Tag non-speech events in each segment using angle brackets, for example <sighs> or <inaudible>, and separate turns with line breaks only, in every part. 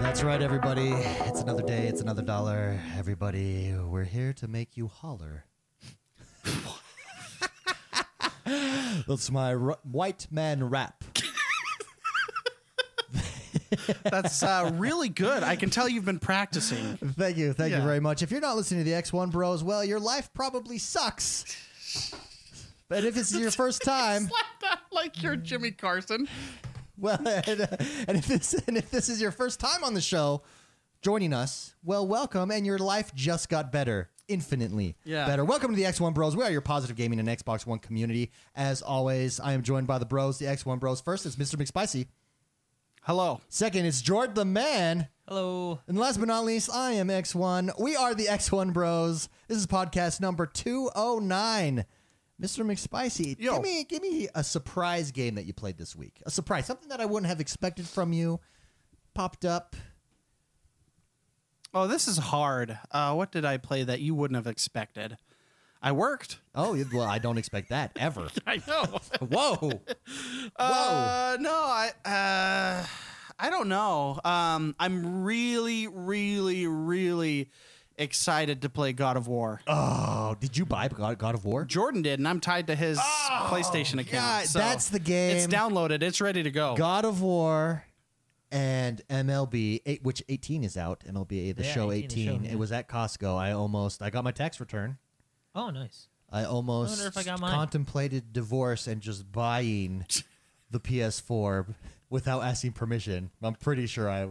That's right, everybody. It's another day. It's another dollar. Everybody, we're here to make you holler. <laughs> That's my ru- white man rap.
That's uh, really good. I can tell you've been practicing.
Thank you. Thank you
Yeah.
very much. If you're not listening to the X1 Bros, well, your life probably sucks. But if it's your
<laughs>
first time,
Slap that like you're Jimmy Carson.
well, <laughs> and, uh, and if this and if this is your first time on the show, joining us, well, welcome, and your life just got better, infinitely
Yeah.
better. Welcome to the X1 Bros. We are your positive gaming and Xbox One community. As always, I am joined by the Bros, the X1 Bros. First, it's Mr. McSpicy.
Hello.
Second, it's Jord the Man.
Hello.
And last but not least, I am X1. We are the X1 Bros. This is podcast number 209. Mr. McSpicy,
Yo.
give me give me a surprise game that you played this week. A surprise, something that I wouldn't have expected from you popped up.
Oh, this is hard. Uh, what did I play that you wouldn't have expected? I worked.
Oh, yeah, well, I don't expect that ever.
I know.
Whoa.
<laughs> Uh, no, I uh, I don't know. Um, I'm really, really, really excited to play God of War.
Oh, did you buy God, God of War?
Jordan did, and I'm tied to his PlayStation account.
God,
so
that's the game.
It's downloaded. It's ready to go.
God of War and MLB, eight, which 18 is out. MLB the
Yeah,
show
18,
18.
the show, yeah.
It was at Costco. I almost I got my tax return.
Oh, nice.
I almost
if I got mine.
contemplated divorce and just
<laughs>
buying the PS4 without asking permission. I'm pretty sure I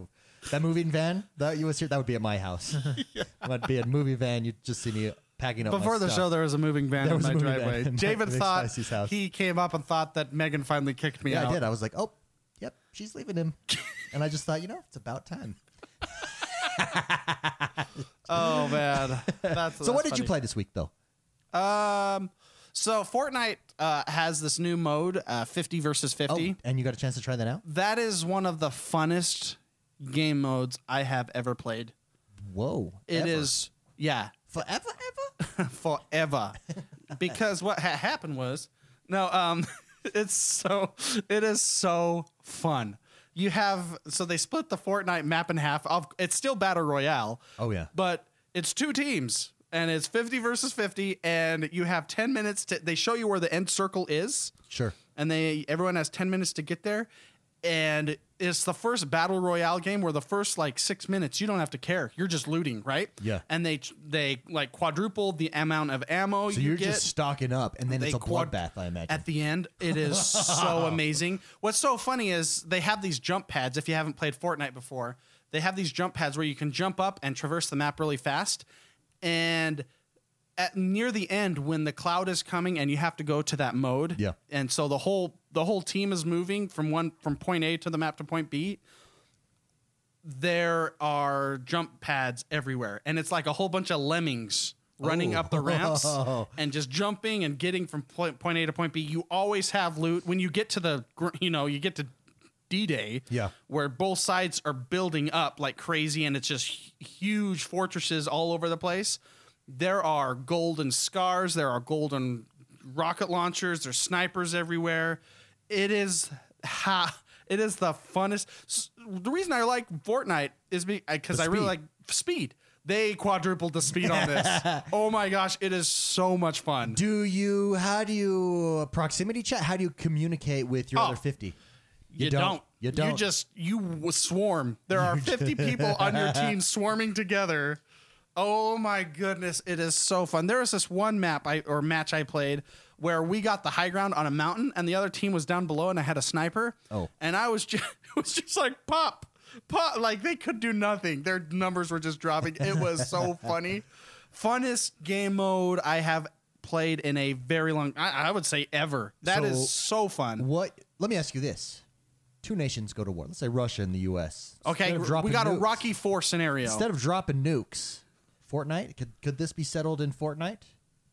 that moving van that you was here that would be at my
<laughs>
house. I'd be at movie van. You'd just see me packing up my
Before the
stuff.
show, there was a moving van
There
in
was a
my
moving van
driveway.
in my-
David
Nick
thought
Spicey's house.
he came up and thought that Megan finally kicked me
Yeah,
out.
I did. I was like, oh, yep, she's leaving him, and I just thought, you know, it's about time.
Oh
<laughs>
man, that's,
So, what did you play this week, though?
Um, so Fortnite uh, has this new mode, uh, fifty versus fifty.
Oh, and you got a chance to try that out?
That is one of the funnest game modes I have ever played.
Whoa,
It is,
ever.
yeah,
forever,
<laughs>
ever.
forever. because what ha- happened was, no, um, <laughs> it's so it is so fun. You have so they split the Fortnite map in half. Of it's still battle royale.
Oh, yeah.
but it's two teams and it's fifty versus fifty, and you have ten minutes to. They show you where the end circle is
Sure.
and they everyone has 10 minutes to get there and it's the first battle royale game where the first like 6 minutes you don't have to care you're just looting right
Yeah.
and they they like quadrupled the amount of ammo
So
you
you're
get
just stocking up, and then
They
it's a
quad-
bloodbath, I imagine.
at the end it
<laughs>
is so amazing what's so funny is they have these jump pads if you haven't played fortnite before they have these jump pads where you can jump up and traverse the map really fast and at near the end when the cloud is coming and you have to go to that mode
Yeah.
and so the whole the whole team is moving from one from point a to the map to point b there are jump pads everywhere and it's like a whole bunch of lemmings running
Oh.
up the ramps and just jumping and getting from point, point A to point B. You always have loot when you get to the gr- you know you get to D Day,
Yeah.
where both sides are building up like crazy, and it's just hu- huge fortresses all over the place. There are golden scars, there are golden rocket launchers, there's snipers everywhere. It is ha. It is the funnest. s- The reason I like Fortnite is because
The
I really
speed.
like speed. They quadrupled the speed on this. oh my gosh, it is so much fun.
Do you? How do you proximity chat? How do you communicate with your
Oh.
other fifty?
you, don't.
You don't.
You just you w- swarm. There
<laughs>
are 50 people on your team swarming together. Oh my goodness, it is so fun. There was this one map I or match I played where we got the high ground on a mountain and the other team was down below and I had a sniper.
Oh.
And I was just <laughs> it was just like pop. Pop like they could do nothing. Their numbers were just dropping. It was so
<laughs>
funny. Funnest game mode I have played in a very long I, I would say ever. That is
So-
so, fun.
What? Let me ask you this: Two nations go to war. Let's say Russia and the U.S.
Okay,
Instead of dropping
we got a
nukes-
Rocky Four scenario.
Instead of dropping nukes, Fortnite could could this be settled in Fortnite?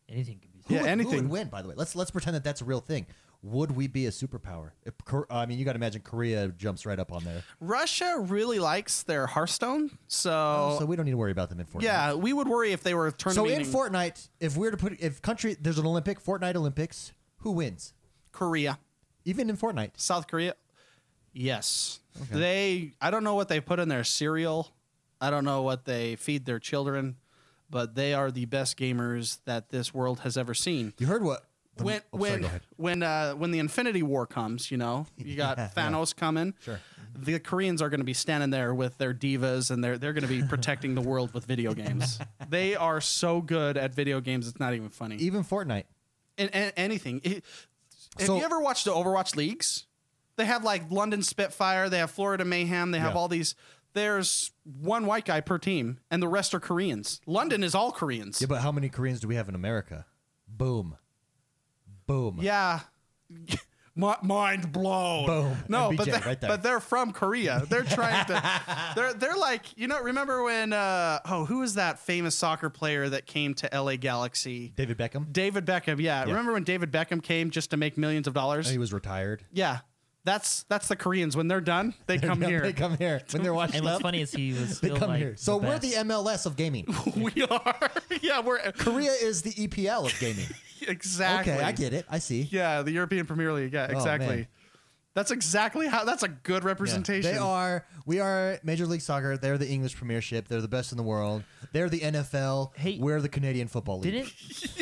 Anything could be
Who <laughs>
Yeah,
would, Who
anything.
would win? By the way, let's let's pretend that that's a real thing. Would we be a superpower? If, Kor- I mean, you got to imagine Korea jumps right up on there,
Russia really likes their Hearthstone, so,
Oh, so we don't need to worry about them in Fortnite.
yeah, we would worry if they were
So in
tournament.
Fortnite, if we're to put if country there's an Olympic Fortnite Olympics, who wins?
Korea,
Even in Fortnite,
South Korea, Yes. They I don't know what they put in their cereal. I don't know what they feed their children, but they are the best gamers that this world has ever seen.
You heard what? the-
When
oh, sorry,
when
go ahead.
when uh, when the Infinity War comes, you know,
<laughs>
you got
Yeah, yeah.
Thanos coming.
Sure.
The Koreans are going to be standing there with their divas, and they're they're going to be protecting the world with video
<laughs>
games. they are so good at video games; it's not even funny.
Even Fortnite.
and, and anything. It- have
So-
you ever watched the Overwatch leagues? They have like London Spitfire, they have Florida Mayhem, they have
Yeah.
all these. There's one white guy per team, and the rest are Koreans. London is all Koreans.
Yeah, but how many Koreans do we have in America? Boom. Boom.
yeah. <laughs> Mi- Mind blown.
Boom.
No,
MBJ
but they're,
right there.
but they're from Korea. They're trying to. <laughs> They're they're like you know. Remember when? Uh, oh, who was that famous soccer player that came to LA Galaxy?
David Beckham.
David Beckham. Yeah.
Yeah.
Remember when David Beckham came just to make millions of dollars?
Oh, He was retired.
Yeah, that's that's the Koreans. When they're done, they come
Yeah,
here.
They come here when they're watching.
And what's funny is
<laughs>
he was
They
still
come
like
here. So
the
we're
best.
the MLS of
<laughs>
gaming.
<laughs> we are. yeah, we're
Korea is the EPL
<laughs>
of gaming.
exactly.
okay, I get it. I see.
Yeah, the European Premier League. Yeah, exactly.
man.
That's exactly how. That's a good representation.
They are. We are Major League Soccer. They're the English Premiership. They're the best in the world. They're the NFL.
Hey,
we're the Canadian Football League. <laughs>
Didn't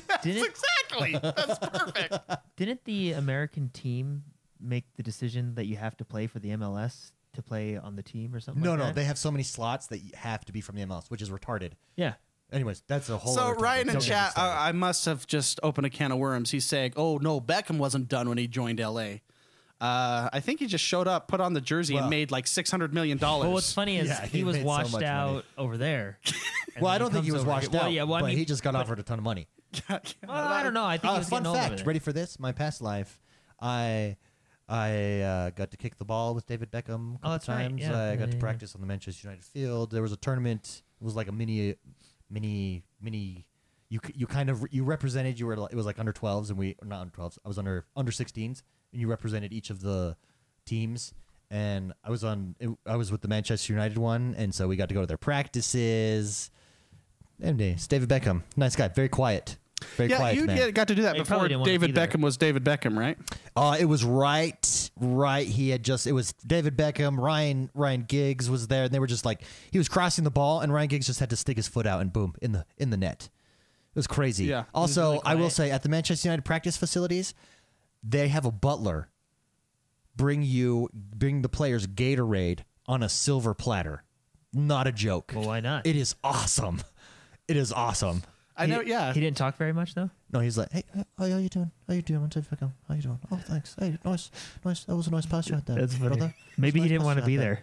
That's
didn't
exactly. That's perfect.
didn't the American team make the decision that you have to play for the MLS to play on the team or something?
no,
like
no.
that?
They have so many slots that you have to be from the MLS, which is retarded.
yeah.
Anyways, that's a whole.
So
other topic.
Ryan in
Don't get me
chat, uh,
started.
I must have just opened a can of worms. He's saying, "Oh no, Beckham wasn't done when he joined LA." Uh, I think he just showed up, put on the jersey,
Well-
and made like six hundred million dollars.
But what's
<laughs>
funny is
Yeah,
he,
he
was
made so
washed
much money.
out over
<laughs>
there. and
well,
then
I don't think he
comes
was
over
washed
here. Well,
out.
yeah, well, I
but
mean,
he just got offered a ton of money.
well, I don't know. I think he
Uh,
was
fun
getting old over
fact:
there.
Ready for this? My past life, I I uh, got to kick the ball with David Beckham a couple
Oh, that's right,
times.
yeah,
I
yeah,
got
yeah,
to
yeah.
practice on the Manchester United field. There was a tournament. It was like a mini, mini, mini. You c- you kind of you represented. You were like- it was like under twelves, and we or not under twelves. I was under under sixteens, and you represented each of the teams. And I was on. it- I was with the Manchester United one, and so we got to go to their practices. MD, it's David Beckham, nice guy, very quiet, very
yeah,
quiet
you
man.
did- got to do that
They
before
probably didn't want to
David
be there.
Beckham was David Beckham, right?
Uh, it was right, right. He had just. It was David Beckham, Ryan, Ryan Giggs was there, and they were just like he was crossing the ball, and Ryan Giggs just had to stick his foot out, and boom, in the in the net. It was crazy.
Yeah, it was
Also,
really
I will
quiet.
say at the Manchester United practice facilities, they have a butler bring you bring the players Gatorade on a silver platter. Not a joke.
Well, why not?
It is awesome. It is awesome.
I know. Yeah,
He didn't talk very much though.
No, he's like, hey, hey, how you doing? How you doing? David Beckham. How you doing? Oh, thanks. Hey, nice, nice. That was a nice pass right there. brother.
<laughs> Maybe he
Nice
didn't
pass
want to
right
be
<laughs>
there.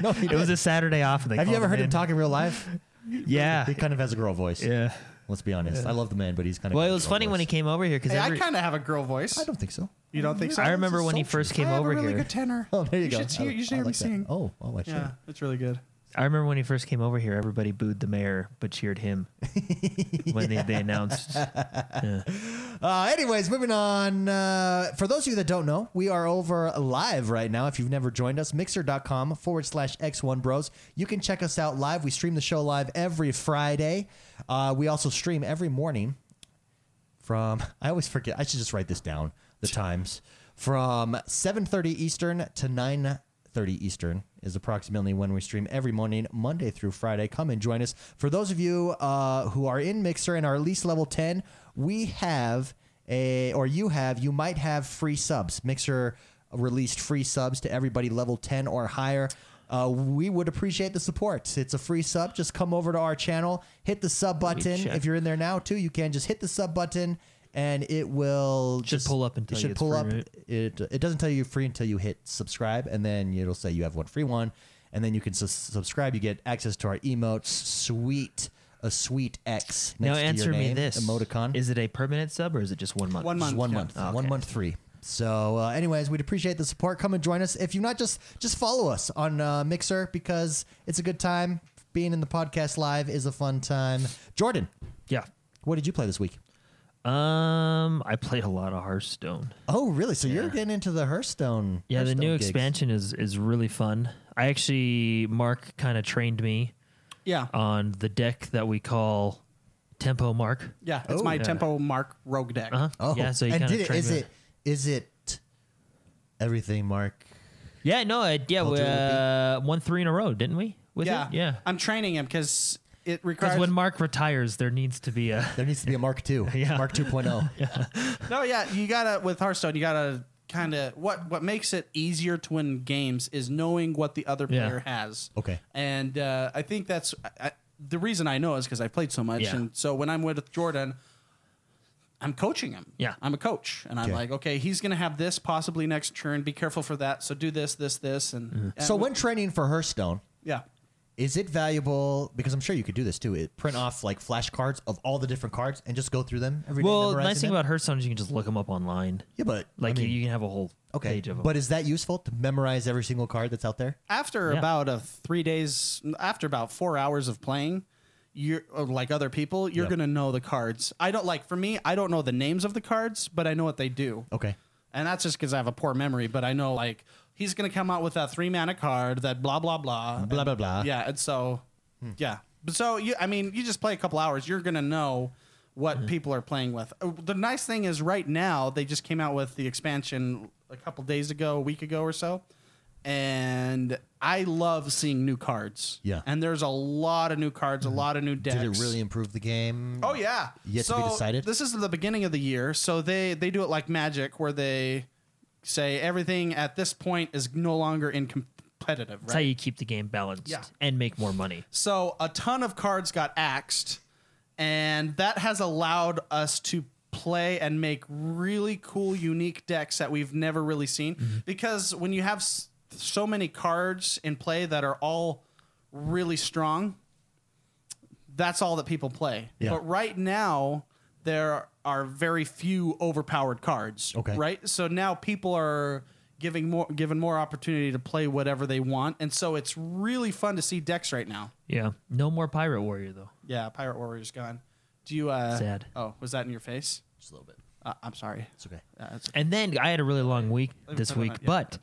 No, he
It was
didn't.
a Saturday off. And they
Have you
called
ever heard him
in.
talk in real life?
<laughs> Yeah.
<laughs> He kind of has a girl voice.
Yeah.
Let's be honest. I love the man, but he's kind of.
Well,
got
it
a
was
girl
funny when he
voice.
came over here because
Hey, I kind of have a girl voice.
I don't think so.
you don't think so?
I remember when he first came
I have
over
a really
here.
good tenor.
Oh, there you, go.
should
I
see-
like-
you should
I
hear me
like that.
sing.
Oh, oh, I should.
Yeah, it's really good.
I remember when he first came over here, everybody booed the mayor but cheered him when they, they
<laughs>
announced.
Uh, anyways, moving on. Uh, for those of you that don't know, we are over live right now. If you've never joined us, mixer.com forward slash X1 Bros. You can check us out live. We stream the show live every Friday. Uh, we also stream every morning from, <laughs> I always forget, I should just write this down, the times. From 7.30 Eastern to 9.30 Eastern is approximately when we stream every morning, Monday through Friday. Come and join us. For those of you uh, who are in Mixer and are at least level 10, we have a, or you have, you might have free subs. Mixer released free subs to everybody level 10 or higher. Uh, we would appreciate the support. It's a free sub. Just come over to our channel, hit the sub button.
check.
If you're in there now too, you can just hit the sub button and it will
Should
just
pull up and
it
tell
should
you it's
pull
free,
up.
right?
It it doesn't tell you you're free until you hit subscribe, and then it'll say you have one free one, and then you can sus- subscribe. You get access to our emotes, sweet a sweet X.
now
next to
answer
your
me
name,
this:
emoticon.
Is it a permanent sub or is it just one month?
One
Just
month,
one
yeah.
month,
Oh,
one
okay.
month free. So, uh, anyways, we'd appreciate the support. Come and join us. If you're not just just follow us on uh, Mixer because it's a good time. Being in the podcast live is a fun time. Jordan,
Yeah.
what did you play this week?
Um, I played a lot of Hearthstone.
Oh, really? So you're getting into the Hearthstone?
Yeah, the
Hearthstone
new
gigs.
expansion is is really fun. I actually Mark kind of trained me
Yeah,
on the deck that we call Tempo Mark.
yeah. It's my tempo mark rogue deck.
Uh-huh.
Oh,
Yeah, so you
and
kind
did
of
it? Is it? Is it everything, Mark?
Yeah, no, uh, yeah,
I'll
we
do it
uh, won three in a row, didn't we? With
yeah,
it? yeah.
I'm training him because it
Because
requires.
when Mark retires, there needs to be a
There needs to be a Mark Two,
<laughs>
oh.
Yeah.
Mark 2.0.
no, yeah, you gotta with Hearthstone, you gotta kind of what what makes it easier to win games is knowing what the other
Yeah.
player has.
Okay.
and uh, I think that's I, I, the reason I know is because I played so much,
Yeah.
and so when I'm with Jordan. I'm coaching him.
Yeah.
I'm a coach, and I'm
Okay.
like, okay, he's gonna have this possibly next turn. Be careful for that. So do this, this, this, and
Mm-hmm.
and
So
we-
when training for Hearthstone,
yeah,
is it valuable? Because I'm sure you could do this too. It print off like flashcards of all the different cards and just go through them every day.
well.
memorizing
Nice thing
them?
about Hearthstone is you can just look them up online.
yeah, but
Like
I mean,
you, you can have a whole
okay,
page of them.
but is that useful to memorize every single card that's out there?
after
Yeah.
about a three days, after about four hours of playing, you're or like other people, you're
Yep.
gonna know the cards. I don't like for me, I don't know the names of the cards, but I know what they do.
Okay,
And that's just because I have a poor memory, but I know like he's gonna come out with a three mana card that blah blah blah
Blah, blah, blah. Hmm.
Yeah, and so yeah, but so you I mean you just play a couple hours, you're gonna know what
Mm-hmm.
people are playing with. Uh, The nice thing is right now they just came out with the expansion a couple days ago, a week ago or so, and I love seeing new cards.
Yeah. Mm-hmm.
and there's a lot of new cards, a lot of new decks.
did it really improve the game?
Oh yeah.
Yet to be decided?
This is the beginning of the year, so they they do it like magic, where they say everything at this point is no longer in competitive.
That's how
Right.
you keep the game balanced
Yeah.
and make more money.
So a ton of cards got axed, and that has allowed us to play and make really cool, unique decks that we've never really seen.
Mm-hmm.
Because when you have s- so many cards in play that are all really strong, that's all that people play.
Yeah.
But right now, there are very few overpowered cards.
Okay.
Right. So now people are giving more given more opportunity to play whatever they want, and so it's really fun to see decks right now.
Yeah. No more pirate warrior though.
Yeah, Pirate Warrior's gone. Do you? Uh,
Sad.
Oh, was that in your face?
just a little bit.
Uh, I'm sorry.
It's okay.
Uh, it's-
And then I had a really long week
me
this
put it on
week,
that, yeah.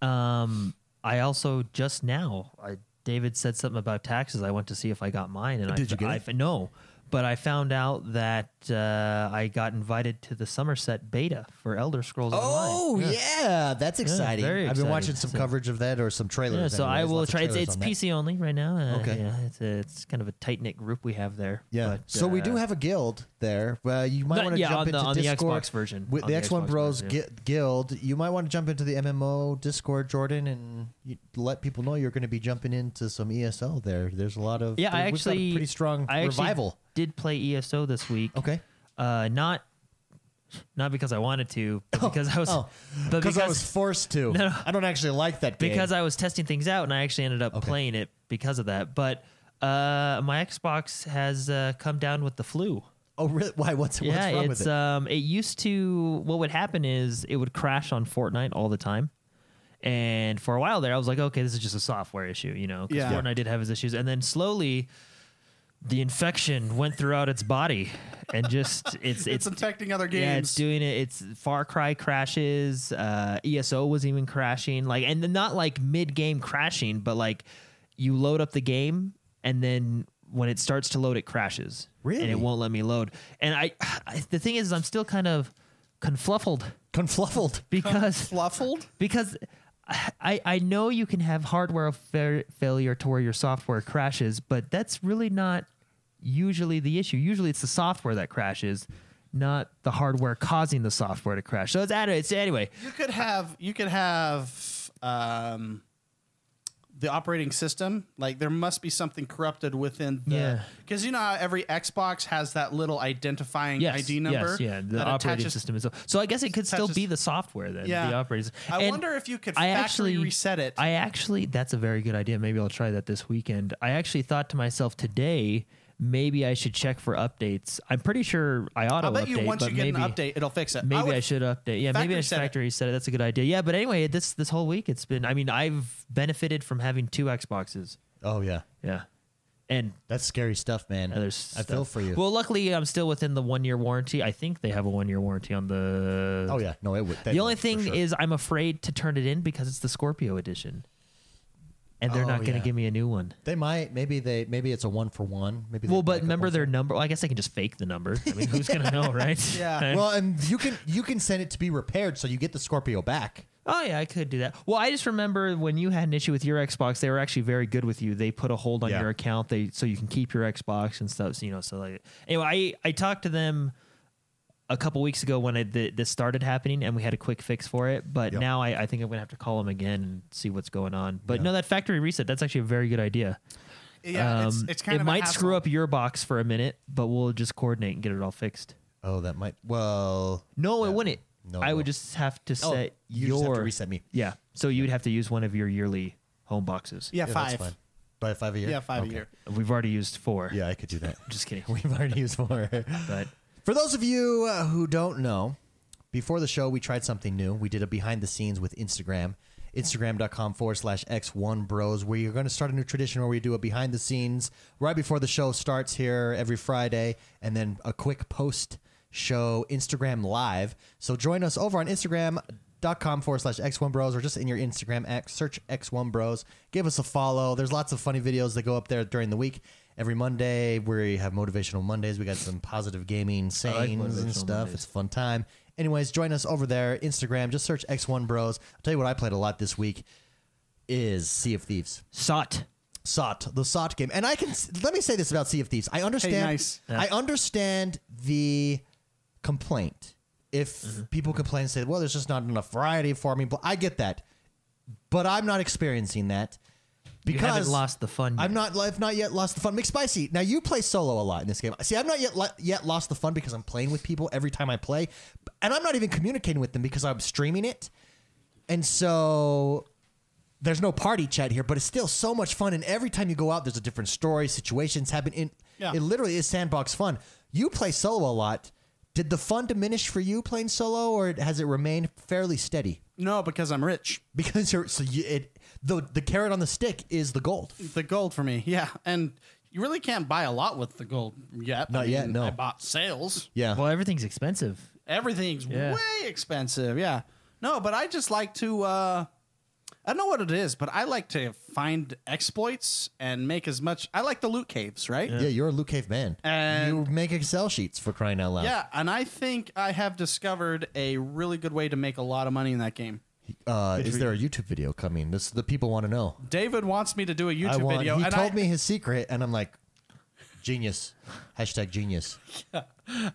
but um, I also just now I, David said something about taxes. I went to see if I got mine, and
Did
I,
you get
I,
it?
No, but I found out that uh, I got invited to the Somerset beta for Elder Scrolls
Oh
Online.
yeah, that's exciting.
very
I've been
exciting.
watching some
So-
coverage of that or some trailers.
Yeah, so I
anyways,
will
lots of
try. It's,
trailers
it's
on that.
PC only right now. Uh,
Okay.
Yeah, it's, a, it's kind of a tight knit group we have there.
Yeah.
but,
so we do
uh,
have a guild there. Uh, you might
Not-
want to
yeah,
jump
on the-
into
on the
Discord
Xbox version.
with
On
the
the
X1
Xbox
Bros
version,
gui- guild. You might want to jump into the MMO Discord, Jordan, and you let people know you're going to be jumping into some ESO there. There's a lot of
Yeah, I
there- we've got a
actually
pretty strong
I actually
revival.
Did play ESO this week.
Okay.
Uh, not not because I wanted to, but because I was,
oh,
but because
Because I was forced to. I don't actually like that game.
<laughs> because I was testing things out, and I actually ended up playing it because of that. But uh, my Xbox has uh, come down with the flu.
oh really? Why? What's what's
yeah,
wrong with
it's
it?
um, it used to what would happen is it would crash on Fortnite all the time. And for a while there, I was like, okay, this is just a software issue, you know, because
Yeah.
Fortnite did have his issues. And then slowly, the infection went throughout its body, and just
<laughs>
it's
it's it's
affecting other games.
yeah, it's doing it. It's Far Cry crashes. Uh, ESO was even crashing. Like, and then not like mid game crashing, but like you load up the game and then when it starts to load, it crashes. And
Really?
it won't let me load. And I, <sighs> I the thing is, I'm still kind of confluffled
Confluffled.
because
fluffled.
because I, I know you can have hardware fa- failure to where your software crashes, but that's really not usually the issue. Usually it's the software that crashes, not the hardware causing the software to crash. So it's at it's anyway.
You could have you could have um, the operating system. Like there must be something corrupted within the
Yeah.
because you know how every Xbox has that little identifying
Yes,
ID number.
yes, yeah. The
that
operating
attaches-
system is so. So I guess it could still
attaches-
be the software then.
Yeah.
The operating. system.
I
And
wonder if you could
I
factory
actually
reset it.
I actually, that's a very good idea. Maybe I'll try that this weekend. I actually thought to myself today, maybe I should check for updates. I'm pretty sure I auto
I'll bet you
update,
once you
but
get
maybe,
an update, it'll fix it.
Maybe I,
would-
should update. Yeah, maybe
factory
I should
set it.
factory set it. That's a good idea. Yeah, but anyway, this this whole week it's been. I mean, I've benefited from having two Xboxes.
Oh yeah,
Yeah, and
that's scary stuff, man.
other
I
stuff.
feel for you.
Well, luckily I'm still within the one year warranty. I think they have a one year warranty on the.
oh yeah, no, it would.
The only thing is, I'm afraid to turn it in because it's the Scorpio edition, and they're
Oh,
not going to
yeah.
give me a new one.
They might. Maybe they. Maybe it's a one for one. Maybe. they
Well,
make
but
up
remember
one
their number. Well, I guess I can just fake the number. I
<laughs>
mean, who's going to know, right?
Yeah.
Well, and you can you can send it to be repaired, so you get the Scorpio back.
Oh yeah, I could do that. Well, I just remember when you had an issue with your Xbox, they were actually very good with you. They put a hold on
Yeah.
your account, they so you can keep your Xbox and stuff. So, you know, so like anyway, I I talked to them a couple weeks ago when I, th- this started happening, and we had a quick fix for it. But
Yep.
now I, I think I'm gonna have to call them again and see what's going on. But
Yeah.
no, that factory reset that's actually a very good idea.
Yeah, it's,
Um,
it's kind
it
of a
might
hassle.
screw up your box for a minute, but we'll just coordinate and get it all fixed.
Oh, that might. Well,
No, it
Yeah.
wouldn't.
No,
I
no.
would just have to
oh,
set
you
your
just have to reset me.
yeah. So you would have to use one of your yearly home boxes.
Yeah,
Yeah,
that's
five.
fine. By five a year.
Yeah, five
Okay.
a year.
We've already used four.
Yeah, I could do that. <laughs>
Just kidding.
We've already used four.
But
For those of you uh, who don't know, before the show, we tried something new. We did a behind the scenes with Instagram, instagram.com forward slash X1 Bros, where you're going to start a new tradition where we do a behind the scenes right before the show starts here every Friday, and then a quick post show Instagram live. So join us over on Instagram.com forward slash X1 Bros or just in your Instagram X, search X1 Bros. Give us a follow. There's lots of funny videos that go up there during the week. Every Monday, we have motivational Mondays. We got some positive gaming sayings and
motivational
stuff.
Mondays.
It's a fun time. Anyways, join us over there, Instagram. Just search X1 Bros. I'll tell you what I played a lot this week is Sea of Thieves.
Sot.
Sot, the Sot game. And I can let me say this about Sea of Thieves. I understand
nice.
I understand the complaint. If
Mm-hmm.
people complain and say, "Well, there's just not enough variety for me," but I get that. But I'm not experiencing that
You
because
haven't lost the
Mm.
fun.
I'm
yet.
not. I've not yet lost the fun. McSpicy. Now you play solo a lot in this game. See, I'm not yet lo- yet lost the fun because I'm playing with people every time I play, and I'm not even communicating with them because I'm streaming it, and so there's no party chat here. But it's still so much fun, and every time you go out, there's a different story, situations happen. In
Yeah.
it literally is sandbox fun. You play solo a lot. Did the fun diminish for you playing solo, or has it remained fairly steady? <laughs>
No, because I'm rich.
Because you're so you, it the the carrot on the stick is the gold.
The gold for me, yeah, and you really can't buy a lot with the gold yet.
Not yet, no.
I bought sales.
Yeah.
Well, everything's expensive.
Everything's
Yeah.
way expensive. Yeah. No, but I just like to uh I don't know what it is, but I like to find exploits and make as much I like the loot caves, right?
Yeah, you're a Luke Cave man.
And-
you make Excel sheets for crying out loud.
Yeah, and I think I have discovered a really good way to make a lot of money in that game.
Uh, is there a YouTube video coming? This the people want to know.
David wants me to do a YouTube
I want.
video,
he
and
told
I
me his secret, and I'm like, genius. Hashtag
<laughs>
genius.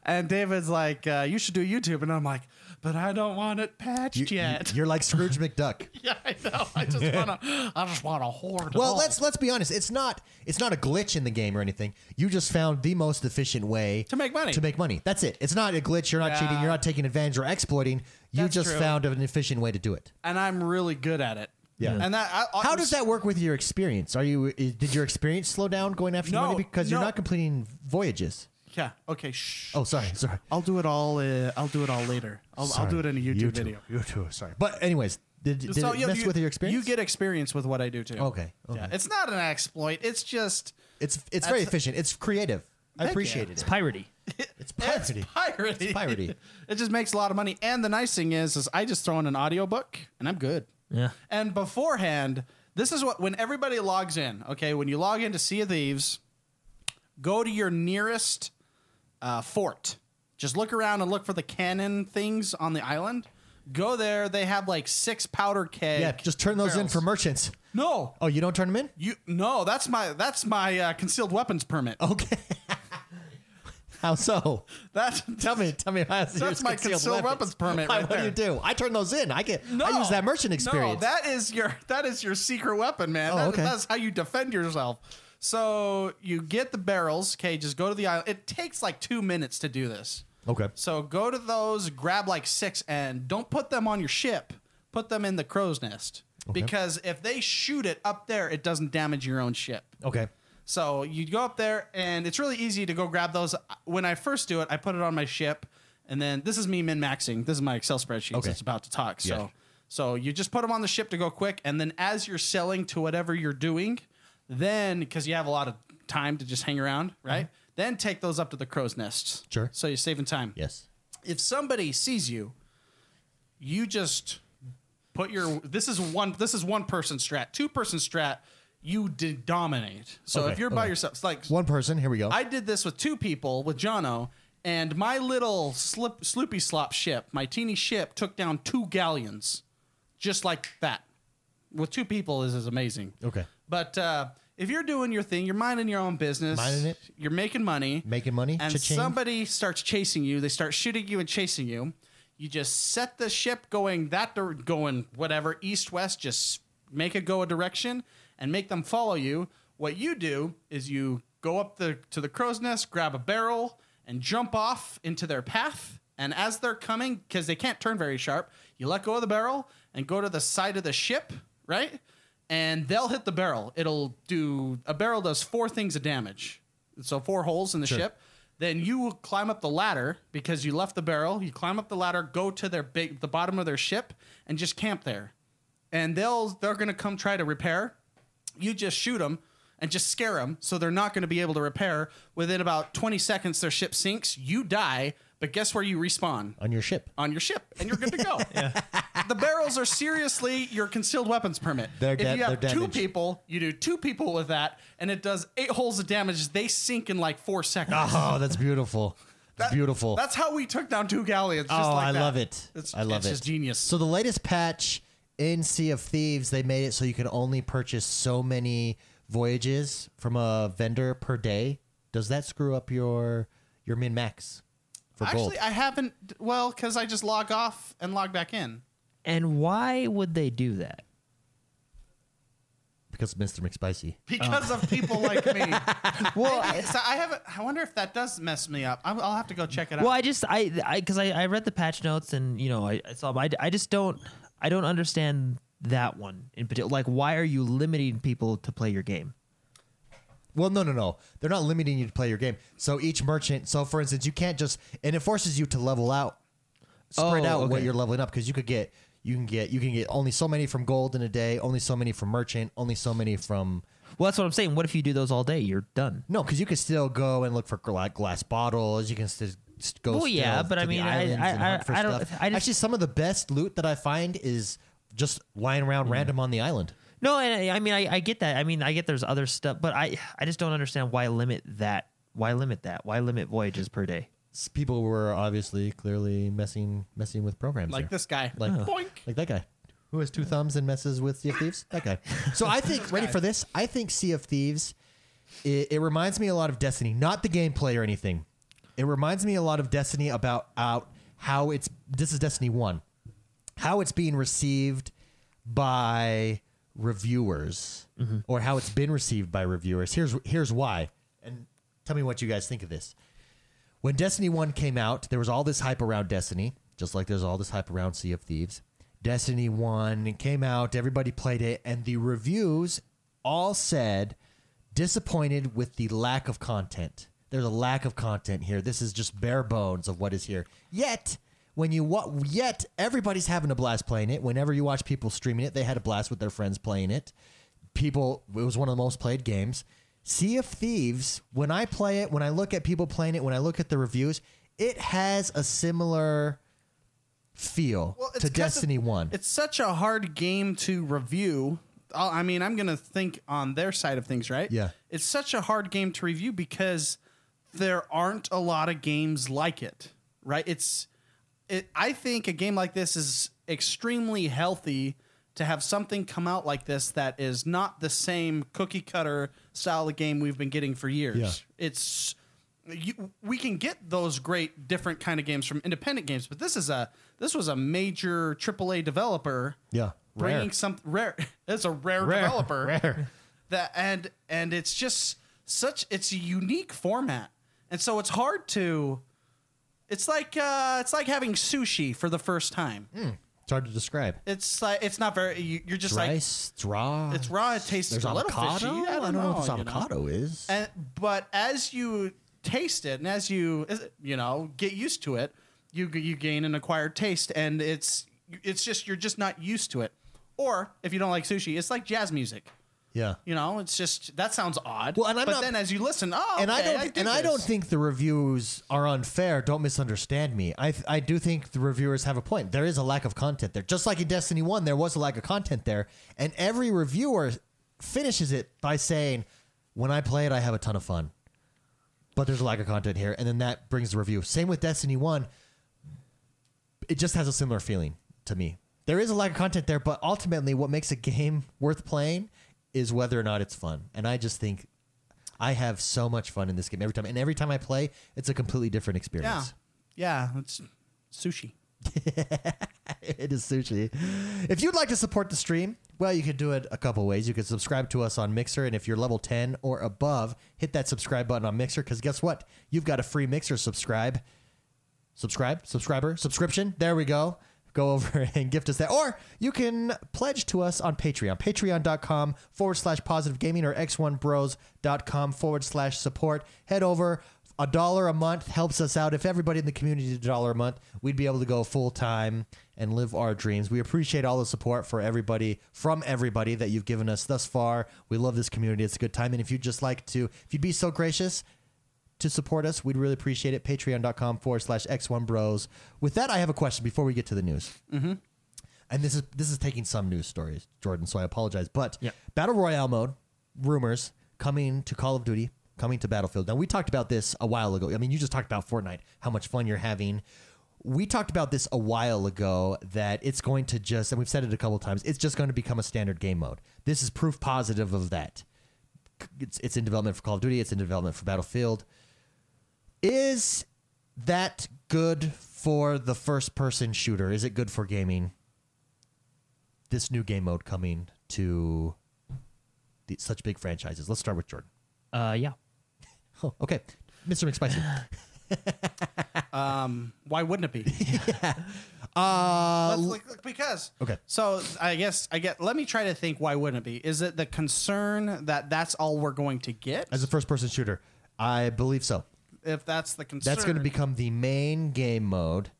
and David's like, uh, "You should do YouTube," and I'm like, "But I don't want it patched
You,
yet."
are like Scrooge
<laughs>
McDuck.
yeah, I know. I just <laughs> wanna, I just wanna hoard. it
Well,
all.
let's let's be honest. It's not it's not a glitch in the game or anything. You just found the most efficient way
To make money.
To make money. That's it. It's not a glitch. You're not cheating.
Yeah.
You're not taking advantage or exploiting. You
That's
just
true.
found an efficient way to do it.
and I'm really good at it.
Yeah.
and that I, I-
How does that work with your experience? Are you i- did your experience slow down going after
No,
the money because you're
no.
not completing voyages?
Yeah. Okay. Shh.
Oh, sorry, sorry.
I'll do it all. Uh, I'll do it all later. I'll, I'll do it in a YouTube, video.
YouTube, sorry. But anyways, did, did
So,
it
yeah,
mess
you-
with your experience?
You get experience with what I do too.
Okay, okay.
Yeah, it's not an exploit. It's just
it's it's very
That's-
efficient. It's creative. I
Heck
appreciated
It's
it.
piratey.
It's
it's <laughs>
pirating.
piracy.
It's piracy.
it just makes a lot of money. And the nice thing is, is I just throw in an audiobook and I'm good.
Yeah.
And beforehand, this is what when everybody logs in. Okay, when you log into Sea of Thieves, go to your nearest uh, fort. Just look around and look for the cannon things on the island. Go there. They have like six powder keg.
Yeah, just turn those in
barrels.
for merchants.
No,
Oh, you don't turn them in?
you no. That's my that's my uh, concealed weapons permit.
Okay. <laughs> How so?
That's <laughs>
Tell me, tell me. How
That's my concealed weapons permit
Why,
right
what do
there.
you do? I turn those in. I get.
No,
I use that merchant experience.
No, that is your that is your secret weapon, man.
Oh,
That-
okay.
That's how you defend yourself. So you get the barrels. Okay, just go to the island. It takes like two minutes to do this.
okay.
So go to those, grab like six, and don't put them on your ship. Put them in the crow's nest because if they shoot it up there, it doesn't damage your own ship.
Okay.
So you go up there, and it's really easy to go grab those. When I first do it, I put it on my ship, and then this is me min maxing. This is my Excel spreadsheet
Okay.
that's about to talk. So,
Yeah.
so you just put them on the ship to go quick, and then as you're selling to whatever you're doing, then because you have a lot of time to just hang around, right? Then take those up to the crow's nests.
Mm-hmm. Sure.
So you're saving time
Yes.
if somebody sees you, you just put your this is one this is one person strat. Two person strat, you d- dominate. So
Okay,
if you're by
okay.
yourself, it's like
One person. Here we go.
I did this with two people with Jono, and my little slip, sloopy slop ship, my teeny ship, took down two galleons. just like that. With two people is is amazing.
Okay.
But uh, if you're doing your thing, you're minding your own business,
Minding it.
you're making money,
Making money,
and
cha-ching.
somebody starts chasing you. They start shooting you and chasing you. You just set the ship going that dir- going whatever east west. Just make it go a direction and make them follow you. What you do is you go up the to the crow's nest, grab a barrel, and jump off into their path. And as they're coming, because they can't turn very sharp, you let go of the barrel and go to the side of the ship, right? and they'll hit the barrel. It'll do a barrel does four things of damage, so four holes in the ship. Then you will climb up the ladder because you left the barrel. You climb up the ladder, go to their big the bottom of their ship, and just camp there. And they'll they're gonna come try to repair. You just shoot them and just scare them, so they're not gonna be able to repair. Within about 20 seconds, their ship sinks. You die, but guess where you respawn?
On your ship.
on your ship and you're good
<laughs>
to go. The barrels are seriously your concealed weapons permit.
They're
if
da-
you have
they're
two
damaged.
people, you do two people with that, and it does eight holes of damage. They sink in like four seconds.
<laughs> Oh, that's beautiful.
That-
beautiful.
That's how we took down two galleons. Just
Ah. oh,
like
I
that.
love it.
It's,
I love
it's
it.
just genius.
So the latest patch in Sea of Thieves, they made it so you could only purchase so many voyages from a vendor per day. Does that screw up your your min max for
Actually,
gold?
I haven't. Well, because I just log off and log back in.
And why would they do that?
because of Mr. McSpicy. Oh.
Because of people like
<laughs>
me.
Well,
I, so I haven't. I wonder if that does mess me up. I'll, I'll have to go check it out.
Well, I just I because I, I, read the patch notes and you know I, I saw I, I just don't I don't understand that one in particular. Like, why are you limiting people to play your game?
Well, no, no, no. They're not limiting you to play your game. So each merchant, so for instance, you can't just and it forces you to level out, spread
Oh,
out what
okay.
you're leveling up because you could get you can get you can get only so many from gold in a day, only so many from merchant, only so many from
Well, that's what I'm saying. What if you do those all day? You're done.
no, because you can still go and look for gla- glass bottles. You can still st- go.
Well,
still
yeah, but
to
I
the
mean, I-
islands
I-
and hunt
I-
for
I don't-
stuff.
I just-
actually some of the best loot that I find is just lying around
Mm.
random on the island.
No, I, I mean I, I get that. I mean I get there's other stuff, but I I just don't understand why limit that. Why limit that? Why limit voyages per day?
S- People were obviously clearly messing messing with programs
like
there.
this guy.
like
boink.
like that guy who has two thumbs and messes with Sea of Thieves. That guy. So I think ready for <laughs> this. I think Sea of Thieves. It, it reminds me a lot of Destiny, not the gameplay or anything. It reminds me a lot of Destiny about out how it's. This is Destiny One, how it's being received by reviewers, or how it's been received by reviewers. Here's here's why, and tell me what you guys think of this. When Destiny 1 came out, there was all this hype around Destiny, just like there's all this hype around Sea of Thieves. Destiny 1 came out, everybody played it, and the reviews all said disappointed with the lack of content. There's a lack of content here. This is just bare bones of what is here. Yet, when you wa- yet everybody's having a blast playing it. Whenever you watch people streaming it, they had a blast with their friends playing it people it was one of the most played games sea of thieves when i play it when i look at people playing it when i look at the reviews it has a similar feel
Well, it's
to
'cause
destiny
it-
1
It's such a hard game to review. I'll- I mean, I'm going to think on their side of things, right?
Yeah.
It's such a hard game to review because there aren't a lot of games like it, right? It's, it, I think a game like this is extremely healthy to have something come out like this that is not the same cookie cutter style of game we've been getting for years
Yeah.
it's you, we can get those great different kind of games from independent games, but this is a this was a major AAA developer.
Yeah, rare.
bringing some rare. <laughs> It's a rare,
Rare,
developer.
rare.
That and and it's just such it's a unique format, and so it's hard to. It's like uh, it's like having sushi for the first time.
Hmm. it's hard to describe
It's like it's not very. You, you're just like
rice it's raw
it's raw. It tastes
there's
a little
avocado
fishy.
i don't know, what this
you know?
avocado is
And but as you taste it and as you as- you know get used to it, you you gain an acquired taste, and it's it's just you're just not used to it. Or if you don't like sushi, it's like jazz music.
yeah
You know, it's just that sounds odd.
Well, and I'm
but
not-
then as you listen, oh,
and I
okay,
don't
I
and
get
I don't
this.
think the reviews are unfair. Don't misunderstand me. I th- I do think the reviewers have a point. There is a lack of content there. Just like in Destiny 1, there was a lack of content there, and every reviewer finishes it by saying, "When I play it, I have a ton of fun." But there's a lack of content here, and then that brings the review. Same with Destiny 1. It just has a similar feeling to me. there is a lack of content there, but ultimately, what makes a game worth playing is whether or not it's fun. And I just think I have so much fun in this game every time. And every time I play, it's a completely different
Yeah.
experience.
Yeah. It's sushi.
<laughs> it is sushi. If you'd like to support the stream, well, you could do it a couple ways. You could subscribe to us on Mixer, and if you're level 10 or above, hit that subscribe button on Mixer because guess what? You've got a free Mixer subscribe. Subscribe, subscriber, subscription. There we go. Go <laughs> over and gift us that. Or you can pledge to us on Patreon, patreon.com forward slash positive gaming or x1bros.com forward slash support. Head over. A dollar a month helps us out. If everybody in the community did a dollar a month, we'd be able to go full time and live our dreams. We appreciate all the support for everybody, from everybody that you've given us thus far. We love this community. It's a good time. And if you'd just like to, if you'd be so gracious, to support us. We'd really appreciate it. Patreon.com forward slash X1 Bros. With that, I have a question before we get to the news. Mm-hmm. And this is this is taking some news stories, Jordan. So I apologize, but
Yeah.
battle royale mode rumors coming to Call of Duty, coming to Battlefield. Now we talked about this a while ago. I mean, you just talked about Fortnite, how much fun you're having. We talked about this a while ago that it's going to just, and we've said it a couple of times, it's just going to become a standard game mode. This is proof positive of that. It's, it's in development for Call of Duty. It's in development for Battlefield is that good for the first person shooter? Is it good for gaming? This new game mode coming to the, such big franchises. Let's start with Jordan.
Uh, yeah.
Oh, okay. Mr. McSpicy.
Um, why wouldn't
<laughs>
it <laughs> be?
Uh,
Let's- like, like, because
Okay.
So I guess I get. Let me try to think. Why wouldn't it be? Is it the concern that that's all we're going to get?
as a first person shooter, I believe so.
if that's the concern,
That's going to become the main game mode.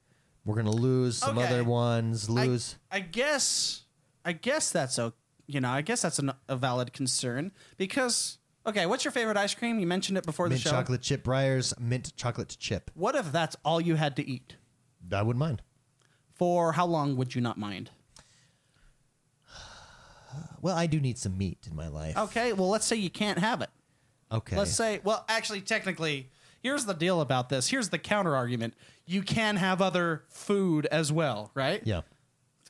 We're going to lose some
Okay.
other ones,
I-
lose.
I, guess. I guess that's a. You know, I guess that's an, a valid concern because. Okay, what's your favorite ice cream? You mentioned it before
mint
the show.
chocolate chip briars, mint chocolate chip.
What if that's all you had to eat?
I wouldn't mind.
For how long would you not mind?
Well, I do need some meat in my life.
Okay, well, let's say you can't have it.
Okay.
Let's say, well, actually, technically, here's the deal about this. Here's the counter argument. You can have other food as well, right?
yeah.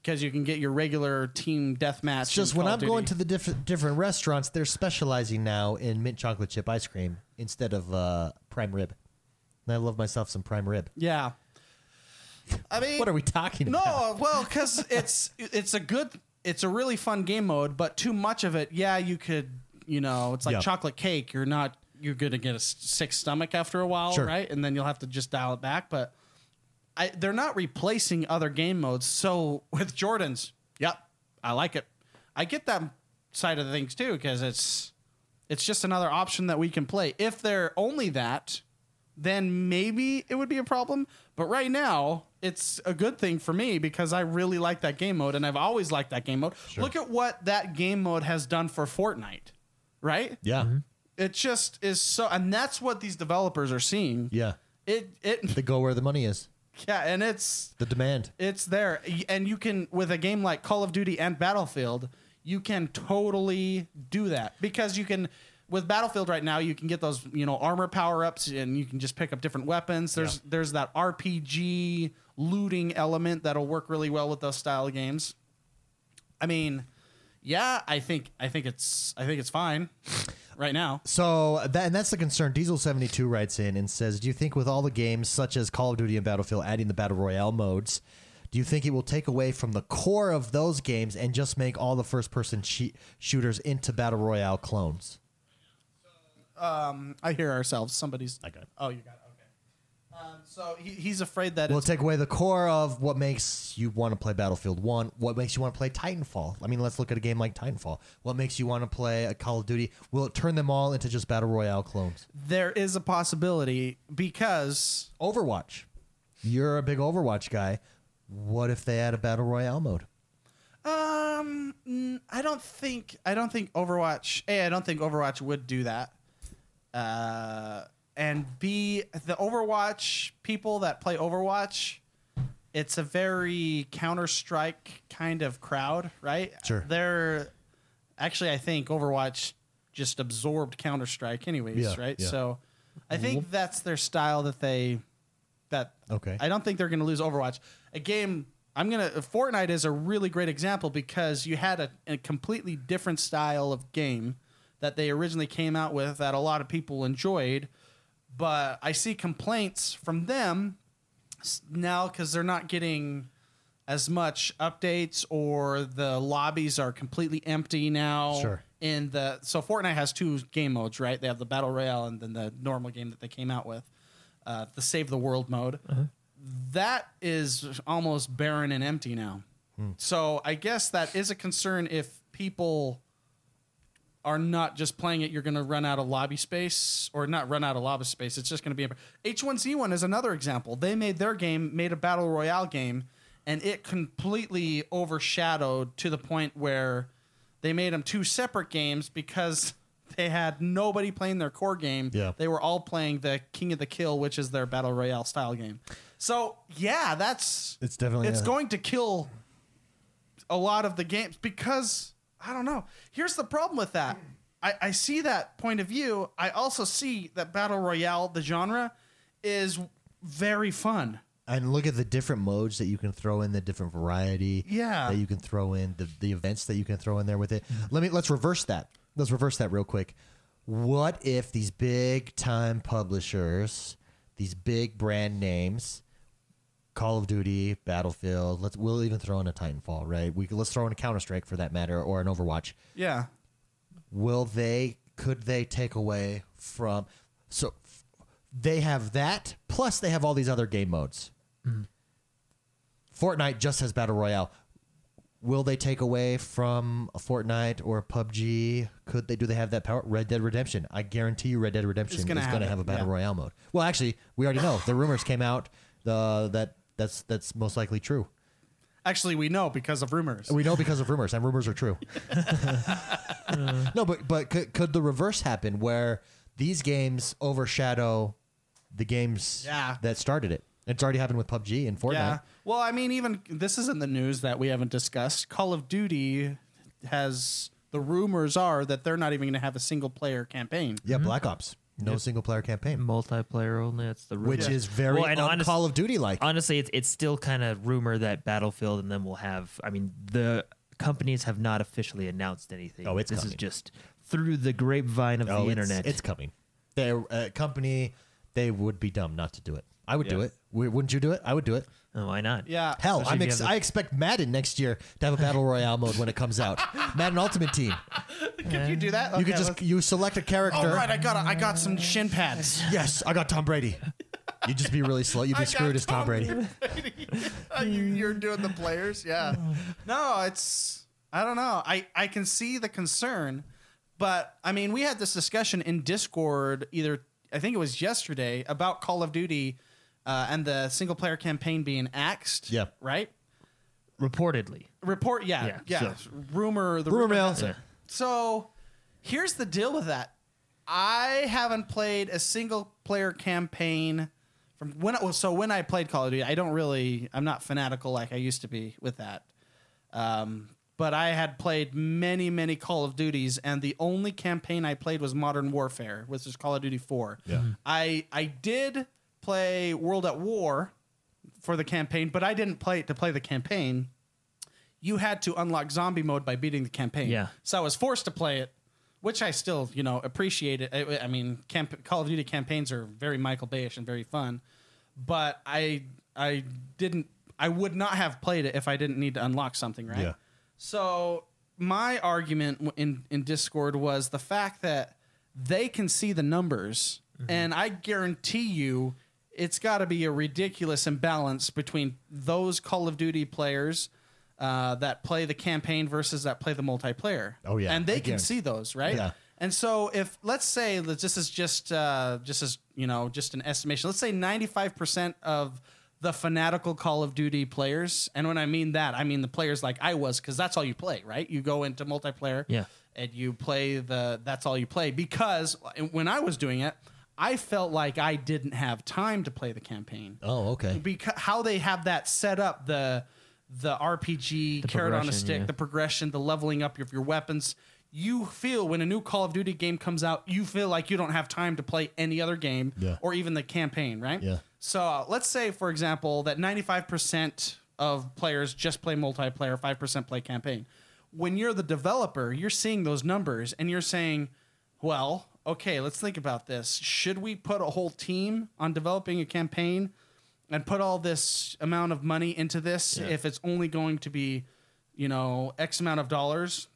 Because you can get your regular team deathmatch.
It's just
in
when
Call
I'm
of
going to
Duty.
the diff- different restaurants, they're specializing now in mint chocolate chip ice cream instead of uh, prime rib. And I love myself some prime rib. <laughs>
Yeah. I mean,
What are we talking about?
No, uh, well, because it's it's a good, it's a really fun game mode, but too much of it, yeah, you could, you know, it's like
Yeah.
chocolate cake. You're not, you're gonna get a s- sick stomach after a while,
Sure.
right? And then you'll have to just dial it back. But I, they're not replacing other game modes. So <laughs> with Jordan's, yep, I like it. I get that side of things too because it's it's just another option that we can play. If they're only that, then maybe it would be a problem. But right now, it's a good thing for me because I really like that game mode and I've always liked that game mode. Look at what that game mode has done for Fortnite, right?
Yeah.
It just is so, and that's what these developers are seeing.
Yeah.
It, it, <laughs>
They go where the money is,
yeah, and it's,
the demand.
it's there. Y- And you can, with a game like Call of Duty and Battlefield, you can totally do that because you can, with Battlefield right now, you can get those, you know, armor power ups and you can just pick up different weapons. There's, there's that RPG looting element that'll work really well with those style of games. I mean, yeah, I think, I think it's, I think it's fine right now.
So that and that's the concern. Diesel seventy two writes in and says, "Do you think with all the games such as Call of Duty and Battlefield adding the battle royale modes, do you think it will take away from the core of those games and just make all the first person che- shooters into battle royale clones?"
I hear ourselves. Somebody's. I
got it.
Oh, you got it. Okay. Um, so he, he's afraid that
We'll
it's.
take away the core of what makes you want to play Battlefield 1, what makes you want to play Titanfall. I mean, let's look at a game like Titanfall. What makes you want to play a Call of Duty? Will it turn them all into just Battle Royale clones?
there is a possibility because
Overwatch. You're a big Overwatch guy. What if they add a Battle Royale mode?
um mm, I don't think I don't think Overwatch A I don't think Overwatch would do that. Uh and B the Overwatch people that play Overwatch it's a very Counter-Strike kind of crowd, right?
Sure.
They're actually I think Overwatch just absorbed Counter-Strike anyways,
Yeah,
right?
yeah.
So I think that's their style that they that
Okay.
I don't think they're going to lose Overwatch. A game I'm gonna Fortnite is a really great example because you had a, a completely different style of game that they originally came out with that a lot of people enjoyed, but I see complaints from them s- now because they're not getting as much updates or the lobbies are completely empty now.
Sure.
And the so Fortnite has two game modes, right? They have the battle royale and then the normal game that they came out with, uh, the save the world mode. That is almost barren and empty now. So I guess that is a concern if people are not just playing it, you're going to run out of lobby space or not run out of lobby space. It's just going to be H1Z1 is another example. They made their game, made a battle royale game, and it completely overshadowed to the point where they made them two separate games because <laughs> they had nobody playing their core game.
Yeah.
They were all playing the King of the Kill, which is their battle royale style game. So, yeah, that's
It's definitely
it's
a-
going to kill a lot of the games because I don't know. Here's the problem with that. I, I see that point of view. I also see that battle royale, the genre, is very fun.
and look at the different modes that you can throw in the different variety
Yeah.
that you can throw in the, the events that you can throw in there with it let me let's reverse that let's reverse that real quick what if these big time publishers these big brand names call of duty battlefield let's we'll even throw in a titanfall right we could- let's throw in a counter-strike for that matter or an overwatch
Yeah.
will they could they take away from so f- they have that plus they have all these other game modes
Mm-hmm.
fortnite just has battle royale will they take away from a fortnite or a pubg could they do they have that power red dead redemption i guarantee you red dead redemption
It's gonna
is going to have
have it,
a battle
yeah.
royale mode well actually we already know the rumors came out uh, that that's that's most likely true
Actually, we know because of rumors.
<laughs>
we know because of rumors, and rumors are true. no, but but could, could the reverse happen where these games overshadow the games
Yeah.
that started it? It's already happened with PUBG and Fortnite.
Yeah. Well, I mean, even this is in the news that we haven't discussed. Call of Duty has the rumors are that they're not even going to have a single player campaign.
Yeah,
Mm-hmm.
Black Ops, no single player campaign,
Multiplayer only. That's the rumor.
which is very
Mm-hmm. Well, and
un-
honest-
Call of Duty like.
honestly, it's it's still kind of rumor that Battlefield and them will have. I mean, the companies have not officially announced anything.
Oh, it's
this is
coming.
just through the grapevine of
Oh,
the
it's-
internet.
it's coming. Their uh, company, they would be dumb not to do it. I would do
Yeah.
it. W- Wouldn't you do it? I would do it.
oh, why not?
Yeah.
Hell,
Especially if
I'm
you
ex-
have the-
I expect Madden next year to have a battle royale mode when it
<laughs>
comes out. Madden Ultimate Team.
Could you do that?
you
Okay,
could just
let's-
you select a character.
All right, I got a, I got some shin pads.
Yes, I got Tom Brady. You'd just be really slow. You'd
I
be
got Uh,
screwed as Tom Brady.
<laughs> you, you're doing the players, yeah. No, it's I don't know. I I can see the concern, but I mean, we had this discussion in Discord either I think it was yesterday about Call of Duty uh, and the single player campaign being axed.
Yeah.
Right.
Reportedly.
Report. Yeah. Yeah.
Yeah,
Rumor. The
Rumor mill.
has it.
Yeah.
So here's the deal with that. I haven't played a single player campaign from when I, so when I played Call of Duty, I don't really I'm not fanatical like I used to be with that. Um, but I had played many, many Call of Duties, and the only campaign I played was Modern Warfare, which is Call of Duty 4.
Yeah.
I I did play World at War for the campaign, but I didn't play it to play the campaign. You had to unlock zombie mode by beating the campaign.
Yeah.
So I was forced to play it, which I still, you know, appreciate it. I, I mean, camp- Call of Duty campaigns are very Michael Bayish and very fun, but I I didn't I would not have played it if I didn't need to unlock something, right?
Yeah.
So my argument w- in in Discord was the fact that they can see the numbers,
Mm-hmm.
and I guarantee you, it's got to be a ridiculous imbalance between those Call of Duty players uh, that play the campaign versus that play the multiplayer.
Oh, yeah.
and they
I
can
guarantee-
see those, right?
Yeah.
And so if let's say that this is just uh, just as you know just an estimation, let's say ninety five percent of the fanatical Call of Duty players, and when I mean that, I mean the players like I was, because that's all you play, right? You go into multiplayer,
Yeah.
and you play the that's all you play because when I was doing it, I felt like I didn't have time to play the campaign
Oh, okay.
because how they have that set up the the RPG carrot on a
progression,
stick,
yeah.
the progression, the leveling up of your weapons. You feel when a new Call of Duty game comes out, you feel like you don't have time to play any other game
Yeah.
or even the campaign, right?
Yeah.
So uh, let's say, for example, that 95% of players just play multiplayer, 5% play campaign. When you're the developer, you're seeing those numbers and you're saying, well, okay, let's think about this. Should we put a whole team on developing a campaign and put all this amount of money into this if it's only going to be, you know, X amount of dollars?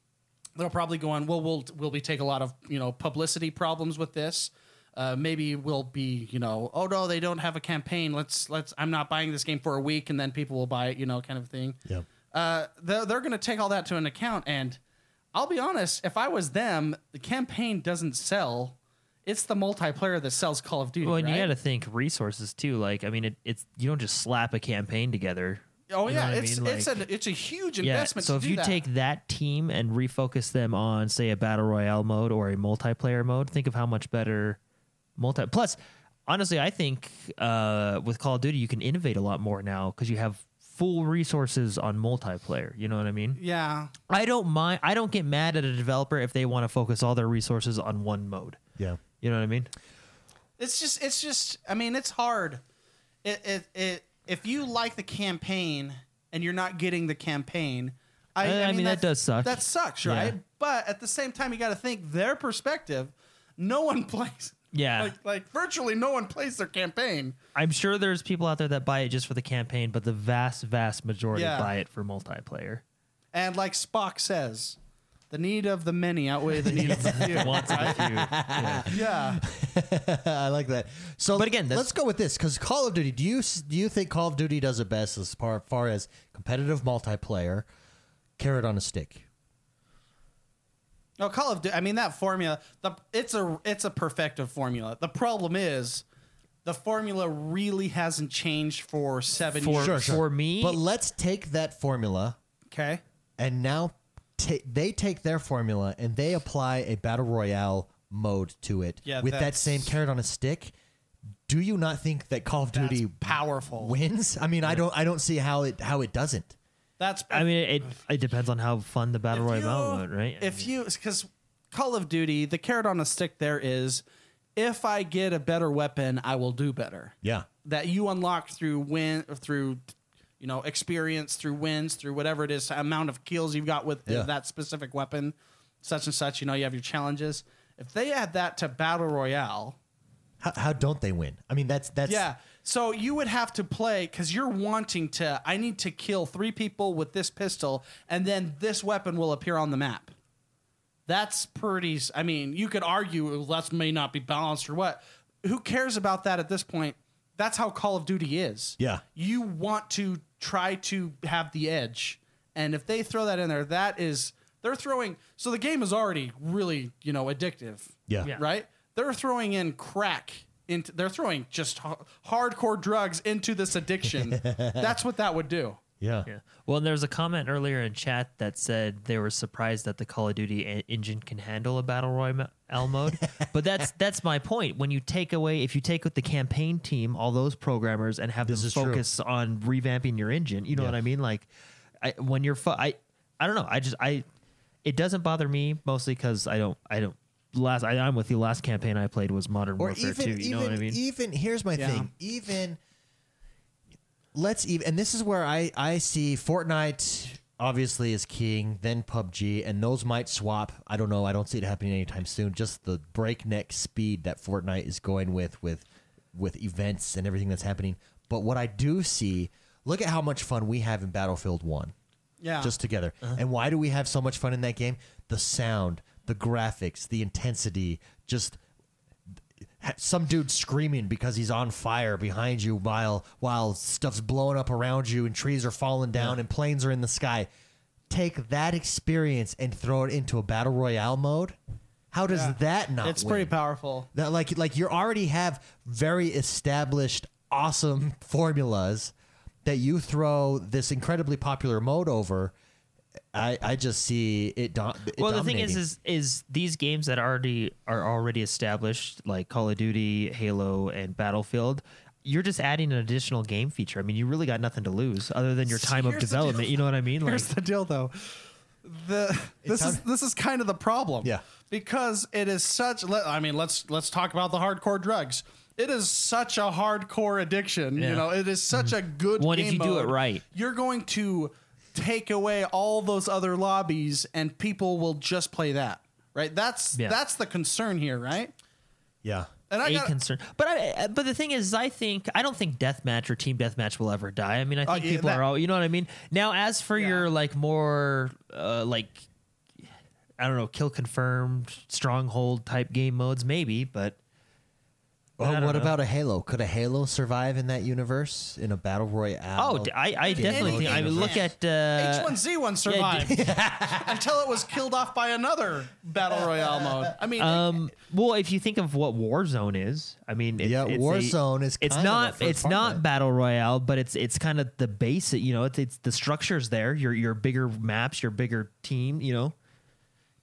They'll probably go on. Well, we'll will we take a lot of you know publicity problems with this? Uh, maybe we'll be you know oh no they don't have a campaign. Let's let's I'm not buying this game for a week and then people will buy it you know kind of thing
Yep.
uh, they're, they're going to take all that to an account. And I'll be honest, if I was them, the campaign doesn't sell. It's the multiplayer that sells Call of Duty.
Well, and
right?
you got to think resources too. Like, I mean, it, it's you don't just slap a campaign together.
oh
You know
yeah,
what I
it's
mean?
it's
Like-
a it's a huge
Yeah.
investment.
So
to
if
do
you
that.
take that team and refocus them on, say, a battle royale mode or a multiplayer mode, think of how much better multi. Plus, honestly, I think uh, with Call of Duty, you can innovate a lot more now because you have full resources on multiplayer. You know what I mean?
yeah,
I don't mind. I don't get mad at a developer if they want to focus all their resources on one mode.
Yeah.
You know what I mean?
it's just it's just I mean it's hard. It it, it if you like the campaign and you're not getting the campaign. I,
Uh, I mean,
that's-
that does suck.
That sucks,
Yeah.
right? But at the same time, you got to think their perspective. No one <laughs> plays.
Yeah.
Like, like virtually no one plays their campaign.
I'm sure there's people out there that buy it just for the campaign, but the vast, vast majority
Yeah.
buy it for multiplayer.
And like Spock says, the need of the many outweigh the need of
<laughs>
the few.
Wants it
<laughs>
if you-
Yeah.
<laughs> I like that. So,
But again, that's-
let's go with this because Call of Duty. Do you s- do you think Call of Duty does it best as far, far as competitive multiplayer, carrot on a stick?
No, Call of Duty. I mean that formula. The it's a it's a perfective formula. The problem is, the formula really hasn't changed for seven
For-
years.
for me-
But let's take that formula
Okay.
and now ta they take their formula and they apply a battle royale mode to it
Yeah,
with that
that's-
same carrot on a stick. Do you not think that Call of Duty
powerful.
wins? I mean, I don't. I don't see how it how it doesn't.
That's
I mean, it it depends on how fun the battle
If
royale
you-
mode, right? I
If
mean,
you, because Call of Duty, the carrot on a stick there is, if I get a better weapon, I will do better.
Yeah.
That you unlock through win, through, you know, experience, through wins, through whatever it is, amount of kills you've got with
Yeah.
that specific weapon, such and such. You know, you have your challenges. If they add that to battle royale,
How, how don't they win? I mean, that's that's
yeah. So you would have to play because you're wanting to. I need to kill three people with this pistol, and then this weapon will appear on the map. That's pretty. s- I mean, you could argue "Well, that may not be balanced or what. Who cares about that at this point? That's how Call of Duty is.
Yeah.
You want to try to have the edge, and if they throw that in there, that is they're throwing. So the game is already really you know addictive
yeah
Yeah.
right? They're throwing in crack into. They're throwing just h- hardcore drugs into this
<laughs>
addiction. That's what that would do.
yeah
yeah. Well, and there was a comment earlier in chat that said they were surprised that the Call of Duty en- engine can handle a battle royale
<laughs>
mode, but that's that's my point. When you take away, if you take with the campaign team, all those programmers, and have
This
them
is true.
focus on revamping your engine, you know what I mean? Like, I, when you're, fu- I, I don't know. I just I, it doesn't bother me mostly because I don't I don't. Last I, I'm with you. Last campaign I played was Modern
or
Warfare
even
2. You
even e
know what I mean?
even here's my
Yeah.
thing even let's even and this is where i i see fortnite obviously is king then pubg and those might swap i don't know i don't see it happening anytime soon just the breakneck speed that fortnite is going with with with events and everything that's happening but what i do see look at how much fun we have in battlefield 1
Yeah. Uh-huh.
just together. And why do we have so much fun in that game? The sound, the graphics, the intensity, just ha- some dude screaming because he's on fire behind you while while stuff's blowing up around you and trees are falling down and planes are in the sky. Take that experience and throw it into a battle royale mode. How does
Yeah.
that not?
it's pretty
win?
powerful.
That like like you already have very established awesome formulas that you throw this incredibly popular mode over. I I just see it. Do- it
well the thing is
dominating.
is is these games that already are already established like call of duty halo and battlefield you're just adding an additional game feature i mean you really got nothing to lose other than your time of
Here's the
development you know what i mean like
Here's the deal, though. The this is
sound-
this is kind of the problem.
Yeah.
Because it is such. Let, I mean, let's let's talk about the hardcore drugs. It is such a hardcore addiction. You
Yeah. Mm-hmm.
know, it is such a good.
Well, and if
game
you do it
mode.
right.
you're going to take away all those other lobbies, and people will just play that. Right? That's
Yeah.
that's the concern here, right?
Yeah.
And I
a
got
concern. But I, but the thing is, I think I don't think deathmatch or team deathmatch will ever die. I mean, I think
Oh, yeah,
people
that-
are all you know what I mean. Now, as for your like more uh, like I don't know, kill confirmed stronghold type game modes, maybe. But I
Well,
don't
what
know.
about a Halo? Could a Halo survive in that universe in a battle royale?
oh, d- I, I definitely think. I
anything
mean, look
can.
at uh,
H1Z1 survived until it was killed off by another battle royale mode. I mean,
Um,
Well, if you think of what Warzone is, I mean, it,
Yeah,
it's a-
Warzone is
it's
kinda
not
the first
it's
part of
not
it.
battle royale, but it's it's kind of the basic. You know, it's it's the structures there. Your your bigger maps, your bigger team. You know,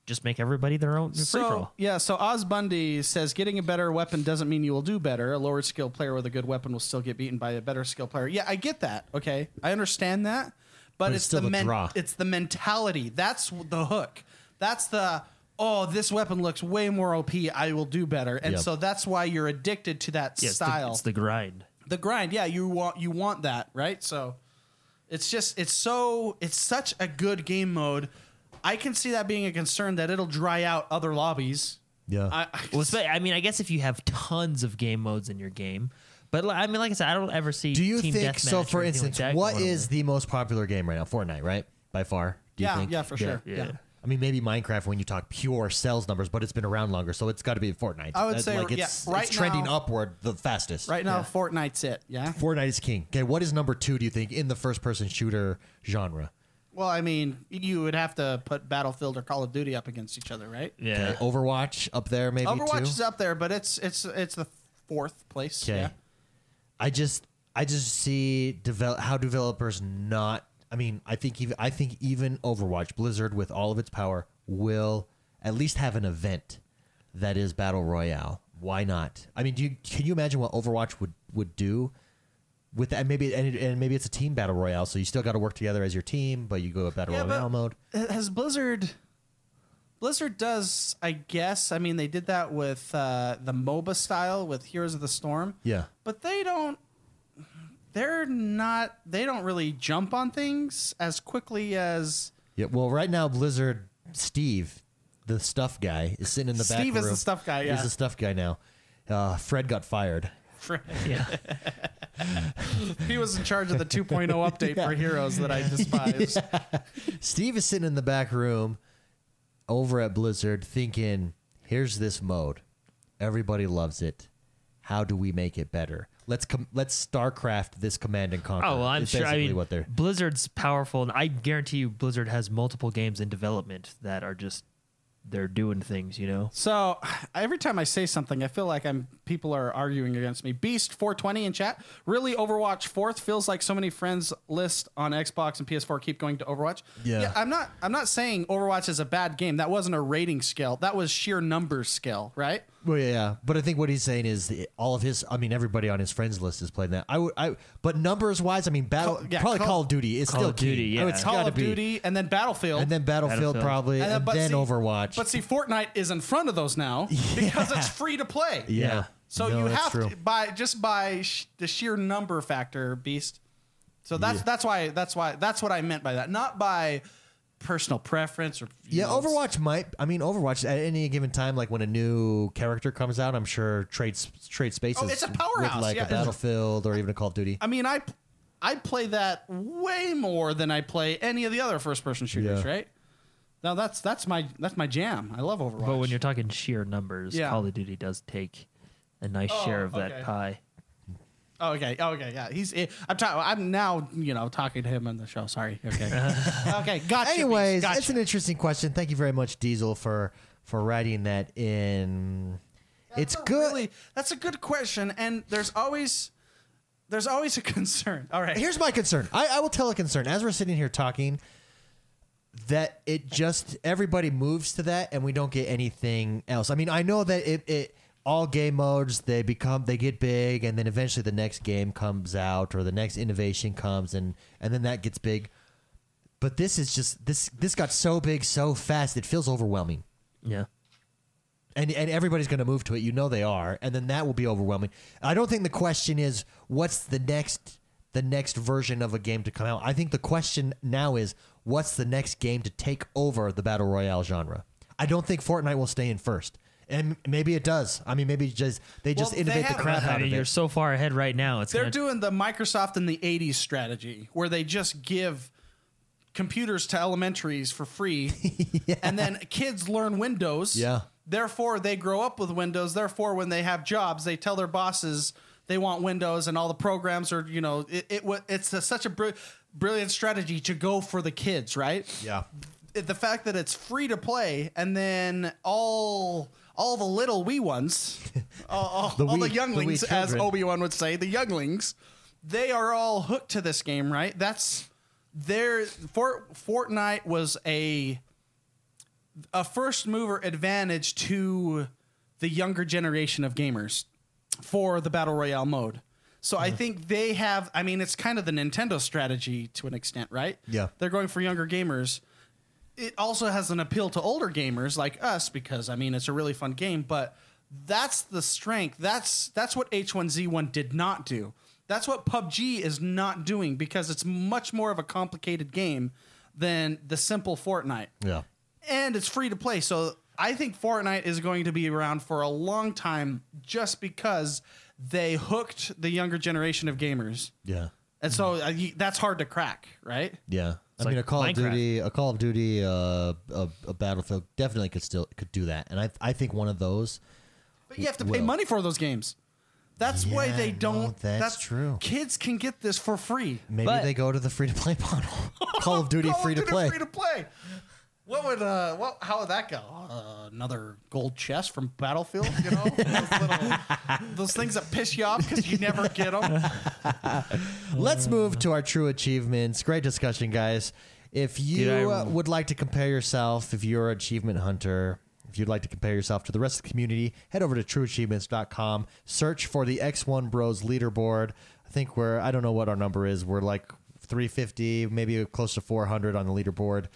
just make everybody their own free for
so
all.
yeah, so Oz Bundy says getting a better weapon doesn't mean you will do better. A lower skill player with a good weapon will still get beaten by a better skill player. Yeah, I get that. Okay, I understand that, but,
it's
it's,
still
the
a
men-
draw.
it's the mentality. That's w- the hook. That's the oh, this weapon looks way more OP. I will do better, and
Yep.
so that's why you're addicted to that
Yeah, it's the-
style.
it's the grind.
the grind yeah you want you want that right so it's just it's so it's such a good game mode i can see that being a concern that it'll dry out other lobbies
Yeah.
I, I, <laughs>
Well, spe- I mean, I guess if you have tons of game modes in your game, but li- I mean, like I said, I don't ever see.
Do you
team
think so?
deathmatch or
For
anything like
instance,
that
what
going
is the most popular game right now? Fortnite, right? By far. Do you
yeah
think?
yeah for sure yeah,
yeah.
I mean, maybe Minecraft when you talk pure sales numbers, but it's been around longer, so it's got to be Fortnite.
I would
Uh,
say,
like
yeah,
it's,
right
it's trending
now-
upward the fastest.
right now fortnite's it yeah
Fortnite is king. Okay, what is number two? Do you think in the first-person shooter genre?
well i mean you would have to put battlefield or call of duty up against each other right
over-
Okay,
Yeah.
Overwatch up there, maybe.
overwatch
too?
is up there but it's it's it's the fourth place
Okay.
yeah
I just I just see develop how developers not. I mean, I think even I think even Overwatch Blizzard with all of its power will at least have an event that is battle royale. Why not? I mean, do you, can you imagine what Overwatch would would do with that? Maybe and, it- and maybe it's a team battle royale, so you still got to work together as your team, but you go battle
Yeah,
royale
but-
mode.
has Blizzard Blizzard does I guess I mean they did that with uh, the MOBA style with Heroes of the Storm.
Yeah.
But they don't they're not they don't really jump on things as quickly as
Yeah. Well, right now Blizzard Steve, the stuff guy, is sitting in the back.
Steve is the
room.
stuff guy, yeah.
He's the stuff guy now. Uh, Fred got fired.
<laughs> he was in charge of the 2.0 update for Heroes that I despise.
Steve is sitting in the back room over at Blizzard thinking, here's this mode. Everybody loves it. How do we make it better? Let's com- let's StarCraft this command and conquer.
Oh, well, I'm
is
sure. I
basically
mean,
what they're
Blizzard's powerful, and I guarantee you, Blizzard has multiple games in development that are just they're doing things. You know,
So every time I say something, I feel like I'm people are arguing against me. Beast 420 in chat. Really, Overwatch fourth feels like so many friends list on Xbox and PS4 keep going to Overwatch.
Yeah.
I'm not. I'm not saying Overwatch is a bad game. That wasn't a rating scale. That was sheer numbers scale, right?
Well, yeah, yeah, but I think what he's saying is that all of his. I mean, everybody on his friends list is playing that. I would, I, but numbers wise, I mean, battle
Call- yeah,
probably
Call-
Call, of Duty is
Call
still
of Duty,
key.
yeah.
Oh, it's
Call
gotta
of
be.
Duty and then Battlefield
and then Battlefield,
Battlefield.
probably, and,
but
then
see-
Overwatch.
But see, Fortnite is in front of
<laughs>
those now because it's free to play.
yeah.
So
No,
you
that's
have
true.
to by just by sh- the sheer number factor, beast. So that's that's why that's why that's what I meant by that, not by personal preference or you
Yeah,
know, it's-
Overwatch might. I mean, Overwatch at any given time, like when a new character comes out, I'm sure trade s- trade spaces.
Oh, it's a
with
powerhouse,
like
yeah.
a Battlefield or even a Call of Duty.
I mean, I I play that way more than I play any of the other first person shooters,
Yeah.
right? Now that's that's my that's my jam. I love Overwatch.
but when you're talking sheer numbers,
Yeah.
Call of Duty does take a nice
Oh,
share of
okay.
that pie.
oh, okay, oh, okay, yeah, he's I'm talking. I'm now you know talking to him on the show. Sorry.
<laughs>
Okay. okay. <laughs> Gotcha. Beast,
Anyways,
gotcha.
it's an interesting question. Thank you very much, Diesel, for for writing that in. it's
That's a
good.
really- that's a good question, and there's always there's always a <laughs> concern. All right,
Here's my concern. I, I will tell a concern as we're sitting here talking that it just everybody moves to that and we don't get anything else. I mean, I know that it, it all game modes they become they get big and then eventually the next game comes out or the next innovation comes and and then that gets big. But Mm. this is just this this got so big so fast it feels overwhelming.
Yeah.
and and everybody's going to move to it. You know they are, and then that will be overwhelming. I don't think the question is what's the next the next version of a game to come out. I think the question now is what's the next game to take over the battle royale genre. I don't think Fortnite will stay in first, and maybe it does. I mean, maybe just they just
Well, they
innovate the
have-
crap out of
You're
it.
so far ahead right now. It's
They're
gonna,
doing the Microsoft in the 80s strategy where they just give computers to elementaries for free
<laughs>
and then kids learn Windows.
Yeah.
Therefore, they grow up with Windows. Therefore, when they have jobs, they tell their bosses they want Windows and all the programs are, you know, it, it wa- it's a, such a br- brilliant strategy to go for the kids, right?
Yeah.
it- the fact that it's free to play and then all all the little
<laughs>
wee ones, all, <laughs> all,
The
all the
wee- the
younglings,
wee
as
children.
Obi Wan would say, the younglings, they are all hooked to this game, right? That's their Fort, Fortnite was a a first mover advantage to the younger generation of gamers for the battle royale mode. So I think they have. I mean, it's kind of the Nintendo strategy to an extent, right?
Yeah.
they're going for younger gamers. It also has an appeal to older gamers like us because I mean, it's a really fun game. But that's the strength. That's that's what H1Z1 did not do. That's what PUBG is not doing because it's much more of a complicated game than the simple Fortnite
Yeah.
and it's free to play. So I think Fortnite is going to be around for a long time just because they hooked the younger generation of gamers.
Yeah.
And so uh, you- that's hard to crack, right?
Yeah. I mean, a
like
Call
Minecraft.
of Duty, a Call of Duty, uh, a, a Battlefield definitely could still could do that, and I I think one of those.
But you have to pay
Well-
money for those games. That's why
Yeah,
they
no,
don't.
that's true.
Kids can get this for free.
Maybe
But-
they go to the free to play <laughs>
<laughs>
model. Call of Duty
Call of
free to
Duty
play.
Free to play. What would uh? What? How would that go? Uh, another gold chest from Battlefield, you know? <laughs> those, little, those things that piss you off because you never get them.
Let's move to our true achievements. Great discussion, guys. If you uh, would like to compare yourself, if you're an achievement hunter, if you'd like to compare yourself to the rest of the community, head over to trueachievements.com, search for the X1 Bros leaderboard. I think we're, I don't know what our number is. We're like 350, maybe close to 400 on the leaderboard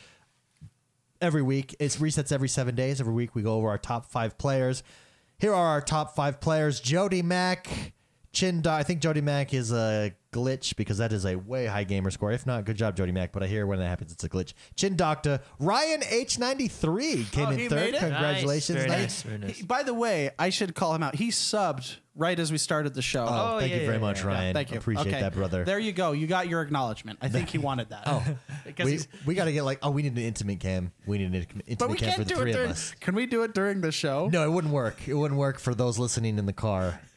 every week. It resets every seven days. Every week we go over our top five players. Here are our top five players: Jody Mack, Chin. Da- I think Jody Mack is a glitch because that is a way high gamer score. If not, good job, Jody Mack. But I hear when that happens, it's a glitch. Chin Doctor Ryan H ninety three came
Oh,
in
he
third.
made it?
Congratulations,
Nice, very
Nate.
nice, very nice.
He- by the way, I should call him out. He subbed right as we started the show.
Oh,
Oh,
thank
yeah,
you very
yeah,
much,
yeah.
Ryan.
Thank you.
Appreciate
Okay.
that, brother.
There you go. You got your acknowledgement.
<laughs>
I think he wanted that. oh, because
we,
he's,
we got to get like oh we need an intimate cam. We need an intimate
but we
cam for
can't
the
do it
three of
during.
us.
Can we do it during the show?
No, it wouldn't work. It wouldn't work for those listening in the car.
<laughs>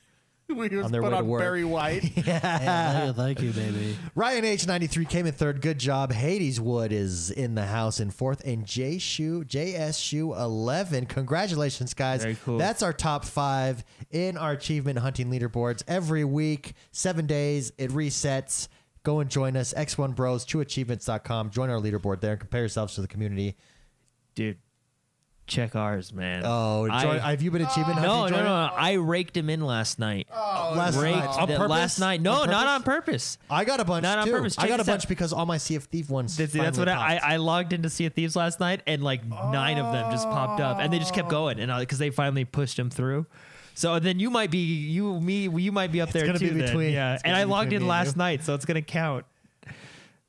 we just
their
put
way to
on
work. <laughs>
Barry White.
thank you, baby.
Ryan H93 came in third. Good job. Hades Wood is in the house in fourth. And J Shoe, JS Shoe 11. Congratulations, guys.
Very cool.
That's our top five in our achievement hunting leaderboards every week, seven days. It resets. Go and join us, X1 Bros, trueachievements.com. Join our leaderboard there and compare yourselves to the community.
<laughs> Dude, check ours, man.
Oh,
I-
join, have you been achievement
no, no,
hunting?
no,
joiner?
no. I raked him in last night.
Oh,
Last
raked
night. On
the-
purpose?
last night. No,
On
not
purpose?
on purpose.
I got a bunch
Not on
too.
purpose.
I
Check
got a
this out.
bunch because all my Sea of Thief ones.
That's, that's
finally
what I,
popped.
I I logged into Sea of Thieves last night, and like nine of them just popped up, and they just kept going, and because they finally pushed him through. So then you might be you me you might be up there
gonna be
too. then.
between-
yeah,
it's
and
gonna
I
be
logged
between
in
me and
last
you.
night, so it's
<laughs>
gonna count.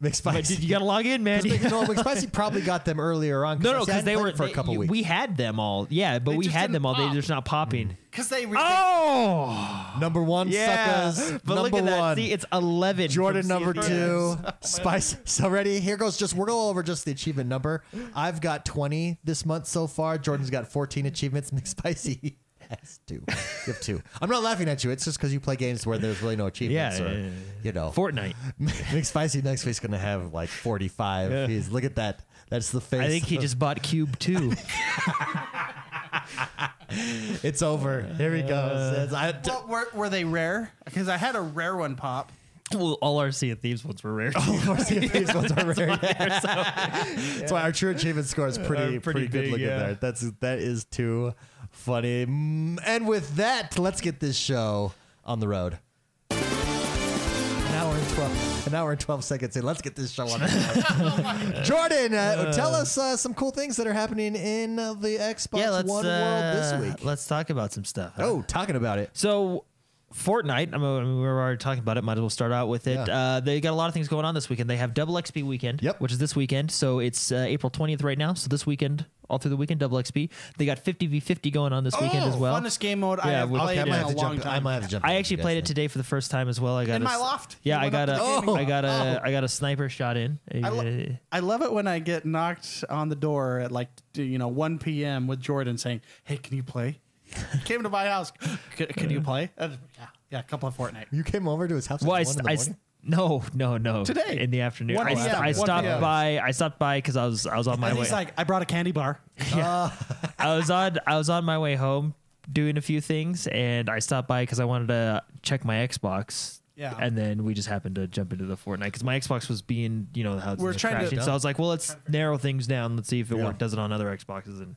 But
McSpicy.
dude, you gotta log in, man.
Because no, McSpicy probably got them earlier on.
<laughs> No,
I said I
no, because they
hadn't played
were
it for
they-
a couple
you-
weeks.
We had them all, yeah, but
They
we
just
had
didn't
them all.
pop.
They're just not popping.
Mm.
Because they. re-
Oh,
Number one,
yeah.
suckers.
But
number
look at that.
one,
See, it's eleven.
Jordan.
from
Number
CFPS.
two,
<laughs>
Spice. So ready? Here goes. Just we're going over just the achievement number. I've got twenty this month so far. Jordan's got fourteen achievements. <laughs> McSpicy has two. You have two. I'm not laughing at you. It's just because you play games where there's really no achievements.
Yeah,
or,
yeah, yeah, yeah.
You know, <laughs>
Fortnite.
McSpicy next week's gonna have like 45.
Yeah.
He's look at that. That's the face.
I think he
of-
just bought
<laughs>
Cube Two.
It's over. Here he
Uh,
goes. I-
Well, were, were they rare? Because I had a rare one pop.
well, all our Sea of Thieves ones were rare.
Of course,
<laughs>
the these ones are rare. <laughs> That's why our true achievement score is pretty pretty,
Uh, pretty
good
big,
looking
yeah.
there. That's that is too funny. Mm, And with that, let's get this show on the road.
Now
hour and twelve, an hour and twelve seconds in. Let's get this show on. the
<laughs>
road. Jordan, uh, tell us uh, some cool things that are happening in uh, the Xbox
yeah, let's
One
uh,
world this week.
let's uh, talk about some stuff. huh?
Oh, talking about it.
So, Fortnite, I mean, I mean, we were already talking about it. Might as well start out with it.
Yeah.
Uh, they got a lot of things going on this weekend. They have Double XP weekend,
Yep.
which is this weekend. So it's uh, April 20th right now. So this weekend, all through the weekend, Double XP. They got 50v50 going on this weekend
Oh,
as well.
Funnest game mode I
Yeah,
have
we-
played
okay,
I
in
might
a
have to
long
jump. I
time.
might have to jump.
I
in,
actually
guys.
played it today for the first time as well. I got
In
a
my
s-
loft.
Yeah,
You
I
went
got
up
a
to the gaming Oh.
I got a I got a sniper shot in. Uh,
I, lo- I love it when I get knocked on the door at like you know 1 p.m. with Jordan saying, "Hey, can you play?" <laughs> He came to my house. "C- can you play? And, yeah, yeah, a couple of Fortnite.
You came over to his house at
Well, I,
one
st-
in the
I
morning.
st- no, no, no.
Today.
in the afternoon,
1
I, st-
p.m.,
I
1
stopped
p.m.
by. I stopped by because I was I was on my
And
way.
he's like, "I brought a candy bar."
I was on I was on my way home doing a few things, and I stopped by because I wanted to check my Xbox.
Yeah.
And then we just happened to jump into the Fortnite because my Xbox was being, you know, how it's
We're
just
trying to-
crashing. so I was like, well, let's narrow things down. Let's see if it
Yeah.
work, does it on other Xboxes and,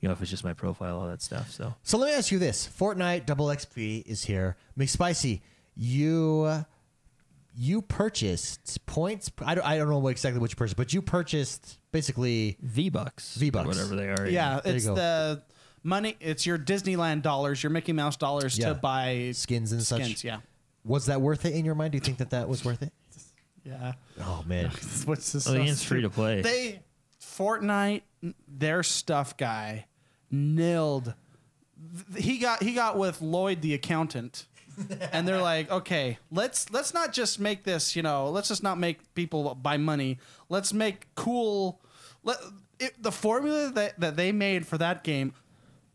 you know, if it's just my profile, all that stuff. So
So let me ask you this: Fortnite Double XP is here. McSpicy, you you purchased points. I don't, I don't know what- exactly what you purchased, but you purchased basically.
V Bucks,
V-Bucks.
whatever they are.
Yeah,
you
it's
go.
the money. It's your Disneyland dollars, your Mickey Mouse dollars
Yeah.
to buy
Skins and such.
skins, Yeah,
Was that worth it in your mind? Do you think that that was worth it?
yeah.
Oh man,
What's this?
Oh, the game's free to play.
They Fortnite their stuff guy nailed. th- He got he got with Lloyd the accountant, and they're like, okay, let's let's not just make this, you know, let's just not make people buy money. Let's make cool. Let it, the formula that that they made for that game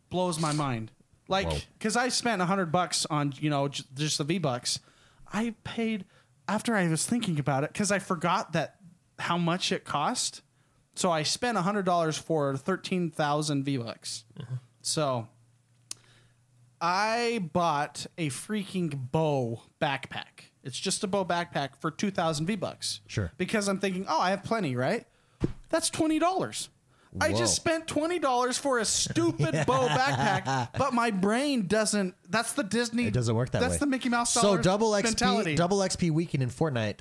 blows my mind.
Whoa.
Like, because I spent a hundred bucks on you know j- just the V bucks, I paid after I was thinking about it because I forgot that how much it cost. So I spent a hundred dollars for thirteen thousand V bucks. So I bought a freaking bow backpack. It's just a bow backpack for 2,000 V bucks.
Sure.
Because I'm thinking, oh, I have plenty, right? That's $20. I
Whoa.
just spent $20 for a stupid
<laughs>
bow backpack, but my brain doesn't. That's the Disney.
it doesn't work that
that's
way.
the Mickey Mouse
So
dollars
double XP,
mentality.
double XP weekend in Fortnite.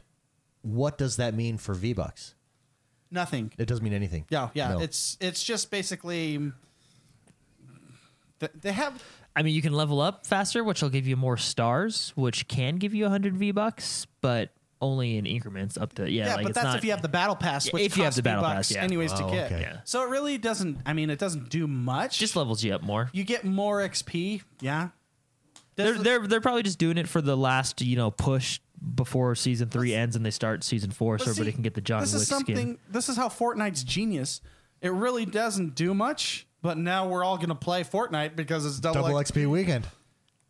What does that mean for V Bucks?
Nothing.
It doesn't mean anything.
Yeah, yeah.
No.
It's it's just basically. th- They have
I mean, you can level up faster, which will give you more stars, which can give you 100 V Bucks, but only in increments up to yeah.
Yeah,
like
but
it's
that's
not,
if you have the battle pass, which
If you have
costs
the battle
$3
pass, yeah.
anyways
Oh,
to get.
okay.
Yeah.
So it really doesn't. I mean, it doesn't do much.
just levels you up more.
you get more XP. Yeah,
They're, they're they're probably just doing it for the last you know push before season three ends and they start season four, so
But
everybody
see,
can get the John
This
Wick
is something.
skin.
This is how Fortnite's genius. It really doesn't do much, but now we're all gonna play Fortnite because it's double,
double
X,
XP weekend.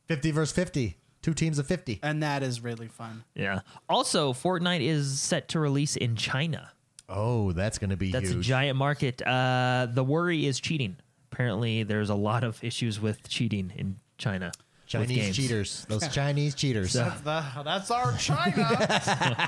Fifty versus fifty. Two teams of fifty.
and that is really fun.
Yeah. Also, Fortnite is set to release in China.
Oh, that's gonna be
That's a
huge.
giant market. Uh, the worry is cheating. Apparently, there's a lot of issues with cheating in China. with
Chinese <laughs>
games.
cheaters. Those Chinese cheaters.
The- Uh, that's
<laughs>
our China.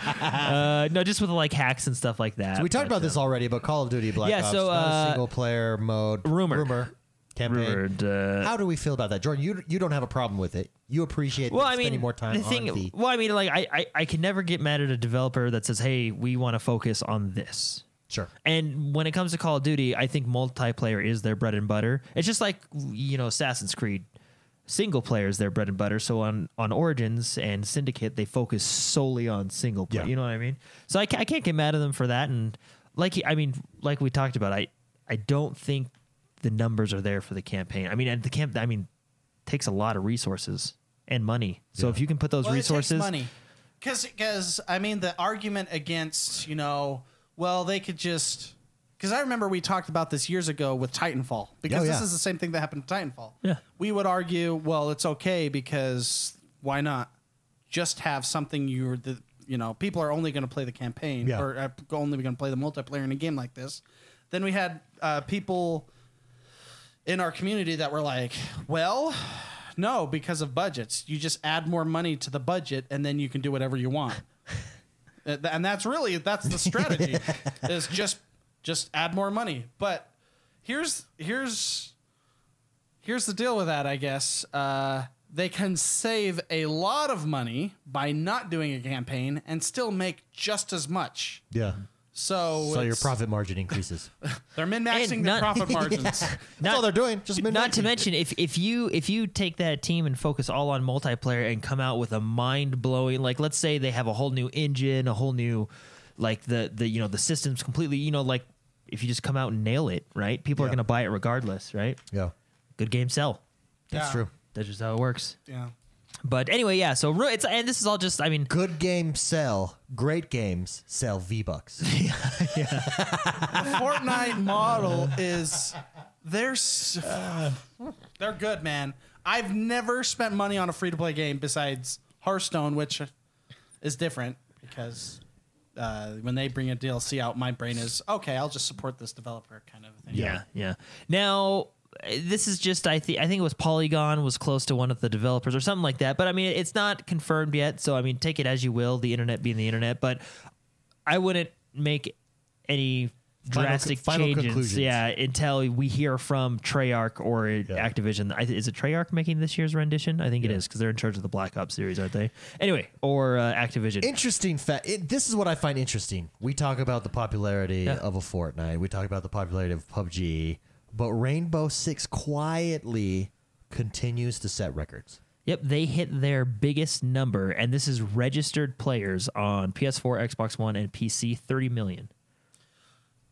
Uh, no, just with like hacks and stuff like that.
So we talked
but,
about this already, but Call of Duty Black
yeah,
Ops,
so,
not a
uh,
single player mode.
rumor.
rumor, campaign.
rumored, uh,
How do we feel about that, Jordan? You you don't have a problem with it. You appreciate
well,
them
I mean,
spending more time
the thing.
on the.
well, I mean, like I, I, I can never get mad at a developer that says, "Hey, we want to focus on this."
Sure.
And when it comes to Call of Duty, I think multiplayer is their bread and butter. It's just like you know, Assassin's Creed, single player is their bread and butter. So on on Origins and Syndicate, they focus solely on single player.
Yeah.
You know what I mean? So I, ca- I can't get mad at them for that. And like I mean, like we talked about, I I don't think the numbers are there for the campaign. I mean, and the camp. I mean, takes a lot of resources and money. So if you can put those
Well, it takes
resources,
money. Because because I mean the argument against you know well they could just because I remember we talked about this years ago with Titanfall because
Oh, yeah.
this is the same thing that happened to Titanfall.
Yeah.
we would argue well it's okay because why not just have something you're the you know people are only going to play the campaign
Yeah.
or uh, only going to play the multiplayer in a game like this. Then we had uh, people in our community that were like, well, no, because of budgets. You just add more money to the budget and then you can do whatever
<laughs>
you want. Uh, th- and that's really that's the strategy is just just add more money. But here's here's here's the deal with that, I guess. Uh, They can save a lot of money by not doing a campaign and still make just as much.
Yeah.
So,
So your
it's-
profit margin increases.
<laughs>
That's
they're min maxing
And
their
not- <laughs>
profit margins.
Not-
all they're doing. Just min-
Not to mention, if if you if you take that team and focus all on multiplayer and come out with a mind blowing, like let's say they have a whole new engine, a whole new, like the the you know the systems completely, you know, like if you just come out and nail it, right? People are
Yeah.
gonna buy it regardless, right?
Yeah,
Good game, sell.
that's
Yeah.
true.
That's just how it works.
yeah.
But anyway, yeah. So ru- it's and this is all just, I mean,
Good games sell. Great games sell V bucks.
Fortnite model is they're s- they're good, man. I've never spent money on a free to play game besides Hearthstone, which is different because uh, when they bring a DLC out, my brain is okay. I'll just support this developer kind of thing.
Yeah, yeah. Now uh, this is just I think I think it was Polygon was close to one of the developers or something like that. But I mean, it's not confirmed yet. So I mean, take it as you will. The internet being the internet, but I wouldn't make any
Final co-
drastic
final
changes.
conclusions.
Yeah, until we hear from Treyarch or Activision. I, th- is it Treyarch making this year's rendition? I think it is because they're in charge of the Black Ops series, aren't they? Anyway, or uh, Activision.
interesting fact. It, this is what I find interesting. We talk about the popularity of a Fortnite. We talk about the popularity of PUBG, but Rainbow Six quietly continues to set records.
Yep, they hit their biggest number, and this is registered players on PS4, Xbox One, and PC 30 million.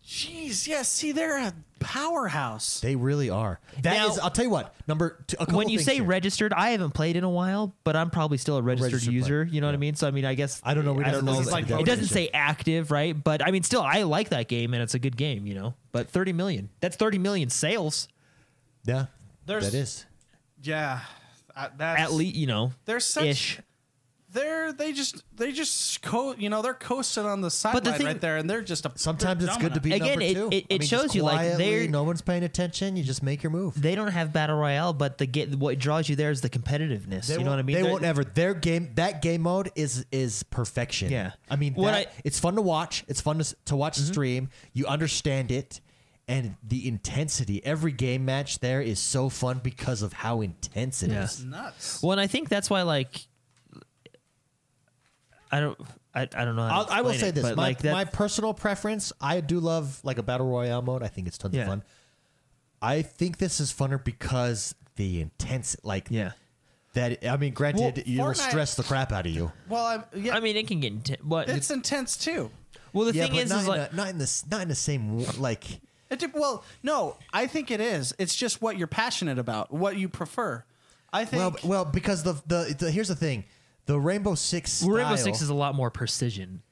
Jeez, yeah. See, they're a powerhouse.
They really are. That
Now-
is- I'll tell you what. Number two, a couple
When you
things
say
here.
registered, I haven't played in a while, but I'm probably still a registered,
Registered
user.
player,
You know what I mean? So I mean, I guess
I don't know. We
I
don't know
This is
the
like
it doesn't
definition.
say active, right? But I mean, still, I like that game, and it's a good game, you know. But 30 million, that's 30 million sales
Yeah,
There's-
that is.
Yeah, uh, that's
at least, you know.
They're such
ish.
They're they just they just co- you know they're coasting on the sideline
thing-
right there, and they're just a
Sometimes
they're
it's good to
dominant.
be
Again,
number
it-
two.
it-
I mean,
it
just
shows you, like,
quietly,
they're-
no one's paying attention. You just make your move.
They don't have battle royale, but the get what draws you there is the competitiveness.
They
you know
won't-
what I mean?
They
They're-
won't ever. Their game, that game mode is is perfection.
Yeah.
I mean,
What
that-
I- Mm-hmm.
it's fun to watch. It's fun to, s- to watch stream. You understand it, and the intensity. Every game match there is so fun because of how intense it is.
Yeah.
nuts.
Well, and I think that's why, like, I don't, I, I don't know. How
I'll,
to
I will
explain
say this:
it, but
my,
like that,
my personal preference, I do love like a battle royale mode. I think it's tons
Yeah.
of fun. I think this is funner because the intense, like
yeah.
that. I mean, granted,
Well,
you will
Fortnite-
stress the crap out of you.
Well, I'm, yeah,
I mean, it can get intense. But
it's intense too.
well, the
yeah,
thing
but
is,
not,
is
in
like,
the, not in the s- not in the same w- like.
It did, well, no, I think it is. It's just what you're passionate about, what you prefer. I think.
Well, b- well, because the, the the here's the thing, the Rainbow Six. Style,
Rainbow Six is a lot more precision,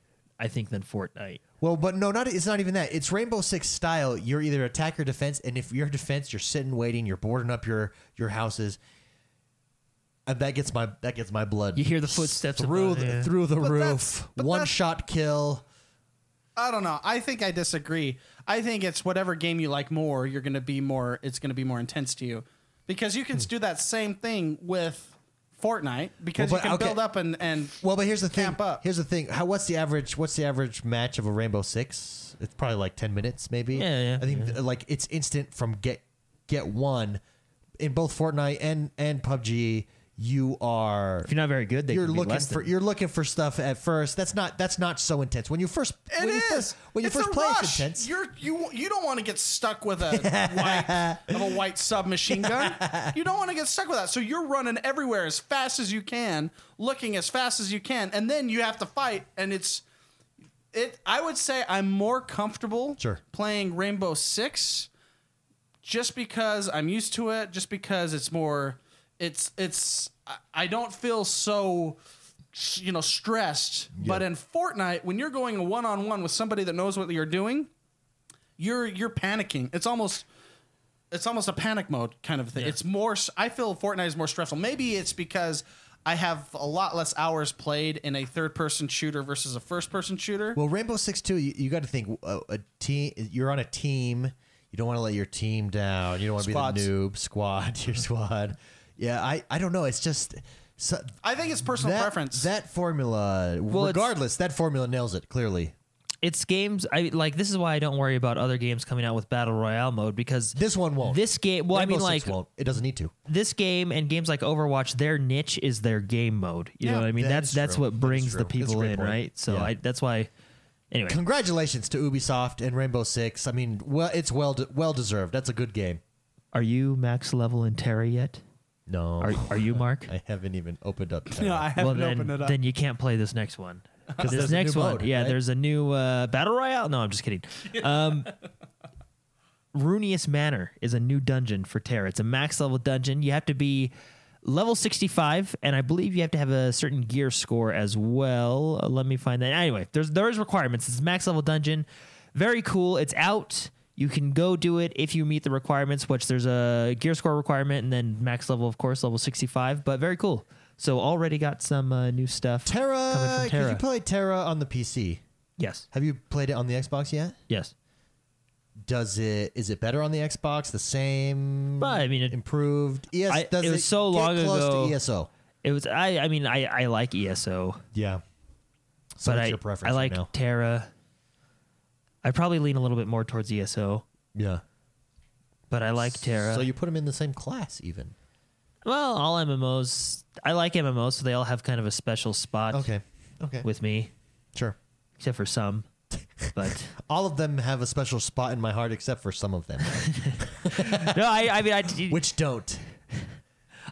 I think, than Fortnite.
well, but no, not it's not even that. It's Rainbow Six style. You're either attack or defense, and if you're defense, you're sitting waiting. You're boarding up your your houses. And that gets my that gets my blood.
You hear the footsteps of
through
the-
the,
yeah.
through the
But that's-
roof.
but
One
that's-
shot kill.
I don't know. I think I disagree. I think it's whatever game you like more. You're going to be more. It's going to be more intense to you, because you
Hmm.
can do that same thing with Fortnite because
Well, but-
you can
okay.
build up and and
Well, but here's the thing.
Camp up.
Here's the thing. How what's the average? What's the average match of a Rainbow Six? It's probably like ten minutes, maybe.
Yeah, yeah,
I think th- like it's instant from get get one in both Fortnite and and PUBG. You are
If you're not very good, they
you're
can be
looking
less
for
than-
you're looking for stuff at first. That's not that's not so intense when you first
It
when you
is.
first when you
It's
first
a
play
rush.
it's intense.
You're you you don't want to get stuck with a
<laughs>
white of a white submachine gun. You don't want to get stuck with that. So you're running everywhere as fast as you can, looking as fast as you can, and then you have to fight. And it's it. I would say I'm more comfortable
Sure.
playing Rainbow Six, just because I'm used to it. Just because it's more. It's it's. I- I don't feel so you know stressed. But in Fortnite, when you're going one on one with somebody that knows what you're doing, you're you're panicking. It's almost it's almost a panic mode kind of thing. It's more. s- I feel Fortnite is more stressful. Maybe it's because I have a lot less hours played in a third person shooter versus a first person shooter.
Well, Rainbow Six too. You, you got to think uh, a team. You're on a team. You don't want to let your team down. You don't want to be
Squads.
the noob squad. <laughs> Your squad. Yeah, I, I don't know. It's just so,
I think it's personal
that
preference.
that formula.
it's-
regardless, that formula nails it clearly.
it's games. I like this is why I don't worry about other games coming out with battle royale mode because
This one won't.
This game. Well, I
Rainbow
mean, like
Six won't. it doesn't need to.
this game and games like Overwatch, their niche is their game mode. You know
Yeah,
what I mean?
that
That's
is
that's
true. That
what
is
brings
true.
the
That's a
people
great
in,
point.
right? So
Yeah.
I that's why. Anyway,
Congratulations to Ubisoft and Rainbow Six. I mean, well, it's well de- well deserved. That's a good game.
are you max level in Terra yet?
No,
Are are
<laughs>
you Mark?
I haven't even opened up.
<laughs> No, I haven't
well, then
opened it up.
then you can't play this
<laughs>
next one. Because this
there's a
next
new
one,
mode,
yeah,
right?
there's a new uh, battle royale. No, I'm just kidding. Um, Runeous Manor is a new dungeon for Terra. It's a max level dungeon. You have to be level 65, and I believe you have to have a certain gear score as well. Uh, let me find that. Anyway, there's there is requirements. It's a max level dungeon. Very cool. It's out. You can go do it if you meet the requirements, which there's a gear score requirement and then max level, of course, level 65. But very cool. So already got some uh, new stuff. coming
Terra.
from
Can
Terra.
you play Terra on the PC?
yes.
Have you played it on the Xbox yet?
Yes.
Does it is it better on the Xbox? The same?
But, I mean, it-
improved. Yes,
I-
does
it was so
get
long
close
ago.
to E ESO.
It was. I. I mean, I. I like E ESO,
Yeah. So
but
it's
I.
your preference
I
right
like
now.
Terra. I probably lean a little bit more towards ESO,
yeah.
but I like Terra.
So you put them in the same class even.
well, all MMOs. I like MMOs, so they all have kind of a special spot
Okay. Okay.
with me,
sure.
except
<laughs>
for some. But
All of them have a special spot in my heart except for some of
<laughs>
them,
no, I. I mean, I.
which don't.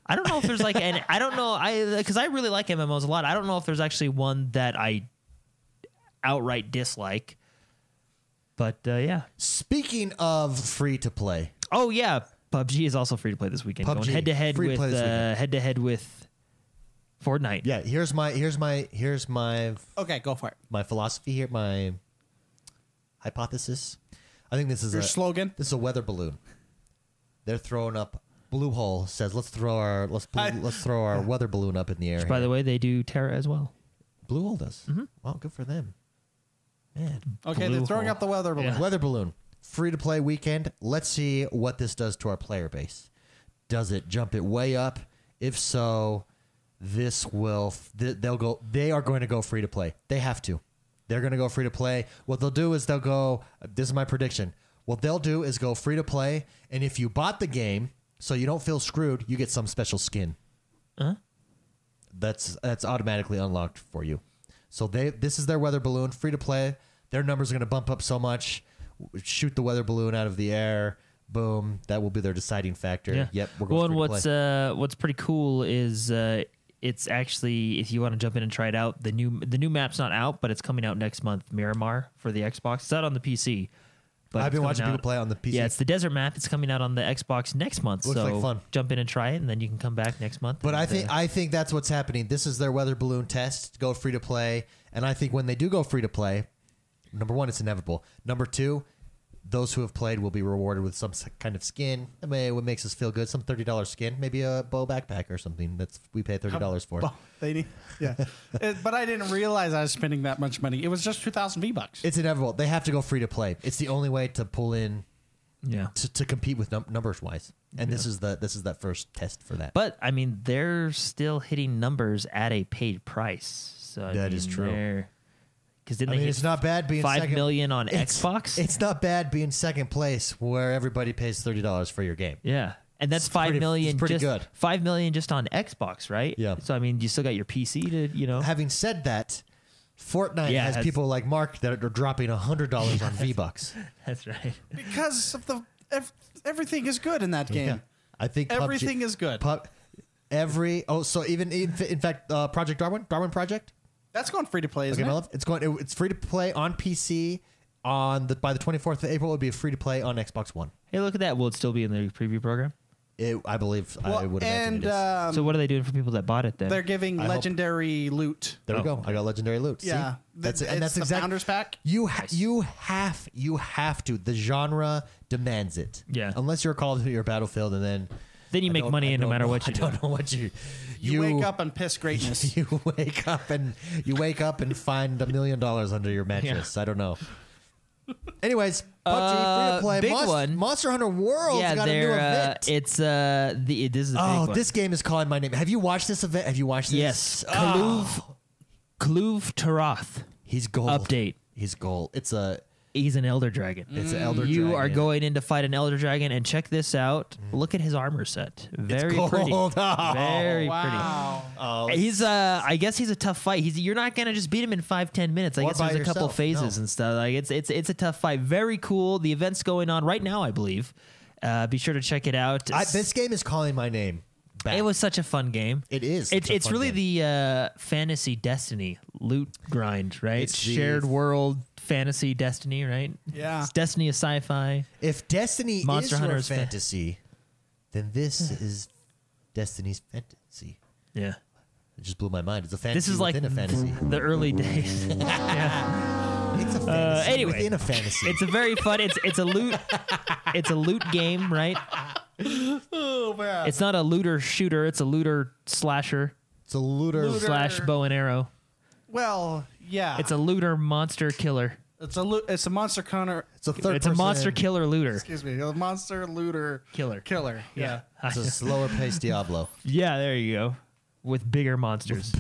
I don't know if there's like an I don't know I because I really like MMOs a lot. I don't know if there's actually one that I outright dislike. But uh, yeah.
Speaking of free to play,
Oh yeah, PUBG is also free to play this weekend.
PUBG,
Going head to head
free to
with
play this
uh,
weekend.
head to head with Fortnite.
yeah, here's my here's my here's my
okay, go for it.
my philosophy here, my hypothesis. I think this is
Your
a
slogan?
This is a weather balloon. They're throwing up. Bluehole says, "Let's throw our let's blo-
I-
let's throw our weather balloon up in the air."
By the way, they do Terra as well.
Bluehole does. Wow, good for them. Man,
Okay, they're throwing up the weather balloon.
Weather balloon, free to play weekend. Let's see what this does to our player base. Does it jump it way up? If so, this will th- they'll go. They are going to go free to play. They have to. They're going to go free to play. What they'll do is they'll go. uh, This is my prediction. What they'll do is go free to play, and if you bought the game, so you don't feel screwed, you get some special skin. That's that's automatically unlocked for you. So they this is their weather balloon, free to play. Their numbers are going to bump up so much. W- Shoot the weather balloon out of the air. Boom. That will be their deciding factor. Yep. We're going free
well, and
to
what's
play.
uh, what's pretty cool is uh, it's actually if you want to jump in and try it out, the new the new map's not out, but it's coming out next month. Miramar for the Xbox. It's out on the PC. But
I've
it's
been
coming
watching people
out-
play on the PC.
Yeah, it's the desert map. It's coming out on the Xbox next month.
Looks
so
like fun.
jump in and try it, and then you can come back next month.
but
and,
I think
uh,
I think that's what's happening. This is their weather balloon test. Go free to play, and I think when they do go free to play, number one, it's inevitable. Number two, those who have played will be rewarded with some s- kind of skin. I mean, what makes us feel good? Some thirty dollars skin, maybe a bow backpack or something. That's we pay thirty dollars for.
Well, <laughs> they need, yeah.
<laughs>
It- but I didn't realize I was spending that much money. It was just 2,000 V bucks.
It's inevitable. They have to go free to play. It's the only way to pull in
yeah.
to, to compete with num- numbers wise. And this is the this is that first test for that.
But I mean, they're still hitting numbers at a paid price. So I
That is true.
Because then
I
they
mean,
hit
it's not bad being
five
second-
million on
It's-
Xbox.
It's not bad being second place where everybody pays thirty dollars for your game.
yeah, and that's
It's
five
pretty-
million.
it's pretty
just,
good.
Five million just on Xbox, right?
Yeah.
So I mean, you still got your PC to you know.
Having said that, Fortnite
Yeah,
has
it's-
people like Mark that are dropping hundred dollars
<laughs>
on V Bucks.
That's right. <laughs>
because of the ev- everything is good in that game.
I think PUBG
Everything is good.
Pub- every oh, so even in, in fact, uh, Project Darwin, Darwin Project,
That's going free to play, isn't
Okay, my
it?
love. It's going. It, it's free to play on PC. On the by the twenty fourth of April, it'll be free to play on Xbox One.
Hey, look at that. Will it still be in the preview program?
It, I believe. I
Well,
would imagine
and
it is.
um,
so what are they doing for people that bought it then?
they're giving
I hope-
legendary loot.
there we go. I got legendary loot. See?
Yeah,
that's it.
It's
And that's
the
exact-
Founders Pack.
You ha- you have you have to. The genre demands it.
Yeah.
Unless you're Call of Duty or Battlefield, and then
Then you
I
make
don't-
money
I
no
don't
matter
know-
what you
<laughs> I don't know what you
You, wake up and piss greatness.
<laughs> You wake up and you wake up and find a million dollars under your mattress. I don't know. Anyways, PUBG free
Uh,
to play.
big
Monst-
one.
Monster Hunter World
yeah,
got a new
they're. Uh,
event.
it's uh, the this is the
oh,
big one.
this game is calling my name. Have you watched this event? Have you watched this?
yes, Kaluv, Kaluv Tarath
he's gold.
update.
his goal. It's a
He's an elder dragon.
it's an elder.
Mm. you are
Dragon. Mm-hmm.
going in to fight an elder dragon, and check this out. Look at his armor set. Very
cold. <laughs>
pretty.
Oh,
Very
wow.
Oh,
pretty. He's uh, I guess he's a tough fight. He's you're not gonna just beat him in five ten minutes. I
Or
guess
by
there's a couple
yourself,
phases
no.
and stuff. Like it's it's it's a tough fight. Very cool. The event's going on right now, I believe. Uh, be sure to check it out.
I, this game is calling my name. Back.
it was such a fun game.
It is.
It's
a
it's
fun
really
game.
the uh, fantasy destiny loot grind, right?
It's the-
shared world fantasy destiny, right?
Yeah.
It's destiny of sci-fi.
If Destiny
Monster
is
Hunter
your
is fa-
fantasy, then this is Destiny's fantasy.
Yeah.
It just blew my mind. It's a fantasy
This is like
within a fantasy.
<laughs> the early days. <laughs>
It's a fantasy
Uh, anyway.
within a fantasy.
it's a very fun. It's it's a loot. It's a loot game, right?
Oh man.
It's not a looter shooter. It's a looter slasher
It's a looter.
Looter.
slash bow and arrow.
Well, yeah.
It's a looter monster killer.
it's a lo- it's a monster hunter.
It's a third.
It's a monster
person-
killer looter.
Excuse me. A monster looter
Killer.
Killer. Yeah.
It's a
<laughs>
slower paced Diablo.
Yeah, there you go. With bigger monsters.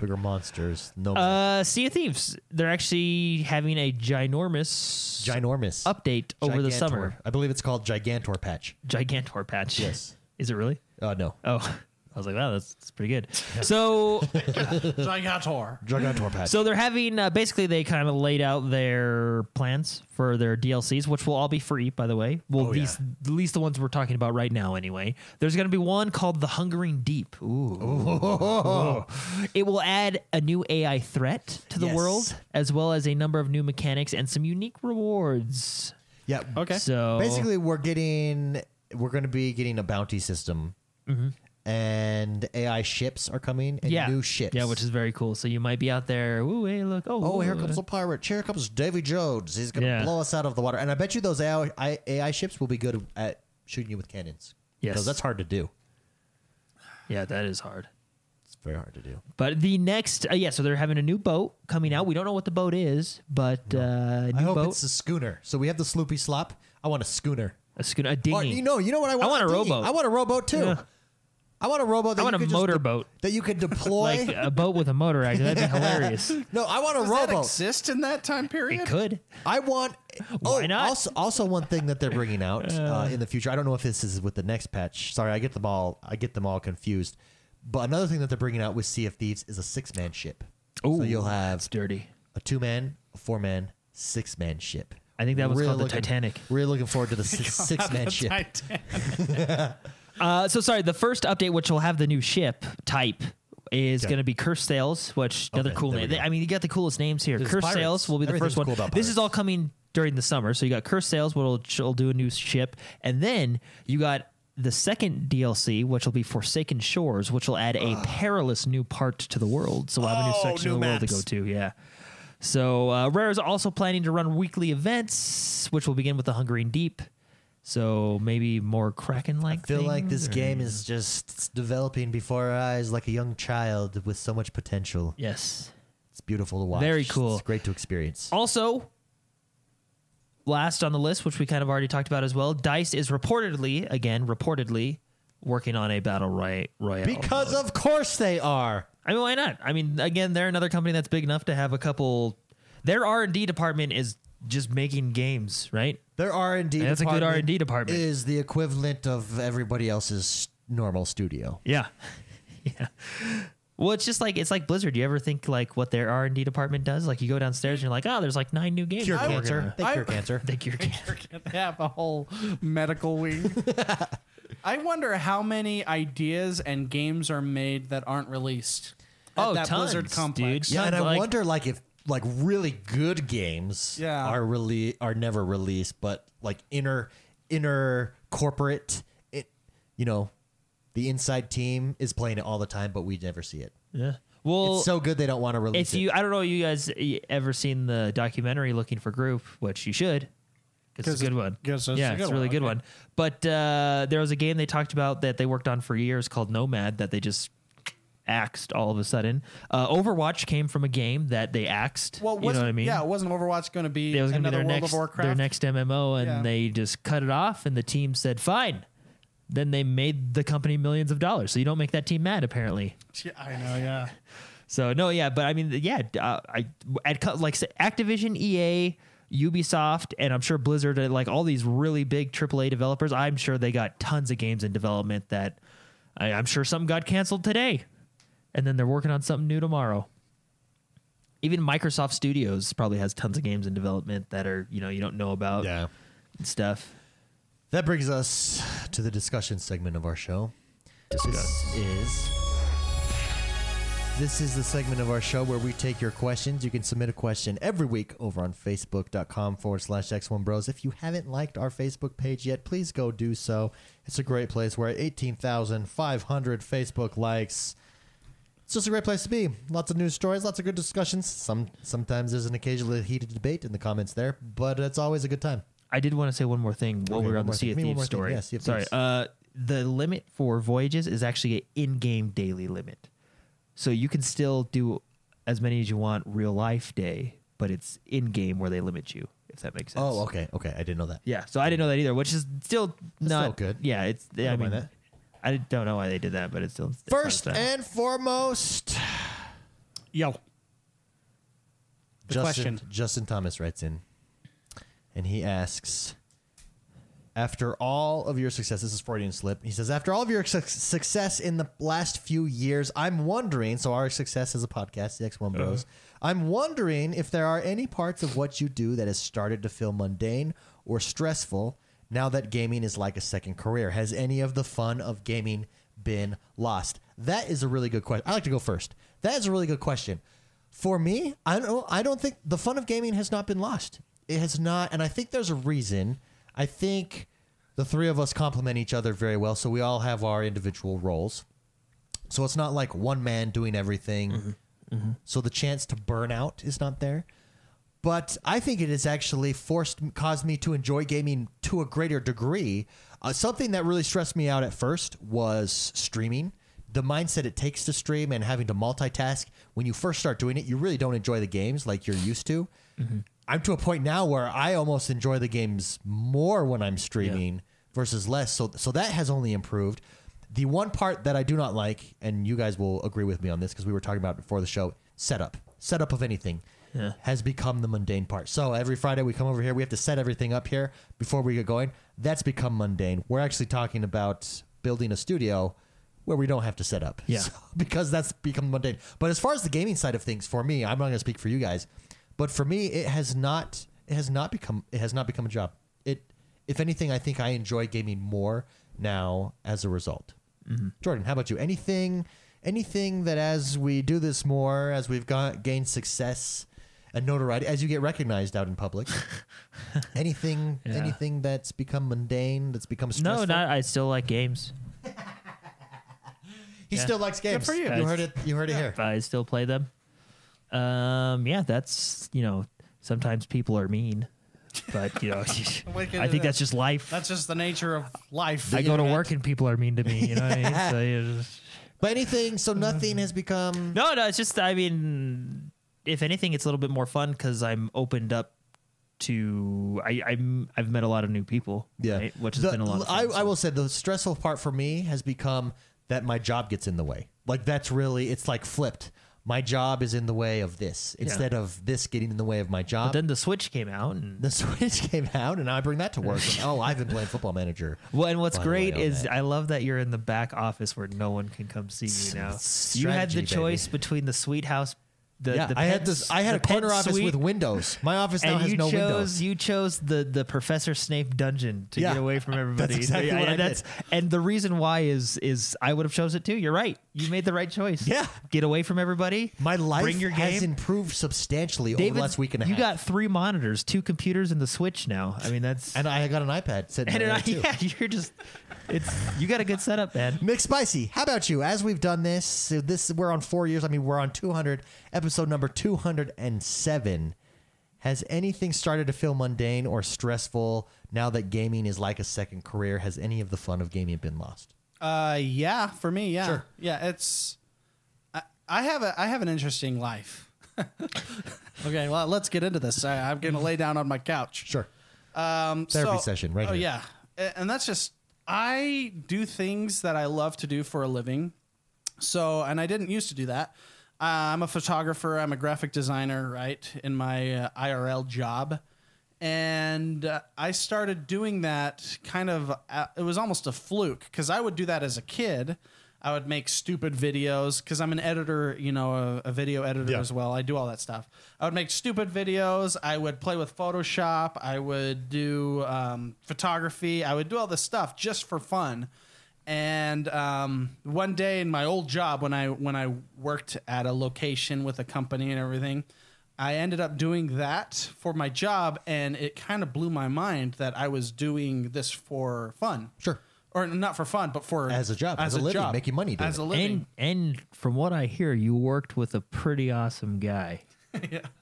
Bigger monsters. No.
Uh, sea of Thieves. They're actually having a ginormous
ginormous.
update over the
Gigantor.
summer.
I believe it's called Gigantor patch.
Gigantor patch.
Yes.
Is it really?
Oh no.
Oh, <laughs> I was like, wow, that's, that's pretty good. So,
Gigantor.
Gigantor patch.
so they're having uh, basically they kind of laid out their plans for their DLCs, which will all be free, by the way. Well,
Oh,
these
yeah.
at least the ones we're talking about right now, anyway. There's going to be one called the Hungering Deep. Ooh. It will add a new AI threat to the
Yes.
world, as well as a number of new mechanics and some unique rewards.
yeah.
oh,
Okay.
So
Basically, we're getting we're going to be getting a bounty system, and AI ships are coming and
Mm-hmm. yeah,
new ships.
yeah, which is very cool. So you might be out there. Ooh, hey, look! Oh,
Oh, here
ooh,
comes a pirate. Here comes Davy Jones. He's going to
Yeah.
blow us out of the water. And I bet you those AI, I- AI ships will be good at shooting you with cannons.
Yes.
Because that's hard to do.
Yeah, that is hard.
It's very hard to do.
But the next, uh, yeah, so they're having a new boat coming out. We don't know what the boat is, but uh,
I
new
hope
boat,
it's a schooner. So we have the Sloopy Slop. I want a schooner.
a schooner, a
Or,
dinghy.
you know, you know what I want?
want a
dinghy.
rowboat.
I want a rowboat too.
Yeah.
I want a rowboat. That
I want
you
a
could just de-
motorboat.
that you
<laughs>
could deploy.
like uh, a boat with a motor actor. That'd
<laughs>
be hilarious.
no, I want a
Does that
rowboat.
exist in that time period?
It could.
I want. Oh,
Why not?
Also, also one thing that they're bringing
<laughs>
out uh, in the future. I don't know if this is with the next patch. Sorry, I get them all. I get them all confused. But another thing that they're bringing out with Sea of Thieves is a six-man ship. so
Ooh,
you'll have
That's dirty.
a two-man, a four-man, six-man ship.
I think that was
Really
called the
looking-
Titanic.
Really looking forward to the six, six-man ship.
Titan-
Uh, so sorry, the first update, which will have the new ship type, is going to be Curse Sails, which another
Okay,
cool
there we
name.
go.
I mean, you got the coolest names here.
There's
Curse
pirates.
Sails will be the
Everything's
first one.
cool about
this is
pirates.
all coming during the summer. So you got Curse Sails, which will will do a new ship, and then you got the second DLC, which will be Forsaken Shores, which will add a
Ah.
perilous new part to the world. So we'll have a new
Oh,
section of
new
the world to go
maps.
to. Yeah. So uh, Rare is also planning to run weekly events, which will begin with the Hungering Deep. So maybe more Kraken-like.
I feel like this
things, or-
game is just developing before our eyes like a young child with so much potential.
Yes.
It's beautiful to watch.
Very cool.
It's great to
Oh,
experience.
Also, last on the list, which we kind of already talked about as well, Dice is reportedly, again, reportedly working on a battle roy- royale.
Because of course they are.
I mean, why not? I mean, again, they're another company that's big enough to have a couple. Their R and D department is just making games, right?
Their R and D.
That's a good R&D department.
Is the equivalent of everybody else's normal studio.
Yeah. <laughs> yeah. Well, it's just like it's like Blizzard. You ever think like what their R and D department does? Like you go downstairs and you're like, oh, there's like nine new games.
Cure
that we're
cancer.
gonna-
They <laughs>
I-
cure cancer.
They cure cancer.
They have a whole medical
<laughs>
wing. I wonder how many ideas and games are made that aren't released. at
Oh,
that Blizzard
tons,
complex.
dude.
Yeah, and I
Sounds like-
wonder like if like really good games
Yeah.
are really are never released, but like inner inner corporate it you know, the inside team is playing it all the time, but we never see it.
Yeah. Well,
it's so good they don't want to release
if you i don't know you guys eh, ever seen the documentary looking for group which you should 'cause it's a good one
guess it's
yeah
a
it's
good
a really
one,
good
okay.
one but uh, there was a game they talked about that they worked on for years called nomad that they just axed all of a sudden uh, overwatch came from a game that they axed
Well,
you know
wasn't-
what i mean
Yeah, wasn't Overwatch going to be
it was going to be
another
their
World
next
of Warcraft?
their next MMO, and
Yeah.
they just cut it off. And the team said, "Fine." Then they made the company millions of dollars. So you don't make that team mad, apparently.
Yeah, I know, yeah.
So no, yeah, but I mean, yeah, uh, I at co- like s- Activision, EA, Ubisoft, and I'm sure Blizzard, uh, like all these really big AAA developers, I'm sure they got tons of games in development that I, I'm sure some got canceled today, and then they're working on something new tomorrow. Even Microsoft Studios probably has tons of games in development that are you know you don't know about
Yeah.
and stuff.
That brings us to the discussion segment of our show. This is this is the segment of our show where we take your questions. You can submit a question every week over on facebook.com forward slash X1 Bros. If you haven't liked our Facebook page yet, please go do so. It's a great place. We're at 18,500 Facebook likes. It's just a great place to be. Lots of news stories, lots of good discussions. Some Sometimes there's an occasional heated debate in the comments there, but it's always a good time.
I did want to say one more thing while
Okay,
we were
one
on the
more
Sea
thing.
of
Give me one
Thieves
more thing.
story.
Yeah, Sea of
Sorry.
Thieves.
Uh, the limit for voyages is actually an in-game daily limit, so you can still do as many as you want real life day, but it's in-game where they limit you. If that makes sense.
Oh, okay. Okay. I didn't know that.
Yeah. So I didn't know that either, which is still not
still good.
Yeah. It's. I,
don't
mean,
mind that.
I don't know why they did that, but it's still it's not
First
bad.
and foremost,
Yo. The
Justin,
question.
Justin Thomas writes in and he asks After all of your success, this is Freudian slip. He says, After all of your su- success in the last few years, I'm wondering, so our success as a podcast, the X1 Bros, I'm wondering if there are any parts of what you do that has started to feel mundane or stressful now that gaming is like a second career. Has any of the fun of gaming been lost? That is a really good question. I like to go first. That is a really good question. For me, I don't I don't think the fun of gaming has not been lost. It has not and I think there's a reason. I think the three of us complement each other very well, so we all have our individual roles. So it's not like one man doing everything. So the chance to burn out is not there. But I think it has actually forced, caused me to enjoy gaming to a greater degree. Uh, something that really stressed me out at first was streaming. The mindset it takes to stream and having to multitask. When you first start doing it, you really don't enjoy the games like you're used to. I'm to a point now where I almost enjoy the games more when I'm streaming versus less. So so that has only improved. The one part that I do not like, and you guys will agree with me on this because we were talking about it before the show, setup. Setup of anything has become the mundane part. So every Friday we come over here, we have to set everything up here before we get going. That's become mundane. We're actually talking about building a studio where we don't have to set up. <laughs> Yeah. because that's become mundane. But as far as the gaming side of things, for me, I'm not going to speak for you guys, but for me, it has not. It has not become. It has not become a job. It, if anything, I think I enjoy gaming more now as a result. Jordan, how about you? Anything, anything that as we do this more, as we've got gained success and notoriety, as you get recognized out in public, anything, anything that's become mundane, that's become stressful.
No, not. I still like games.
he still likes games.
for you.
you heard it. You heard it here.
I still play them. Um, yeah, that's you know sometimes people are mean, but you know <laughs>
Like it
I think
is.
that's just life.
That's just the nature of life.
I go to work and people are mean to me. You know what I mean? So, you just-
But anything, so nothing has become.
no, no, it's just I mean, if anything, it's a little bit more fun because I'm opened up to I I'm I've met a lot of new people. right? which has
The-
been a lot. Of
I,
fun,
I will say the stressful part for me has become that my job gets in the way. Like that's really it's like flipped. My job is in the way of this instead of this getting in the way of my job.
But then the Switch came out, and
the <laughs> Switch came out, and I bring that to work. and, oh, I've been playing Football Manager.
well, and what's
By the way,
great
on
is
that.
I love that you're in the back office where no one can come see you now. you had
strategy,
the
baby.
choice between the sweet house. The,
yeah,
the
I had
pet-
this. I had
the
a corner
pet
office
suite,
with windows. My office now
and
has
you
no
chose
windows.
you chose the the Professor Snape dungeon to
Yeah.
get
<laughs>
away from everybody.
exactly what I did.
And the reason why is is I would have chose it too. You're right. You made the right choice.
Yeah.
get away from everybody.
my life
Bring your
has
game.
improved substantially over
David,
the last week and a
you
half.
got three monitors, two computers, and the Switch now. I mean, that's
and I got an iPad sitting
<laughs> and
there
I,
too.
yeah, you're just it's you got a good setup, man.
McSpicy, how about you? As we've done this, so this we're on four years. I mean, we're on 200, episode number 207. Has anything started to feel mundane or stressful now that gaming is like a second career? Has any of the fun of gaming been lost?
Uh, yeah, for me, yeah,
Sure.
yeah. It's I, I have a I have an interesting life. <laughs> okay, well, let's get into this. I, I'm gonna lay down on my couch.
Sure.
Um,
Therapy
so-
session right
oh,
here.
yeah, A- and that's just I do things that I love to do for a living. So, and I didn't used to do that. Uh, I'm a photographer. I'm a graphic designer, right, in my uh, IRL job. And uh, I started doing that kind of, uh, it was almost a fluke because I would do that as a kid. I would make stupid videos because I'm an editor, you know, a, a video editor
Yeah.
as well. I do all that stuff. I would make stupid videos. I would play with Photoshop. I would do um, photography. I would do all this stuff just for fun. And um, one day in my old job, when I when I worked at a location with a company and everything, I ended up doing that for my job, and it kind of blew my mind that I was doing this for fun.
Sure.
or not for fun, but for
As a job, as a living, making money doing
as a
it.
living.
And and from what I hear, you worked with a pretty awesome guy.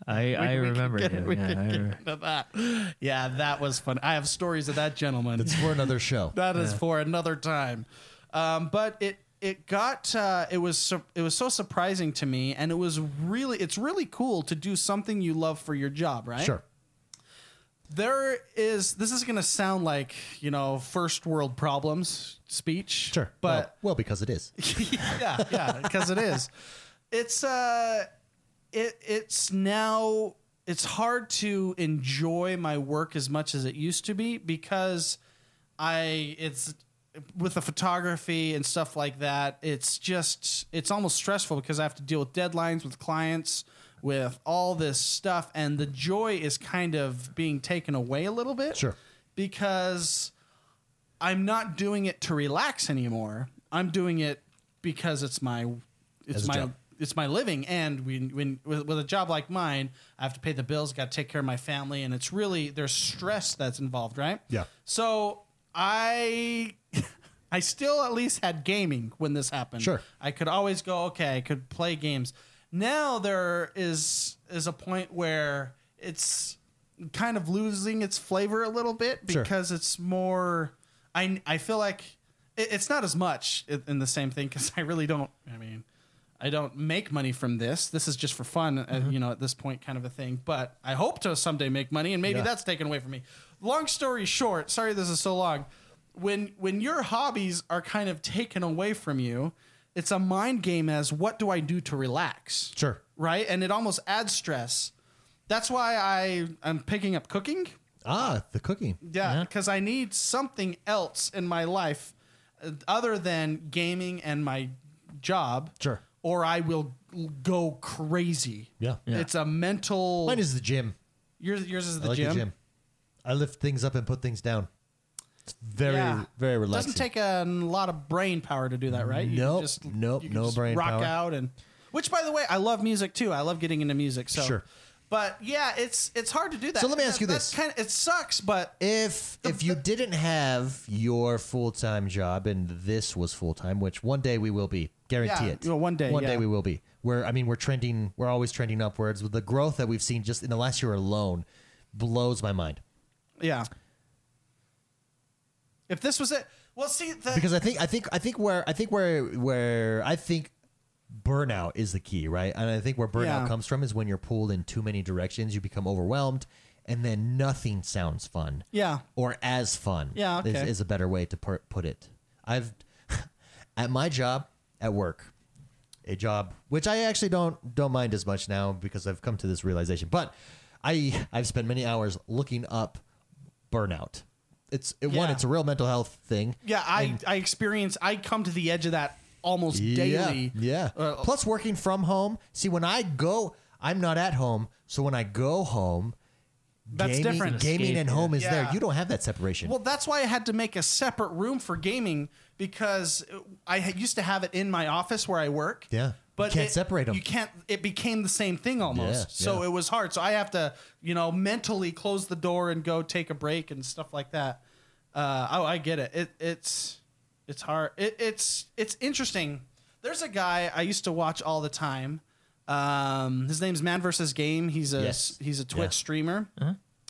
I I remember him. Yeah, I remember.
But that- yeah, that was fun. I have stories of that gentleman.
It's for another show.
That is for another time. Um, but it it got uh, it was sur- it was so surprising to me, and it was really it's really cool to do something you love for your job, <laughs> right?
Sure.
There is this is going to sound like you know first world problems speech,
Sure.
but
well, well, because it is.
<laughs> yeah, yeah, because it is. It's uh, it it's now it's hard to enjoy my work as much as it used to be because I it's with the photography and stuff like that. It's just it's almost stressful because I have to deal with deadlines with clients with all this stuff and the joy is kind of being taken away a little bit
Sure.
because I'm not doing it to relax anymore. I'm doing it because it's my
As
it's
a
my
job.
it's my living and when when with, with a job like mine, I have to pay the bills, got to take care of my family and it's really there's stress that's involved, right?
Yeah.
So, I <laughs> I still at least had gaming when this happened.
Sure.
I could always go, okay, I could play games. Now there is is a point where it's kind of losing its flavor a little bit
Sure.
because it's more I I feel like it, it's not as much in, in the same thing cuz <laughs> I really don't I mean I don't make money from this. This is just for fun,
Mm-hmm.
uh, you know, at this point, kind of a thing. But I hope to someday make money, and maybe
Yeah.
that's taken away from me. Long story short, sorry this is so long. When when your hobbies are kind of taken away from you, it's a mind game as what do I do to relax?
Sure.
Right? And it almost adds stress. That's why I I'm picking up cooking.
Ah, the cooking.
Yeah, because I need something else in my life uh, other than gaming and my job.
Sure.
Or I will l- go crazy.
Yeah. Yeah.
It's a mental.
Mine is the gym.
yours, yours is
I
the,
like
gym.
the gym. I lift things up and put things down. It's very,
Yeah.
very relaxing.
Doesn't take a lot of brain power to do that, right? You can
Nope, nope,
you can
no brain
rock
power.
out and which, by the way, I love music too. I love getting into music. So,
Sure.
But yeah, it's it's hard to do that.
So let me ask you
That's
this.
Kind of, it sucks, but
if if you didn't have your full time job and this was full time, which one day we will be, guarantee
Yeah,
it.
you know, one day,
one day
yeah.
we will be. We're I mean we're trending, we're always trending upwards. With the growth that we've seen just in the last year alone, blows my mind.
yeah. If this was it, well, see, the,
because I think I think I think where I think where where I think burnout is the key, right? And I think where burnout
Yeah.
comes from is when you're pulled in too many directions, you become overwhelmed, and then nothing sounds fun.
Yeah.
Or as fun.
Yeah,
Is,
okay.
is a better way to put put it. I've <laughs> at my job at work, a job which I actually don't don't mind as much now because I've come to this realization. But I I've spent many hours looking up burnout. It's it, one.
Yeah.
It's a real mental health thing.
Yeah, I I experience. I come to the edge of that almost daily.
Yeah. yeah.
Uh,
Plus, working from home. See, when I go, I'm not at home. So when I go home,
That's
gaming,
different.
Gaming and home is
yeah.
there. You don't have that separation.
Well, that's why I had to make a separate room for gaming because I had- used to have it in my office where I work.
Yeah.
But
You can't
it-
separate 'em.
You can't. It became the same thing almost.
Yeah,
so
yeah.
it was hard. So I have to, you know, mentally close the door and go take a break and stuff like that. Uh, oh, I get it. it it's it's hard. It, it's it's interesting. There's a guy I used to watch all the time. Um, his name's Man versus Game. He's a
Yes. Uh-huh.
he's a Twitch
Yeah.
streamer.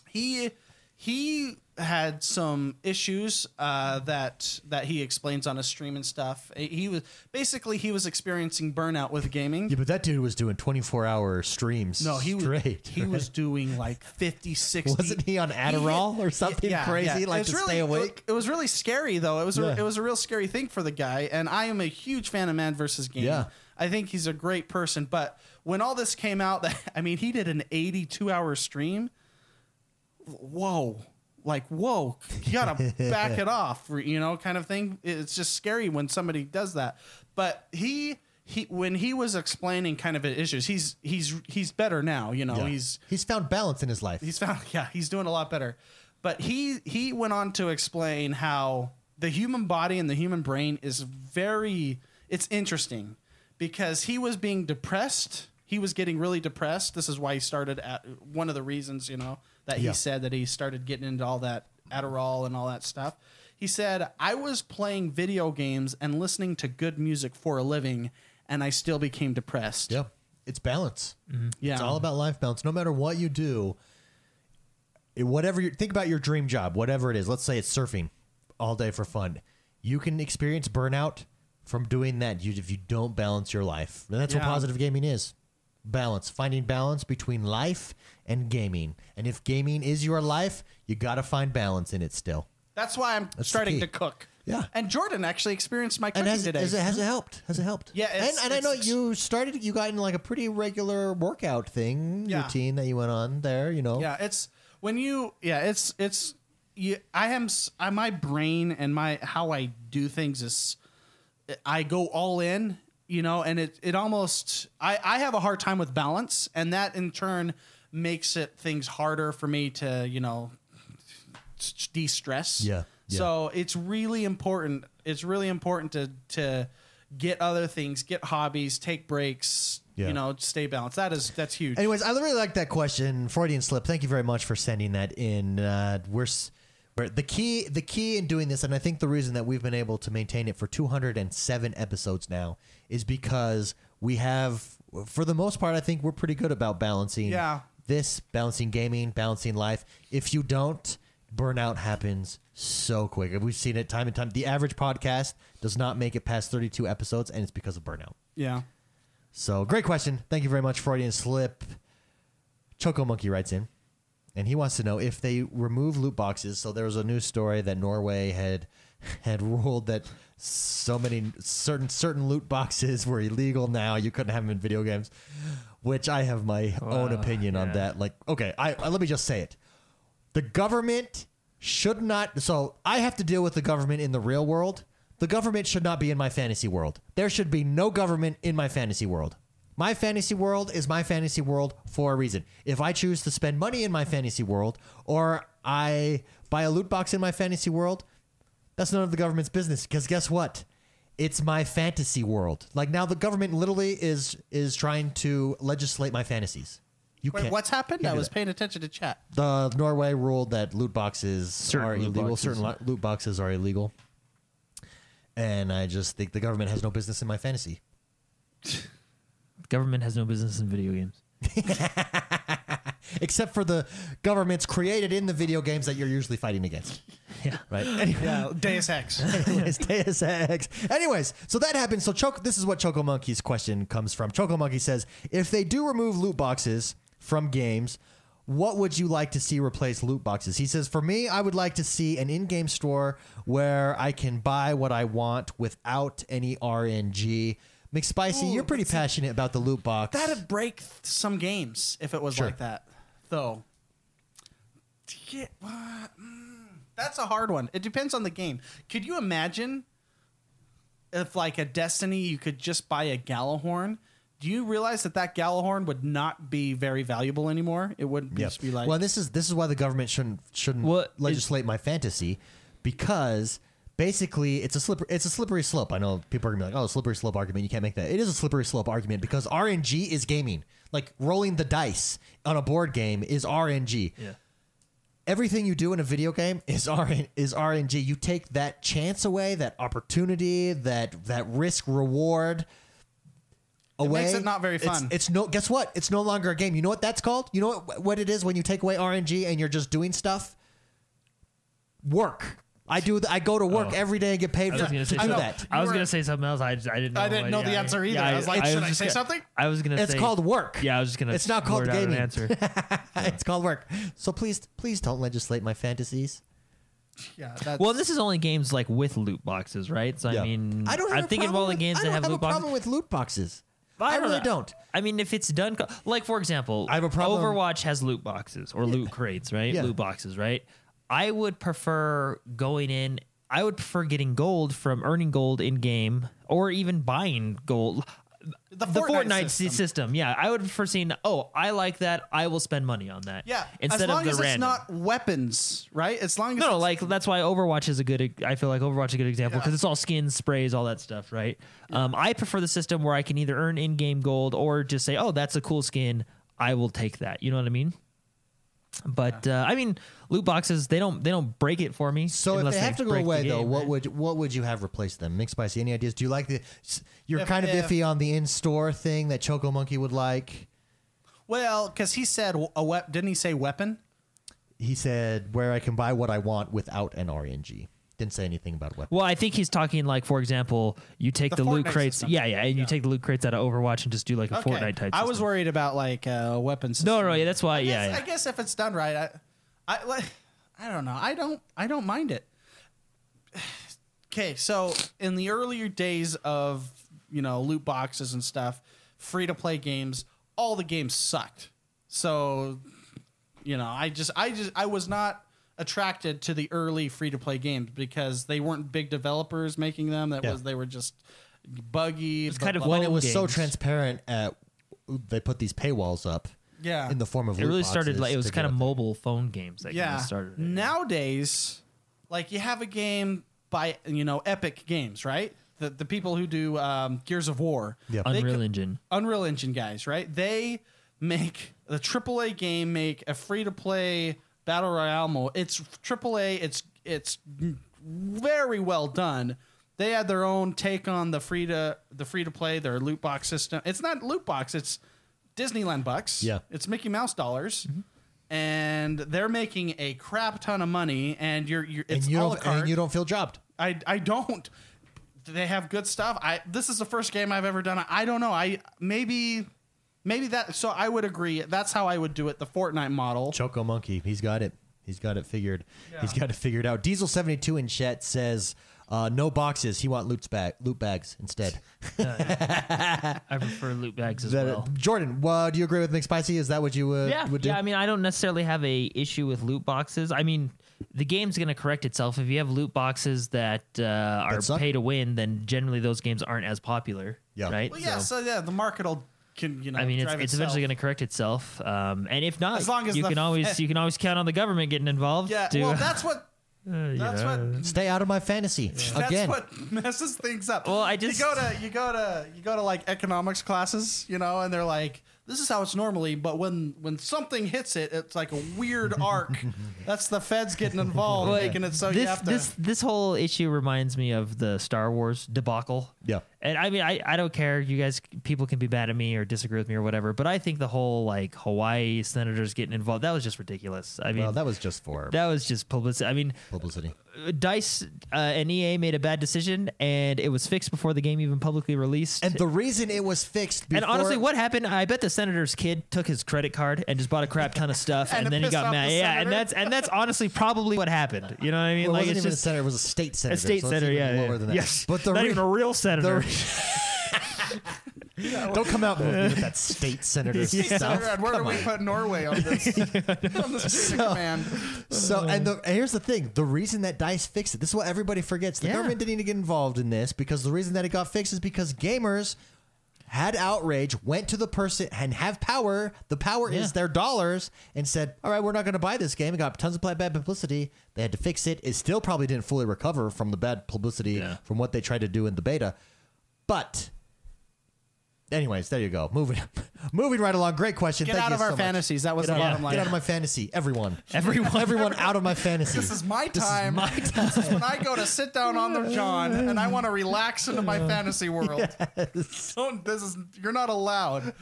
He he had some issues uh, that that he explains on his stream and stuff. He- He was basically he was experiencing burnout with gaming.
Yeah, but that dude was doing 24 hour streams.
No, he was
straight. <laughs>
he was doing like 50, 60.
Wasn't he on Adderall or something crazy like
It's
to
really-
stay awake?
It, was really scary though. It was
Yeah.
a, it was a real scary thing for the guy. And I am a huge fan of Man versus Game.
Yeah.
I think he's a great person. But when all this came out, that <laughs> I mean, he did an 82 hour stream. Whoa. Like whoa, you gotta back it off, you know, kind of thing. It's just scary when somebody does that. But he, he, when he was explaining kind of his issues, he's he's he's better now. You know,
Yeah.
he's
he's found balance in his life.
He's found <laughs> yeah, he's doing a lot better. But he he went on to explain how the human body and the human brain is very it's interesting because he was being depressed. He was getting really depressed. This is why he started at one of the reasons, you know, that he
Yeah.
said that he started getting into all that Adderall and all that stuff. He said, "I was playing video games and listening to good music for a living and I still became depressed."
yeah, it's balance.
Yeah.
It's all about life balance. No matter what you do, it- whatever you think about your dream job, whatever it is. Let's say it's surfing all day for fun. You can experience burnout from doing that you- if you don't balance your life. And that's what
Yeah.
positive gaming is. Balance, finding balance between life and gaming. And if gaming is your life, you got to find balance in it still.
That's why I'm starting
key.
to cook.
Yeah.
And Jordan actually experienced my
And
cooking
has,
today.
has it, has it helped? Has it helped?
Yeah,
and,
it's-
and I
it's
know
ex-
you started. You got in like a pretty regular workout thing
Yeah.
routine that you went on there. You know.
yeah, it's when you yeah, it's it's you, I am s- I, my brain and my how I do things is I go all in, you know, and it it almost I I have a hard time with balance and that in turn makes it things harder for me to, you know, s- de-stress.
Yeah, yeah.
So it's really important. It's really important to to get other things, get hobbies, take breaks,
Yeah.
you know, stay balanced. That is that's huge.
Anyways, I really like that question, Freudian slip. Thank you very much for sending that in. Uh, we're, s- we're the key. The key in doing this, and I think the reason that we've been able to maintain it for 207 episodes now is because we have, for the most part, I think we're pretty good about balancing.
Yeah.
This balancing gaming, balancing life. If you don't, burnout happens so quick. We've seen it time and time. The average podcast does not make it past 32 episodes, and it's because of burnout.
yeah.
So great question. Thank you very much, Freudian slip. Choco Monkey writes in, and he wants to know if they remove loot boxes. So there was a news story that Norway had had ruled that so many certain certain loot boxes were illegal now. You couldn't have them in video games, which I have my own opinion on that. Like, okay, I, I let me just say it the government should not so i have to deal with the government in the real world the government should not be in my fantasy world there should be no government in my fantasy world my fantasy world is my fantasy world for a reason if i choose to spend money in my fantasy world or i buy a loot box in my fantasy world that's none of the government's business because guess what it's my fantasy world like now the government literally is is trying to legislate my fantasies you
Wait,
can't
what's happened?
can't
I
do
was
that
paying attention to
<laughs>
chat.
the Norway ruled that loot boxes
Certain
are
loot
illegal.
boxes.
Certain lo- loot boxes are illegal, and I just think the government has no business in my fantasy.
Government has no business in video games.
Except for the governments created in the video games that you're usually fighting against. Yeah. Right. Anyway,
Yeah, Deus
<laughs>
Ex.
Anyways, Deus Ex. Anyways, so that happens. So Choco, this is what Choco Monkey's question comes from. Choco Monkey says, if they do remove loot boxes from games, what would you like to see replace loot boxes? He says, for me, I would like to see an in-game store where I can buy what I want without any RNG. McSpicy, you're pretty passionate about the loot box.
That'd break th- some games if it was
Sure.
like that, though. Yeah, uh, mm, That's a hard one. It depends on the game. Could you imagine if, like, a Destiny, you could just buy a Galahorn? Do you realize that that Galahorn would not be very valuable anymore? It would
Yep.
just be like,
well, this is this is why the government shouldn't shouldn't
What is-
legislate my fantasy, because basically it's a slippery it's a slippery slope. I know people are gonna be like, oh, slippery slope argument. You can't make that. It is a slippery slope argument because RNG is gaming. Like rolling the dice on a board game is RNG. Yeah. Everything you do in a video game is RN, is RNG. You take that chance away, that opportunity, that that risk reward away.
makes it not very
It's-
fun.
It's, no. Guess what? It's no longer a game. You know what that's called? You know what, what it is when you take away RNG and you're just doing stuff. work. I do. th- I go to work
Oh.
every day and get paid
I
for,
was gonna say
to do
something.
that.
I was
were-
gonna say something else. I, just, I didn't. Know
I didn't
what-
know the
yeah,
answer
yeah,
either.
yeah,
I was like, should I
just
say
gonna-
something?
I was gonna.
It's
say-
called work.
Yeah, I was just gonna.
It's not called
word out an
gaming.
answer.
<laughs> it's called work. So please, please don't legislate my fantasies.
Yeah, that's,
Well, this is only games like with loot boxes, right? So I mean,
I don't. Have
I'm thinking of all the games
I
that
don't
have,
have
loot
a
boxes.
problem with loot boxes.
But
I really
know.
don't.
I mean, if it's done, co- like for example,
I have a problem-
Overwatch has loot boxes or loot crates, right?
Yeah.
Loot boxes, right? I would prefer going in. I would prefer getting gold from earning gold in game or even buying gold.
The
the
Fortnite
Fortnite, s-
system.
system. yeah. I would prefer seeing. Oh, I like that. I will spend money on that.
yeah. as
instead
long
of the
as
random.
it's not weapons, right? As long as
No,
it's-
no, like that's why Overwatch is a good. I feel like Overwatch is a good example because
Yeah.
it's all skins, sprays, all that stuff, right? Um, I prefer the system where I can either earn in-game gold or just say, "Oh, that's a cool skin. I will take that." You know what I mean? But uh, I mean, loot boxes they don't they don't break it for me.
So if
unless
they have to go
break the
away, though,
game,
what
right?
would what would you have replaced them? Mixed spicy, any ideas? Do you like the? s- You're
If-
kind of
if-
iffy on the in-store thing that Choco Monkey would like.
well, because he said w- a wep- Didn't he say weapon?
He said where I can buy what I want without an RNG. Didn't say anything about weapons.
Well, I think he's talking like, for example, you take
The
the, loot
Fortnite
crates,
system.
yeah, yeah, and
Yeah.
you take the loot crates out of Overwatch and just do like a
Okay.
Fortnite type.
I was
system.
worried about like uh, weapons.
No, no, yeah, that's why.
I
Yeah,
guess-
yeah.
I guess if it's done right, I, I, like, I don't know. I don't, I don't mind it. <sighs> Okay, so in the earlier days of you know loot boxes and stuff, free to play games, all the games sucked. So, you know, I just, I just, I was not attracted to the early free to play games because they weren't big developers making them. That
Yeah.
was they were just buggy.
It's kind of
when
blah, blah,
it
phone
was so
games.
transparent, at, they put these paywalls up.
Yeah.
in the form of
It
loot
really started
boxes
like it was
to get
kind of
up there.
mobile phone games that
yeah.
kind of started. it.
Nowadays, like you have a game by you know Epic Games, right? The the people who do um, Gears of War,
Yeah.
They
Unreal
co-
Engine.
Unreal Engine guys, right? They make the AAA game, make a free to play battle royale mode. It's AAA. It's it's very well done. They had their own take on the free to the free to play their loot box system. It's not loot box. It's Disneyland bucks.
Yeah. Mm-hmm.
It's Mickey Mouse dollars. And they're making a crap ton of money, and you're, you're it's
and you
all
don't and you don't feel jobbed.
I I don't. They have good stuff. I this is the first game I've ever done. I don't know. I maybe maybe that. So I would agree. That's how I would do it. The Fortnite model.
Choco Monkey, he's got it. He's got it figured. He's got it figured out. Diesel seventy two in chat says, uh, "No boxes. He want loot bag loot bags instead."
I prefer loot bags as
That-
well.
Jordan, uh, do you agree with McSpicy? Is that what you would,
Yeah,
would do?
yeah. I mean, I don't necessarily have a issue with loot boxes. I mean, the game's going to correct itself. If you have loot boxes that uh, are
suck?
pay to win, then generally those games aren't as popular.
Yeah.
Right.
Well, yeah. So, yeah, the market will can you know.
I mean, it's,
drive
it's eventually
itself.
going to correct itself, um, and if not,
As long as
you
the- <laughs>
can always you can always count on the government getting involved.
Yeah.
to, <laughs>
well, that's what.
you
That's
know.
what.
Stay out of my fantasy
That's
again.
what messes things up.
Well, I just-
you go to you go to you go to like economics classes, you know, and they're like, "This is how it's normally," but when when something hits it, it's like a weird
<laughs>
arc. That's the feds getting involved,
Well,
making it so
this,
Oh, you have to.
This this whole issue reminds me of the Star Wars debacle.
Yeah.
And I mean, I, I don't care. You guys, people can be mad at me or disagree with me or whatever, but I think the whole like Hawaii senators getting involved, that was just ridiculous. I mean,
well,
that,
that was just for
was just publicity. I mean,
publicity.
DICE uh, and EA made a bad decision and it was fixed before the game even publicly released.
And the reason it was fixed before
And honestly, what happened? I bet the senator's kid took his credit card and just bought a crap ton of stuff,
And
and,
it
then he
pissed off
got mad.
the
Yeah,
senator.
and that's and that's honestly probably what happened. You know what I mean?
Well, it
like
wasn't
it's
even
just
a senator, it was a state senator.
a state
so it's
senator,
even
yeah,
lower
yeah.
than that.
Yes,
But the
not
re-
even a real
the
senator. <laughs>
re- <laughs> don't come out with that state senator
Hey,
stuff.
Sarah, where do we put Norway on this? <laughs> on this chain of command.
So, and, the, and here's the thing: the reason that Dice fixed it, this is what everybody forgets. The
Yeah.
government didn't even get involved in this because the reason that it got fixed is because gamers had outrage, went to the person and have power. The power
Yeah.
is their dollars, and said, "All right, we're not going to buy this game." It got tons of bad publicity. They had to fix it. It still probably didn't fully recover from the bad publicity
Yeah.
from what they tried to do in the beta, but. Anyways, there you go. Moving, <laughs> moving right along. Great question.
Get
Thank
out
you
of our
so much.
fantasies. That was
Get
the
out-
bottom line.
Get out of my fantasy, everyone.
<laughs>
<laughs>
Everyone,
Everyone out of my fantasy.
This is my time.
<laughs>
my time.
This is when I go to sit down on the John and I want to relax into my fantasy world. Don't. This is. You're not allowed.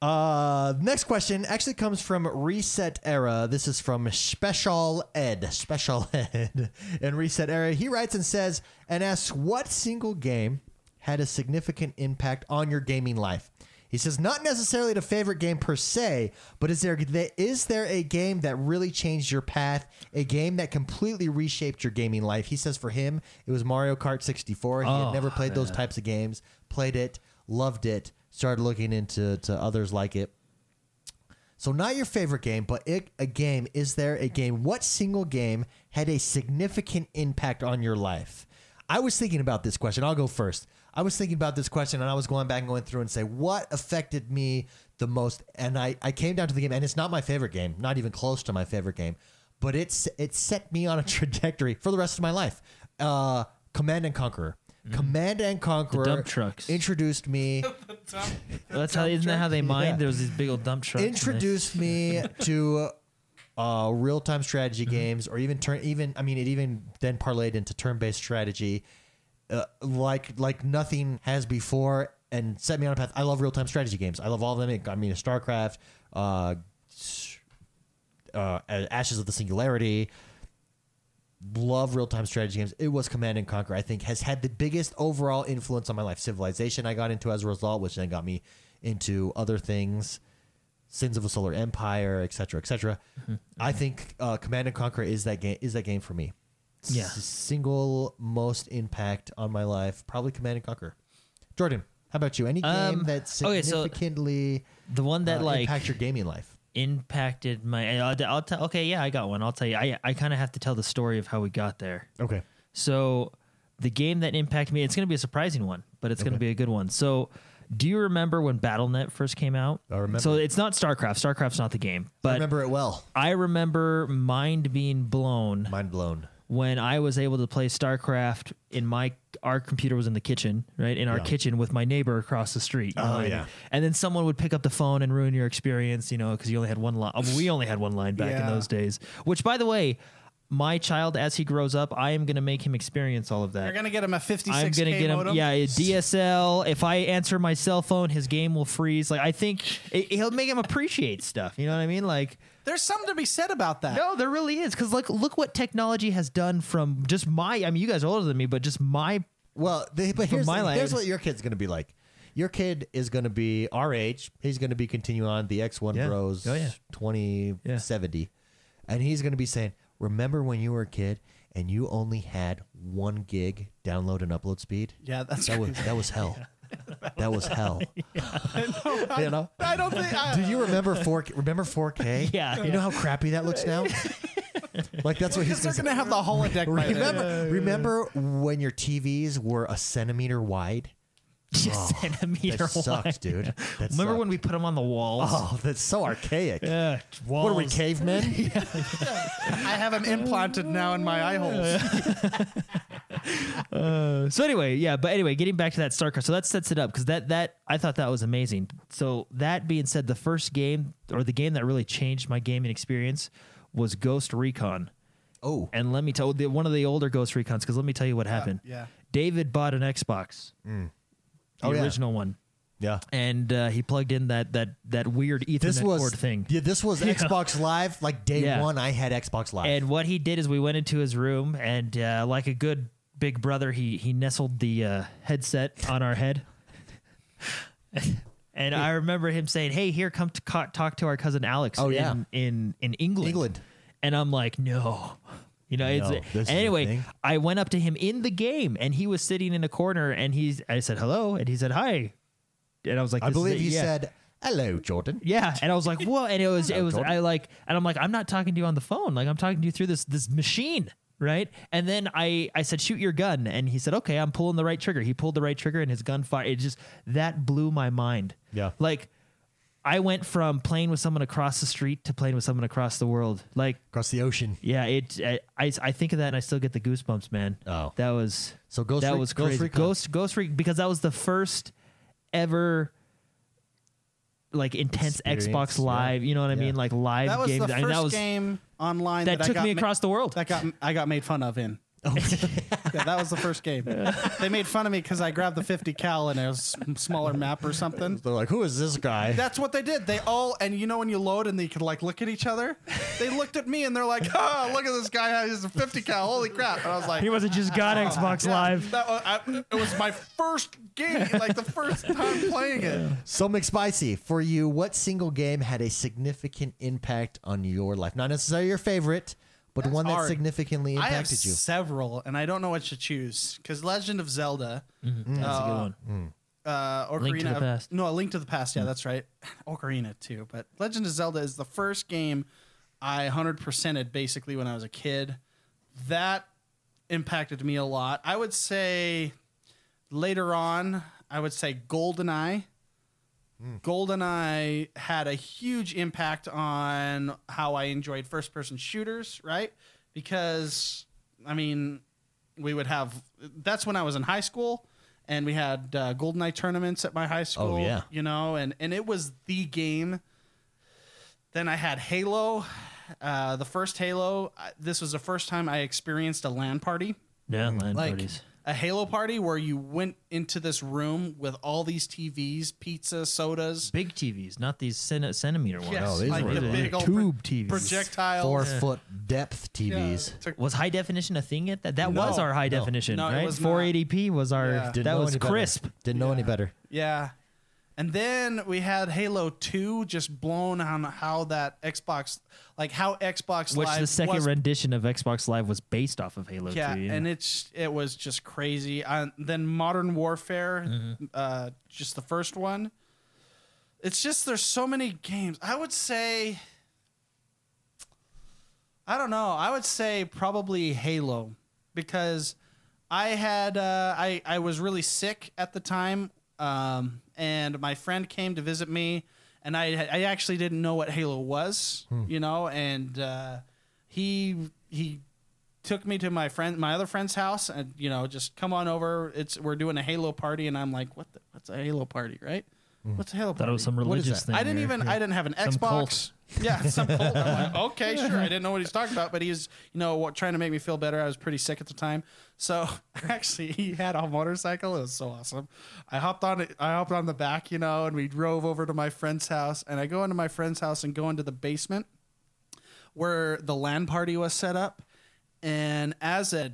Uh, next question actually comes from Reset Era. This is from Special Ed. Special <laughs> Ed in Reset Era. He writes and says and asks, "What single game had a significant impact on your gaming life?" He says, "Not necessarily the favorite game per se, but is there is there a game that really changed your path? A game that completely reshaped your gaming life?" He says, "For him, it was Mario Kart 64. He
Oh,
had never played those types of games. Played it, loved it." started looking into to others like it. So not your favorite game, but it, a game. Is there a game? What single game had a significant impact on your life? I was thinking about this question. I'll go first. I was thinking about this question, and I was going back and going through and say what affected me the most. And I I came down to the game, and it's not my favorite game, not even close to my favorite game, but it's it set me on a <laughs> trajectory for the rest of my life. Uh, Command and Conquer. Command and Conquer
Mm-hmm. dump trucks.
introduced me
That's how isn't that how they mined? There was these big old dump trucks. and they-
introduced me to uh, real-time strategy games, or even turn even. I mean, it even then parlayed into turn-based strategy, uh, like like nothing has before, and set me on a path. I love real-time strategy games. I love all of them. I mean, StarCraft, uh, s- uh, Ashes of the Singularity. Love real-time strategy games. It was Command and Conquer. I think has had the biggest overall influence on my life. Civilization I got into as a result, which then got me into other things. Sins of a Solar Empire, et cetera, et cetera.
Mm-hmm.
I think uh, Command and Conquer is that game is that game for me. S-
Yeah.
single most impact on my life, probably Command and Conquer. Jordan, how about you? Any
Um,
game that
okay, so-
significantly
The one that
uh,
like
impact your gaming life?
impacted my. I'll, I'll tell. Okay, yeah, I got one. I'll tell you. I I kind of have to tell the story of how we got there.
Okay.
So the game that impacted me, it's going to be a surprising one, but it's going to be a good one. So do you remember when BattleNet first came out?
I remember.
So it's not StarCraft. StarCraft's not the game, but
I remember it well.
I remember mind being blown
Mind blown.
when I was able to play StarCraft in my our computer was in the kitchen, right? In our
Yeah.
kitchen with my neighbor across the street. you know
Oh,
what I mean?
yeah.
And then someone would pick up the phone and ruin your experience, you know, because you only had one line. we only had one line back in
Yeah.
those days. Which, by the way, my child as he grows up, I am going to make him experience all of that.
You're gonna get him a 56
I'm gonna get him.
modem.
Yeah, a DSL. If I answer my cell phone, his game will freeze. Like I think it, he'll make him appreciate stuff. You know what I mean? Like
There's something to be said about that.
no, there really is. Because like, look what technology has done from just my. I mean, you guys are older than me, but just my. <laughs>
Well, the, but
For
here's,
my
here's
life.
what your kid's going to be like. Your kid is going to be our age. He's going to be continuing on the X1
Yeah.
Bros
Oh, yeah.
2070. And he's going to be saying, Remember when you were a kid and you only had one gig download and upload speed?
Yeah, that's
That was, that was hell. That was hell. you know?
I don't think. I, <laughs>
Do you remember four? K Remember four K?
<laughs> Yeah.
You know how crappy that looks now. like that's what he's
because they're
gonna say.
gonna have the holodeck. by then.
Remember, remember when your TVs were a centimeter wide? Oh,
Just centimeter <laughs>
That
wide.
sucked, dude. That
Remember when
sucked.
we put them on the walls?
Oh, that's so archaic.
Yeah,
What are we
walls. <laughs>
cavemen?
I have them implanted now in my eye holes.
So anyway, yeah, but anyway, getting back to that StarCraft, so that sets it up because that that I thought that was amazing. So that being said, the first game or the game that really changed my gaming experience was Ghost Recon.
Oh,
And let me tell the, one of the older Ghost Recons because let me tell you what happened.
yeah.
David bought an Xbox, the
Oh, yeah.
original one,
yeah.
and uh, he plugged in that that that weird Ethernet
This was
cord thing.
Yeah, this
<laughs>
was Xbox Live. Like day
Yeah.
one, I had Xbox Live.
And what he did is we went into his room and uh, like a good big brother, he he nestled the uh, headset on our head. <laughs> and I remember him saying, "Hey, here, come to co- talk to our cousin Alex."
Oh,
in,
yeah.
in in England.
England.
And I'm like, no. You know,
No,
it's
this is
and
a
anyway.
thing.
I went up to him in the game, and he was sitting in a corner, and he's. I said hello, and he said hi, and I was like,
I
this is
believe
it,
he
yeah.
said, "Hello, Jordan."
Yeah, and I was like, "Whoa!" And it was, it was,
Jordan.
I like, and I'm like, I'm not talking to you on the phone. Like, I'm talking to you through this this machine, right? And then I I said, "Shoot your gun," and he said, "Okay, I'm pulling the right trigger." He pulled the right trigger, and his gun fired. It just that blew my mind.
Yeah.
like I went from playing with someone across the street to playing with someone across the world. Like,
Across the ocean.
yeah, it. I I, I think of that, and I still get the goosebumps, man.
Oh.
that was
So Ghost
that
Re-
was
Ghost
crazy.
Recon.
Ghost Ghost Recon because that was the first ever like intense
Experience,
Xbox
yeah.
Live. You know what I
Yeah.
mean? Like live
That was
games.
the
I mean,
first
that was
game online
that,
that, I
took
got
me
ma-
across the world.
that got I got made fun of in. Oh, <laughs> Yeah, that was the first game. They made fun of me because I grabbed the 50 cal and a s- smaller map or something.
They're like, who is this guy?
That's what they did. They all and you know when you load and they could like look at each other. They looked at me and they're like, "Oh, look at this guy! He's a 50 cal. Holy crap!" And I was like,
<laughs> He wasn't just got Xbox
Oh, Yeah,
Live.
That was, I, it was my first game, like the first time playing it.
So McSpicy, for you, what single game had a significant impact on your life? Not necessarily your favorite, but one that
hard.
significantly
I have
impacted you.
several, and I don't know what to choose because Legend of Zelda,
Mm.
That's a good one.
uh, Ocarina,
Link to the
of-
Past. Hmm.
no, A Link to the Past. Yeah, that's right. <laughs> Ocarina too, but Legend of Zelda is the first game I hundred percented basically when I was a kid. That impacted me a lot. I would say later on, I would say GoldenEye. GoldenEye had a huge impact on how I enjoyed first person shooters, right? Because, I mean, we would have that's when I was in high school and we had uh, GoldenEye tournaments at my high school.
yeah.
You know, and, and it was the game. Then I had Halo. Uh, the first Halo, I- this was the first time I experienced a LAN party
Yeah, land
like
parties.
a Halo party where you went into this room with all these TVs, pizza, sodas.
Big TVs, not these centi- centimeter ones.
Yes,
Oh, these
like
were
the
the
big old
tube
pro-
TVs.
projectiles.
Four foot depth
Yeah,
TVs.
it's like-
Was high definition a thing at that? That was
No,
our high
no.
definition,
No, it
right?
was not.
480p was our.
Yeah.
Didn't
That
know
was
any better.
crisp.
Didn't know any better.
Yeah. And then we had Halo 2 just blown on how that Xbox, like how Xbox
Which
Live
the second
was
rendition of Xbox Live was based off of Halo
yeah,
2. yeah.
and it's it was just crazy. Uh, then Modern Warfare,
Mm-hmm.
uh, just the first one. It's just there's so many games. I would say, I don't know. I would say probably Halo because I had uh, I I was really sick at the time, um, and my friend came to visit me, and I I actually didn't know what Halo was, you know, and uh, he he took me to my friend my other friend's house and you know just come on over it's we're doing a halo party and i'm like what the, what's a halo party right what's a halo
Thought
party
it was some religious thing.
i didn't
or-
even
yeah.
i didn't have an
Some
xbox
cult.
<laughs> yeah some cult I'm like, okay sure i didn't know what he's talking about but he was you know what, trying to make me feel better i was pretty sick at the time so <laughs> actually he had a motorcycle it was so awesome i hopped on it i hopped on the back you know and we drove over to my friend's house and i go into my friend's house and go into the basement where the land party was set up and as a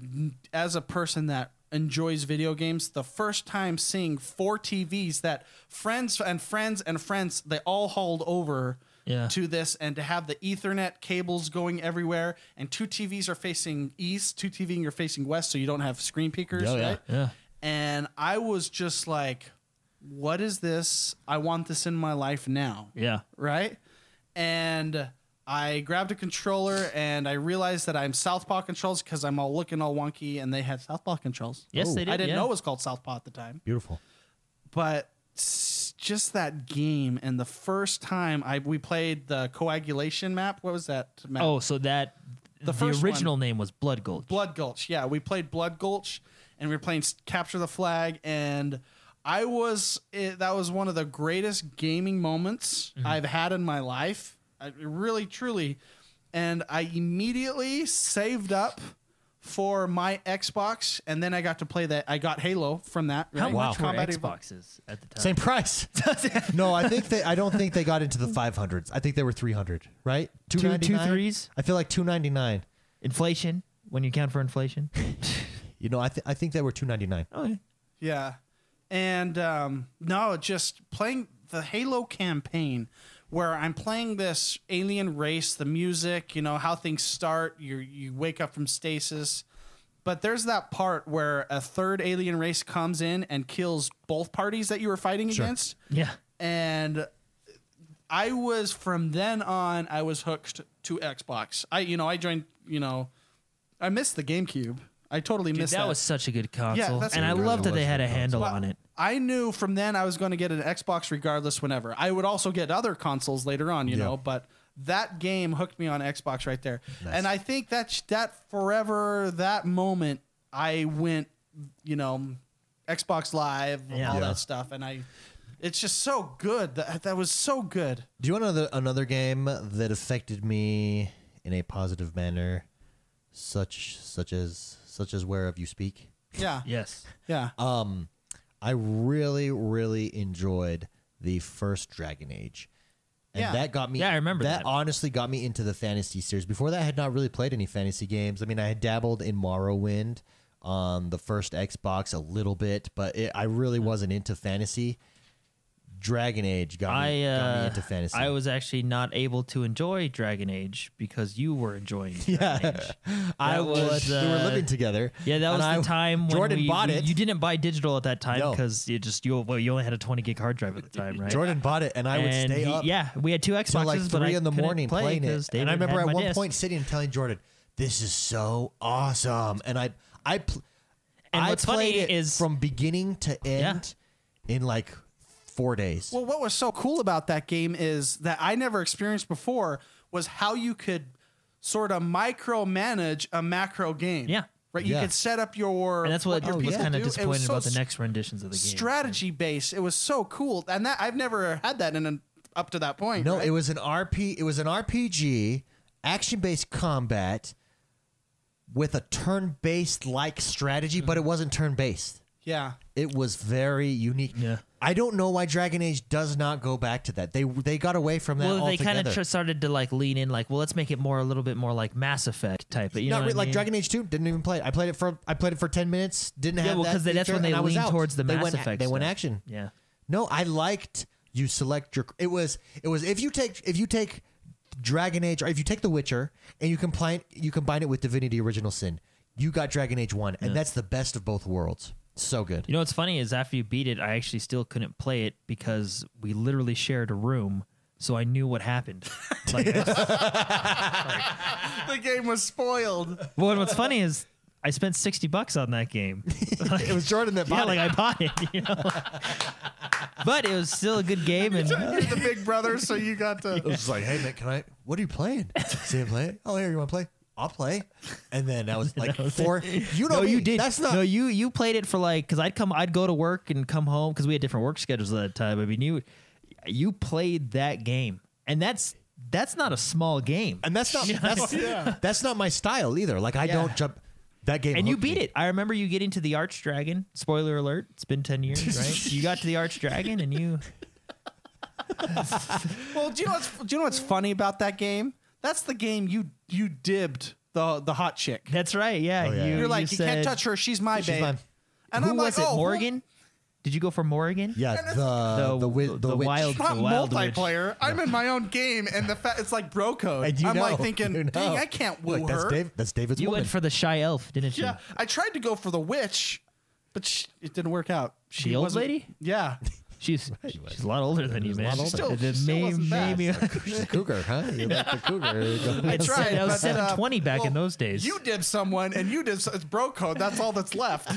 as a person that enjoys video games the first time seeing four TVs that friends and friends and friends they all hauled over
Yeah.
to this and to have the ethernet cables going everywhere and two TVs are facing east two TVs are facing west so you don't have screen peekers
Oh, yeah.
right
Yeah.
and I was just like what is this I want this in my life now
Yeah.
right? And I grabbed a controller and I realized that I'm Southpaw controls because I'm all looking all wonky and they had Southpaw controls.
Yes, they did.
I didn't
yeah.
know it was called Southpaw at the time,
Beautiful.
but s- just that game and the first time I we played the coagulation map. What was that map?
Oh, so that. The,
first
original name was Blood Gold.
Blood Gulch. Yeah, we played Blood Gulch, and we were playing S- Capture the Flag, and I was it, that was one of the greatest gaming moments
Mm-hmm.
I've had in my life. I, really, truly, and I immediately saved up for my Xbox, and then I got to play that. I got Halo from that.
How
right?
much were
Combat Evo-
Oh, Xboxes at the time?
Same
<laughs>
price. no, I think they. I don't think they got into the 500s. I think they were 300. Right?
two
299?
threes?
I feel like 299.
Inflation, when you count for <laughs> inflation.
You know, I th- I think they were 299.
okay.
Yeah. And um, no, just playing the Halo campaign where I'm playing this alien race, the music, you know, how things start, you you wake up from stasis. But there's that part where a third alien race comes in and kills both parties that you were fighting against.
Yeah.
And I was from then on I was hooked to Xbox. I you know, I joined, you know, I missed the GameCube. I totally
Dude,
missed
that,
that.
was such a good console.
that's
and
a
I
good
love that
console.
they had a handle
Well,
on it.
I knew from then I was going to get an Xbox regardless whenever. I would also get other consoles later on, you know, but that game hooked me on Xbox right there. And I think that sh- that forever that moment I went, you know, Xbox Live, all
Yeah.
that stuff and I it's just so good. That that was so good.
Do you want another another game that affected me in a positive manner, such such as such as whereof you speak.
Yeah.
Yes.
Yeah.
Um, I really, really enjoyed the first Dragon Age, and
Yeah.
that got me.
Yeah, I remember
that,
that.
Honestly, got me into the fantasy series. Before that, I had not really played any fantasy games. I mean, I had dabbled in Morrowind on the first Xbox a little bit, but it, I really
Hmm.
wasn't into fantasy. Dragon Age got
I
me, got me
uh,
into fantasy. <laughs>
I was actually not able to enjoy Dragon Age because you were enjoying Dragon Age.
I
that
was.
was,
we were
uh,
living together.
Yeah, that
and
was
I-
the time when
Jordan
we-
bought
we-
it.
You didn't buy digital at that time
No.
because you just you well, you only had a 20 gig hard drive at the time, right?
Jordan bought it, and I would
And
stay
he-
up.
Yeah, we had two Xboxes,
till like
but I
three in the
couldn't
morning
play
playing it.
'cause
And
David
I remember
had
at
my
one
disc.
point sitting and telling Jordan, "This is so awesome," and I, I, pl-
And
I
what's
played
funny
it
is-
from beginning to end in like four days.
Well, what was so cool about that game is that I never experienced before was how you could sort of micromanage a macro game.
Yeah.
Right. You
Yeah.
could set up your.
and that's what
Oh,
your
was
people
kind
do.
of
It was
disappointing
so
about the
s-
next renditions of the game.
strategy based. It was so cool, and that I've never had that in an, up to that point.
no,
right?
it was an RP. It was an RPG, action-based combat with a turn-based like strategy, but it wasn't turn-based.
yeah.
It was very unique.
Yeah.
I don't know why Dragon Age does not go back to that. They they got away from that
Well, they
altogether.
kind of tr- started to like lean in, like, well, let's make it more a little bit more like Mass Effect type. But you
not
know,
re-
what I
like
mean?
Dragon Age Two. Didn't even play it. I played it for I played it for ten minutes. Didn't
Yeah,
have
well,
that
'cause they- that's
feature,
when they
and I was
lean
out.
towards the
they
Mass
went,
Effect
They went
stuff.
action.
Yeah.
No, I liked you select your. It was it was if you take if you take Dragon Age or if you take The Witcher and you combine you combine it with Divinity Original Sin, you got Dragon Age One, and that's the best of both worlds. So good.
You know what's funny is after you beat it, I actually still couldn't play it because we literally shared a room, so I knew what happened.
<laughs>
Like,
The game was spoiled.
well, and what's funny is I spent sixty bucks on that game. <laughs> Like,
It was Jordan that
yeah,
bought
like
it.
I bought it, you know. <laughs> but it was still a good game, and
You're the big brother, so you got
It
<laughs>
to.
was just like, hey man, can I? What are you playing? See him play? Oh, here you want to play? I'll play. And then
<laughs>
that was like four. You know,
no,
me.
you did.
That's not.
no, you you played it for like because I'd come, I'd go to work and come home because we had different work schedules at that time. I mean, you you played that game, and that's that's not a small game.
and that's not
<laughs>
that's that's not my style either. Like I don't jump that game.
And you
hooked
beat
me.
it. I remember you getting to the Arch Dragon. Spoiler alert, it's been 10 years, right? you got to the Arch Dragon and you.
Well, do you know what's do you know what's funny about that game? That's the game you you dibbed the the hot chick.
That's right. Yeah.
yeah.
You,
You're like, you,
said-
can't touch her. She's my
She's
babe.
mine.
And
Who
I'm
was
like,
it?
oh, who-
Morgan? Did you go for Morgan?
Yeah, the the wi- the, witch.
wild,
Not
the wild witch.
multiplayer. I'm in my own game, and the fa- it's like bro code.
<laughs> And you
I'm
know,
like thinking,
you know.
dang, I can't woo
You're like, that's
her.
Dave, that's David's
You
woman.
went for the shy elf, didn't you?
Yeah, I tried to go for the witch, but sh it didn't work out. She
The old
wasn't-
lady?
<laughs>
Yeah,
She's she's a lot older than you,
She's a
man.
lot older.
Still-
The
she still
may-
wasn't bad.
maybe-
<laughs> She's a cougar, huh? You like
<laughs>
the cougar?
I tried.
that was
but, uh,
720 back in those days.
You did someone, and you did. It's bro code. That's all
<laughs>
that's left.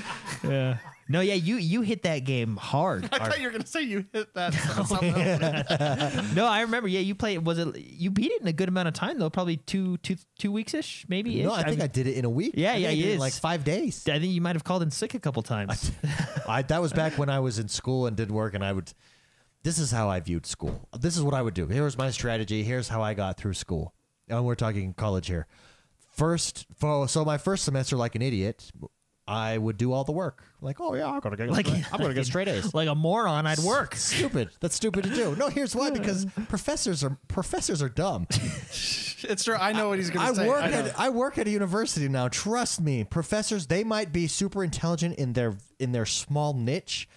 yeah. No, yeah, you you hit that game hard.
I thought you were gonna say you hit
<laughs>
that.
Oh,
something else.
no, I remember. Yeah, you played. Was it you beat it in a good amount of time though? Probably two two two weeks ish, maybe.
<laughs> no, I think I did it in a week. I
Yeah,
think
yeah,
I
he
did it in
is.
like five days.
I think you might have called in sick a couple times.
I, that was back when I was in school and did work, and I would. This is how I viewed school. This is what I would do. Here was my strategy. Here's how I got through school. And we're talking college here. First, fo- so my first semester, like an idiot, I would do all the work. Like, <laughs> oh yeah,
<laughs>
I'm gonna get,
Like-
I'm gonna get straight A's.
like a moron, I'd work.
Stupid. That's stupid to do. No, here's why. Because professors are professors are dumb.
it's true. I know what he's gonna
I
say.
work
know.
at I work at a university now. Trust me, professors they might be super intelligent in their in their small niche,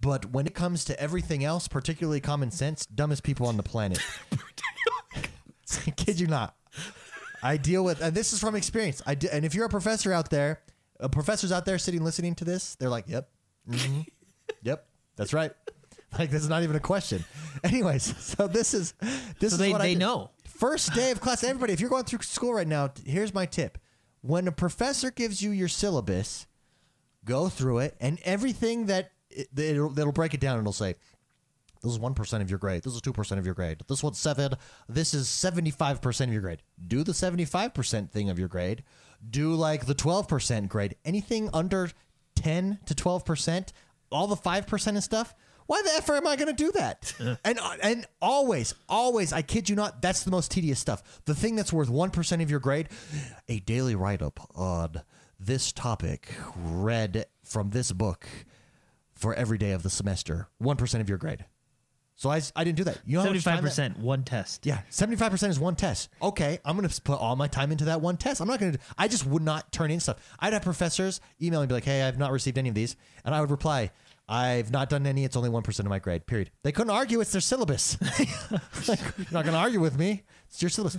but when it comes to everything else, particularly common sense, dumbest people on the planet. <laughs> Kid you not. I deal with, and this is from experience. I d- and if you're a professor out there, uh, professors out there sitting listening to this, they're like, "Yep,
<laughs>
mm-hmm. yep, that's right." Like this is not even a question. Anyways, <laughs> so this is this
So
is
they,
what I
they
did.
know.
First day of class, everybody, if you're going through school right now, t- here's my tip. When a professor gives you your syllabus, go through it, and everything that it, it'll, it'll break it down and it'll say, this is 1% of your grade. This is 2% of your grade. This one's 7. This is 75% of your grade. Do the 75% thing of your grade. Do like the 12% grade. Anything under 10 to 12%, all the 5% and stuff. Why the F am I going to do that? and uh, and always, always, I kid you not, that's the most tedious stuff. The thing that's worth 1% of your grade, a daily write up on this topic read from this book for every day of the semester, 1% of your grade. So I, s- I didn't do that. You know how much time
Seventy-five
that-
percent, one test.
yeah, seventy-five percent is one test. Okay, I'm gonna put all my time into that one test. I'm not gonna. I just would not turn in stuff. I'd have professors email me and be like, "Hey, I've not received any of these," and I would reply, "I've not done any. It's only one percent of my grade." Period. They couldn't argue. It's their syllabus. <laughs> Like, you're not gonna argue with me. It's your syllabus.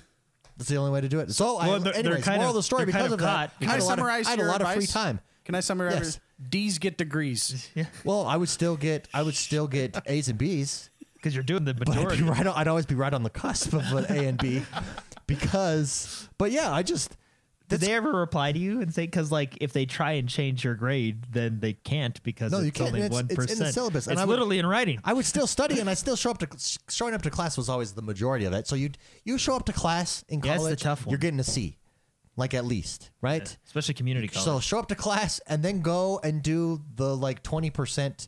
That's the only way to do it. So, I,
Well, they're- they're
anyways,
kind
moral
of-
of the story
they're
because
kind of
of that.
caught
I
Can
had
I
a lot of-
summarize
I had a
your
lot of free
advice?
time.
Can I summarize?
Yes.
D's get degrees.
Well, I would still get. I would still get A's and B's.
because you're doing the
but I'd, be
majority.
right on, I'd always be right on the cusp of an A and B because, but yeah, I just
Did they ever reply to you and say because like if they try and change your grade, then they can't because
No,
it's
you can't,
only
and it's-
one
it's in the
percent.
syllabus, and
It's
I would-
literally in writing.
I would still study and I still show up to showing up to class was always the majority of it. So you you show up to class in
Yeah,
college,
it's the tough one.
you're getting a C, like at least right.
Especially community
So show up to class and then go and do the like twenty percent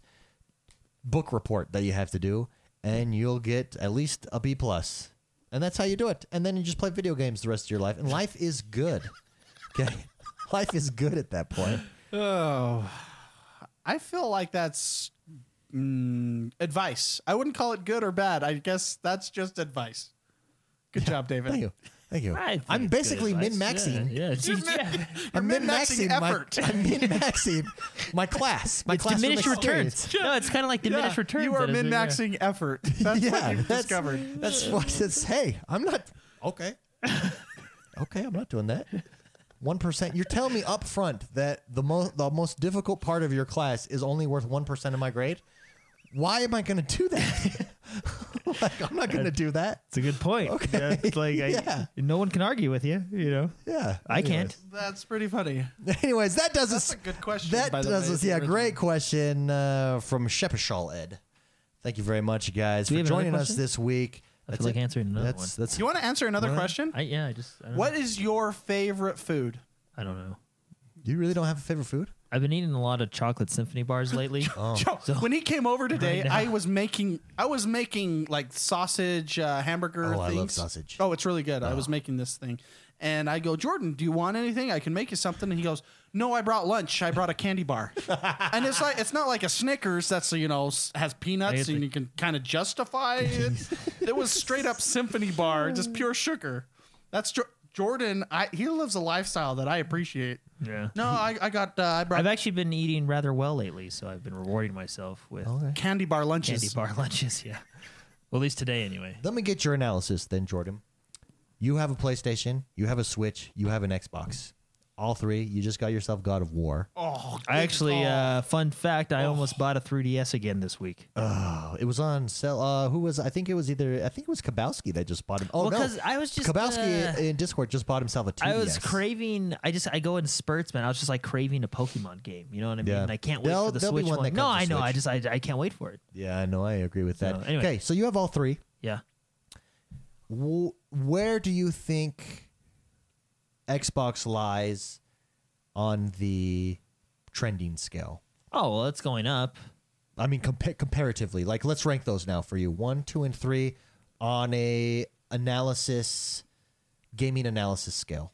book report that you have to do, and you'll get at least a B plus, and that's how you do it. And then you just play video games the rest of your life, and life is good. Okay, <laughs> life is good at that point.
Oh, I feel like that's mm, advice. I wouldn't call it good or bad. I guess that's just advice. Good
<laughs>
job, David.
Thank you, thank you.
I think
<laughs> I'm
it's good
basically
advice.
min maxing.
Yeah, yeah.
<laughs>
You're, min- you're
I'm
min-maxing
min-maxing my- <laughs>
effort.
I'm min-maxing my class. My
It's
classroom
diminished
experience.
returns.
<laughs>
No, it's kind of like diminished
Yeah,
returns.
You are
that is-
min-maxing effort. That's
yeah,
what you've
that's, <laughs>
discovered.
That's what it's. Hey, I'm not okay. <laughs> okay, I'm not doing that. One percent. You're telling me up front that the most the most difficult part of your class is only worth one percent of my grade. Why am I going to do that? <laughs> like, I'm not going to do that.
<laughs> It's a good point.
Okay.
Yeah, it's like I,
<laughs> Yeah.
no one can argue with you. You know,
Yeah,
I can't.
That's pretty funny.
Anyways, Anyways, that does
That's
us.
a good question.
That
by the
does
way,
us.
the
Yeah,
original.
great question uh, from Shepishaw Ed. Thank you very much, guys,
we
for
have another
joining us
question?
this week.
I feel like answering another
that's
one.
that's
You want to answer another
Well,
question?
I, yeah, I just I don't,
What is your favorite food?
I don't know.
You really don't have a favorite food?
I've been eating a lot of chocolate symphony
<laughs>
bars lately.
Oh.
Joe, when he came over today, I was making I was making like sausage uh, hamburger.
Oh, I love
things.
sausage.
Oh, it's really good. I was making this thing, and I go, Jordan, do you want anything? I can make you something. And he goes, No, I brought lunch. I brought a
<laughs>
candy bar, and it's like it's not like a Snickers that's you know s- has peanuts and you can kind of justify it.
<laughs>
it was straight up symphony bar, just pure sugar. That's jo- Jordan. I he lives a lifestyle that I appreciate.
yeah.
<laughs>
No, I, I got uh, I brought
I've actually been eating rather well lately, so I've been rewarding myself with
candy bar lunches.
candy bar <laughs> lunches. Yeah. Well, at least today, anyway.
Let me get your analysis then, Jordan. You have a PlayStation, you have a Switch, you have an Xbox. All three. You just got yourself God of War.
Oh,
I
good
actually,
call.
uh, fun fact, I almost bought a 3DS again this week.
Oh, it was on sale. Uh, who was? I think it was either. I think it was Kabowski that just bought him. Oh
Well,
no,
'cause I was just,
Kabowski
uh,
in Discord just bought himself a. TDS.
I was craving. I just I go in spurts, man. I was just like craving a Pokemon game. You know what I mean?
Yeah.
I can't wait
There'll-
for the
there'll be
Switch
one
one.
that
No,
comes
I
to
know. I
Switch.
just I, I can't wait for it.
Yeah, I know. I agree with that.
So, Uh, anyway.
Okay, so you have all three.
Yeah.
Wh- Where do you think Xbox lies on the trending scale?
Oh well, it's going up.
I mean, compa- comparatively, like let's rank those now for you: one, two, and three on a analysis, gaming analysis scale.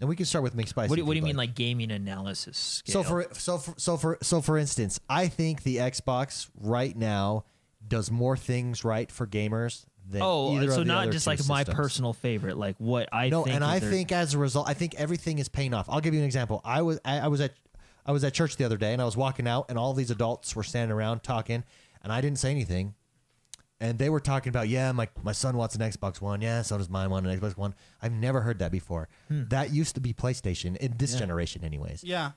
And we can start with McSpicy.
What do,
if
what do
you'd
you mean, like gaming analysis?
So
Scale?
for so for, so for so for instance, I think the Xbox right now does more things right for gamers than
oh,
either of
so
the
not
other
just
two
like my
systems.
personal favorite, like what I
No,
think.
and
is
I
their-
think as a result, I think everything is paying off. I'll give you an example. I was I, I was at I was at church the other day, and I was walking out, and all these adults were standing around talking, and I didn't say anything. And they were talking about, yeah, my, my son wants an Xbox One. Yeah, so does mine want an Xbox One. I've never heard that before.
Hmm.
That used to be PlayStation in this generation, anyways.
yeah.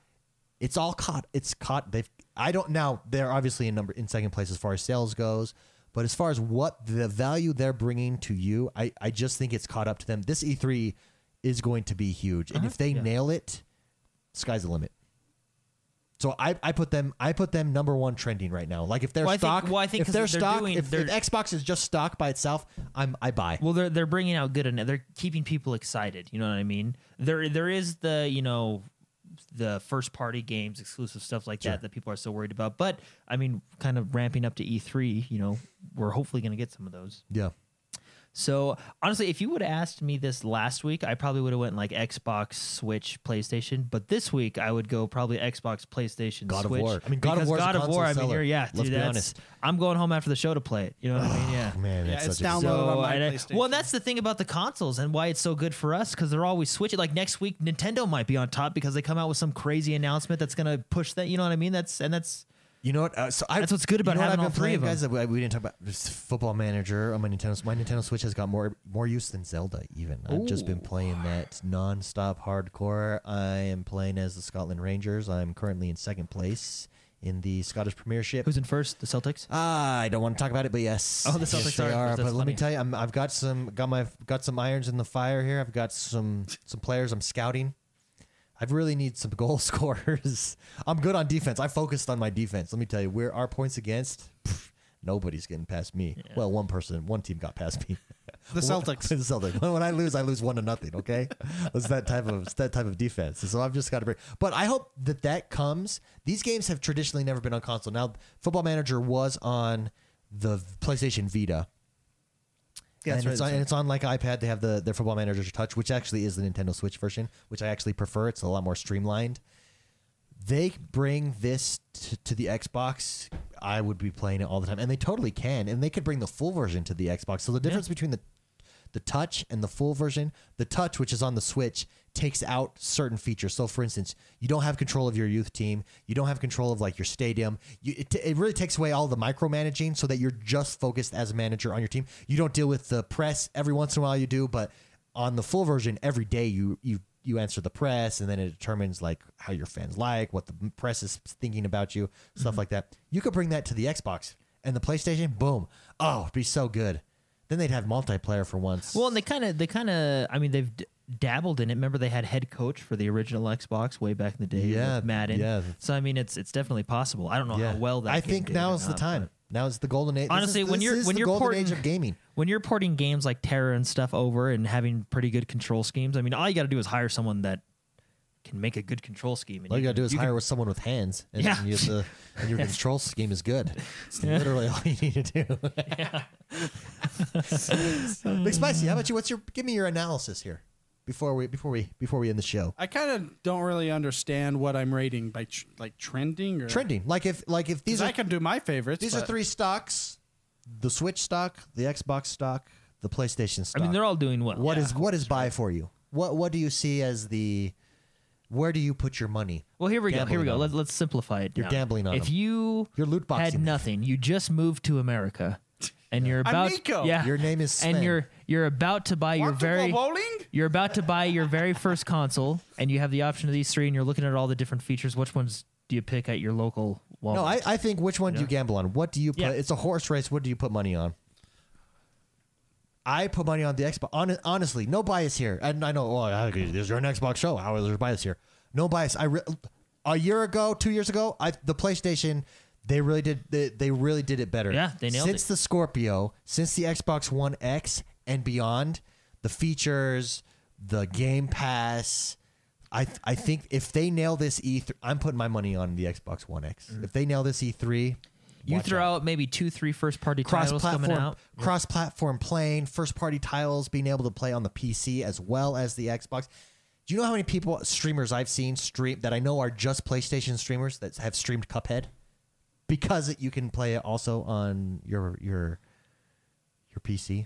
It's all caught. It's caught. They've. I don't now. They're obviously in number in second place as far as sales goes, but as far as what the value they're bringing to you, I I just think it's caught up to them. This E3 is going to be huge, and
Uh-huh.
if they nail it, sky's the limit. So I, I put them I put them number one trending right now. Like if their
Well, I think-
stock,
well, I think
if
'cause
their
they're
stock,
doing-
if,
they're-
if Xbox is just stock by itself, I'm I buy.
Well, they're they're bringing out good, and they're keeping people excited. You know what I mean? There there is the you know the first party games, exclusive stuff like that that people are so worried about. But E I mean, kind of ramping up to E3, you know, we're hopefully going to get some of those.
yeah,
So honestly, if you would have asked me this last week, I probably would have went like Xbox, Switch, PlayStation. But this week, I would go probably Xbox, PlayStation,
God of
Switch.
War. I mean, God of
Because
War is a
God of
console
War. I mean,
seller.
you're- yeah,
Let's
dude,
be
that's-
honest.
I'm going home after the show to play it. You know
<sighs>
what I mean? Yeah.
Oh, Man,
Yeah,
that's
it's
such a
down- download on my
and I-
PlayStation.
well, that's the thing about the consoles and why it's so good for us because they're always switching. Like next week, Nintendo might be on top because they come out with some crazy announcement that's gonna push that. You know what I mean? That's and that's
You know what? Uh, so I,
That's what's good
you
about
know what
having
I've
all
been
three
playing,
of 'em.
Guys, that we, we didn't talk about Just Football Manager on my Nintendo. My Nintendo Switch has got more more use than Zelda. Even I've just been playing that nonstop hardcore. I am playing as the Scotland Rangers. I'm currently in second place in the Scottish Premiership.
who's in first, the Celtics.
Ah, I don't want to talk about it, but yes.
Oh, the Celtics
yes, they
are.
are.
That's
But let me
funny.
tell you, I'm, I've got some got my got some irons in the fire here. I've got some some players I'm scouting. I really need some <laughs> goal scorers. I'm good on defense. I focused on my defense. Let me tell you, where our points against, pff, nobody's getting past me. Well, one person, one team got past me. <laughs>
The Celtics.
the Celtics. When, when I lose, I lose one to nothing. Okay, it's that type of it's that type of defense. So I've just got to bring. But I hope that that comes. These games have traditionally never been on console. Now, Football Manager was on the PlayStation Vita. Yeah, and,
that's right,
it's
that's
on,
right.
and it's on like iPad. They have the their Football Manager Touch, which actually is the Nintendo Switch version, which I actually prefer. It's a lot more streamlined. They bring this t- to the Xbox. I would be playing it all the time, and they totally can, and they could bring the full version to the Xbox. So the difference between the the touch and the full version, the touch, which is on the Switch, takes out certain features. So, for instance, you don't have control of your youth team. You don't have control of like your stadium. You, it, t- it really takes away all the micromanaging so that you're just focused as a manager on your team. You don't deal with the press every once in a while. You do, but on the full version, every day you you you answer the press, and then it determines like how your fans like what the press is thinking about you, stuff
Mm-hmm.
like that. You could bring that to the Xbox and the PlayStation. Boom! Oh, it'd be so good. Then they'd have multiplayer for once.
Well, and they kind of, they kind of, I mean, they've d- dabbled in it. Remember, they had head coach for the original Xbox way back in the day.
Yeah,
with Madden.
yeah.
So I mean, it's it's definitely possible. I don't know how well that.
I
game
think
did
now
or
is the
not,
time. Now is the golden age. This
Honestly,
is-
when
this
you're-
is
when
the
you're
golden
porting-
age of gaming,
when you're porting games like Terra and stuff over and having pretty good control schemes, I mean, all you got to do is hire someone that can make a good control scheme. And
all you gotta do
can-
is hire with someone with hands, and,
Yeah.
you have
<laughs>
to- and your control scheme is good. It's literally all you need to do. <laughs> Big Spicy, how about you? What's your? Give me your analysis here before we before we before we end the show.
I kind of don't really understand what I'm rating by tr- like trending or
Trending, like if like if
'Cause
these are
I can do my favorites.
these are
but-
three stocks: the Switch stock, the Xbox stock, the PlayStation stock.
I mean, they're all doing well.
What is what is buy for you? What what do you see as the where do you put your money?
Well, here we go. Here we
Gambling
go.
on
Let, let's simplify it.
You're
now.
gambling on
If
'em.
you
You're loot boxing
had
them.
nothing, you just moved to America, and you're
I'm
about
Nico.
yeah,
Your name is Sven.
and you're you're about to buy your
Want to go
very
bowling?
you're about to buy your very first console, and you have the option of these three, and you're looking at all the different features. Which ones do you pick at your local Walmart?
No, I, I think which one do you gamble on? What do you put?
Yeah.
It's a horse race. What do you put money on? I put money on the Xbox. Hon- honestly, no bias here. And I know, well, I- this is your Xbox show. How is there bias here? No bias. I re- a year ago, two years ago, I the PlayStation. They really did. They, they really did it better.
Yeah, they nailed
since
it.
the Scorpio, since the Xbox One X and beyond, the features, the Game Pass. I I think if they nail this E3, I'm putting my money on the Xbox One X.
Mm.
If they nail this E E3,
you
watch
throw
out.
out maybe two, three first party
cross
titles coming
platform
out.
cross platform playing, first party titles being able to play on the PC as well as the Xbox. Do you know how many people streamers I've seen stream that I know are just PlayStation streamers that have streamed Cuphead? Because it, you can play it also on your your your PC.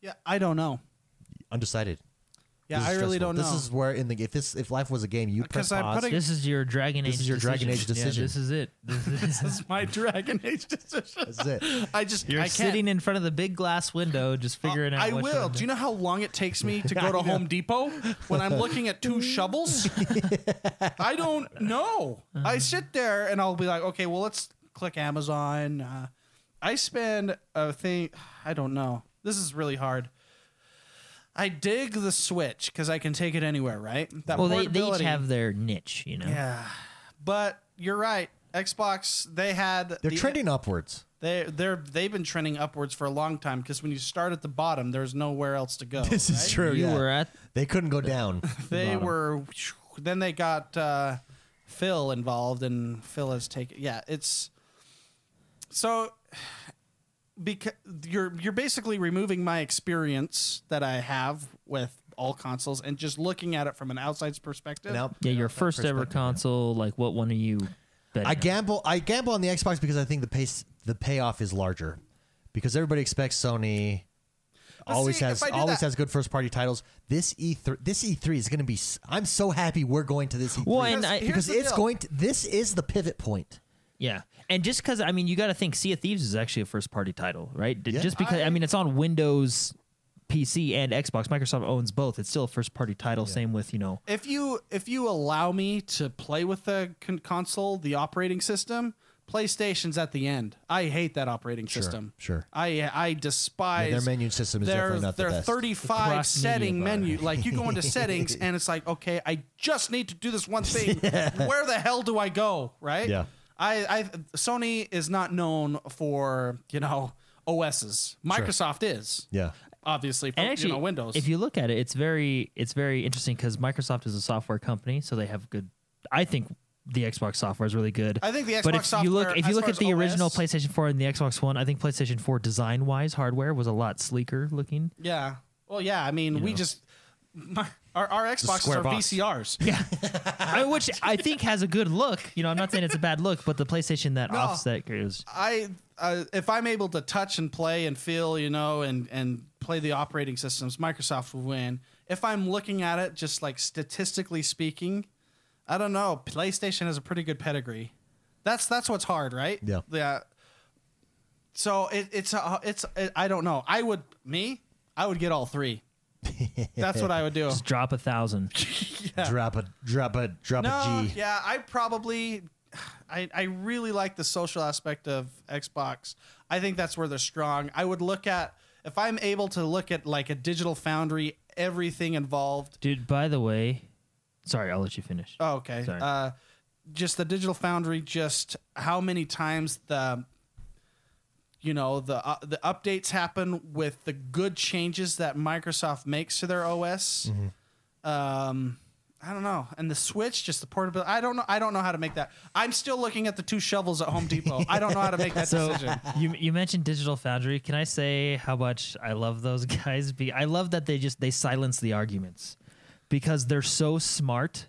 Yeah, I don't know.
Undecided.
Yeah,
This is
I really
stressful.
don't
this
know.
is where in the if this if life was a game, you'd press
Because I'm
pause.
putting-
This is your Dragon Age.
This is your
decision.
Dragon Age
Yeah,
decision.
this is it. This
<laughs>
<laughs>
is-
This is my Dragon Age decision.
That's it.
<laughs> I just
You're
I can't.
sitting in front of the big glass window, just figuring out.
Uh, I
which
will.
one-
Do you know how long it takes me
<laughs>
to go to Home Depot when I'm looking at two shovels? I don't know. I sit there and I'll be like, okay, well, let's click Amazon. Uh, I spend a thing. I don't know. This is really hard. I dig the Switch because I can take it anywhere, right? That
Well, they, they each
portability.
have their niche, you know.
Yeah, <sighs> but you're right. Xbox, they had
They're
the-
trending upwards.
They they're they've been trending upwards for a long time because when you start at the bottom, there's nowhere else to go.
<laughs> This is
right?
true.
You
yeah.
were at
They couldn't <laughs> go down.
They were then they got uh, Phil involved, and Phil has taken. Yeah, it's so. because you're you're basically removing my experience that I have with all consoles and just looking at it from an outside's perspective.
Nope.
Yeah, your first ever
perspective, yeah.
console. Like, what one are you? Betting
I
on?
gamble. I gamble on the Xbox because I think the pace, the payoff is larger, because everybody expects Sony
But
always
see,
has
if I do
always
that-
has good first party titles. This E three, this E three is going to be. s- I'm so happy we're going to this E three
Well, and I-
here's
because
the
it's
deal.
going to. This is the pivot point.
Yeah, and just because I mean, you got to think Sea of Thieves is actually a first party title, right? D-
Yeah.
just because I, mean, it's on Windows, PC, and Xbox. Microsoft owns both. It's still a first party title. Same with you know.
If you if you allow me to play with the con- console, the operating system, PlayStation's at the end. I hate that operating system.
sure.
I I despise
Yeah, their menu system is
their,
definitely not the
their
best.
35
Cross media
setting
bar.
menu. Like you go
<laughs>
into settings and it's like, okay, I just need to do this
<laughs>
one thing. Where the hell do I go? Right?
Yeah.
I, I Sony is not known for, you know, OSs. Microsoft is.
Yeah.
Obviously for
And actually,
Oh, you know, Windows.
If you look at it, it's very it's very interesting because Microsoft is a software company, so they have good. I think the Xbox software is really good.
I think the
but
Xbox
if you look
software,
if you
as
look
far
at
as
the original
OS
PlayStation 4 and the Xbox One, I think PlayStation 4 design wise hardware was a lot sleeker looking.
Yeah. Well, yeah. I mean, we just my, our our Xboxes
square
are
box.
VCRs.
Yeah, <laughs> I, which I think has a good look. You know, I'm not saying it's a bad look, but the PlayStation that
No.
offset is
I uh, if I'm able to touch and play and feel, you know, and and play the operating systems, Microsoft will win. If I'm looking at it just like statistically speaking, I don't know. PlayStation has a pretty good pedigree. That's that's what's hard, right?
Yeah.
Yeah. So it, it's a, it's it, I don't know. I would me I would get
<laughs>
all three. That's what I would do.
just drop
<laughs>
a thousand.
Drop a drop a drop
No,
a G.
yeah, I probably, <sighs> I, I really like the social aspect of Xbox. I think that's where they're strong. I would look at if I'm able to look at like a Digital Foundry, everything involved.
Dude, by the way, sorry, I'll let you finish.
Oh, okay.
Sorry.
Uh, just the Digital Foundry. Just how many times the you know the uh, the updates happen with the good changes that Microsoft makes to their OS.
Mm-hmm.
Um, I don't know, and the Switch, just the portability. I don't know. I don't know how to make that. I'm still looking at the two shovels at Home Depot. I don't know how to make that
<laughs>
decision.
you you mentioned Digital Foundry. Can I say how much I love those <laughs> guys? Be I love that they just they silence the arguments because they're so smart.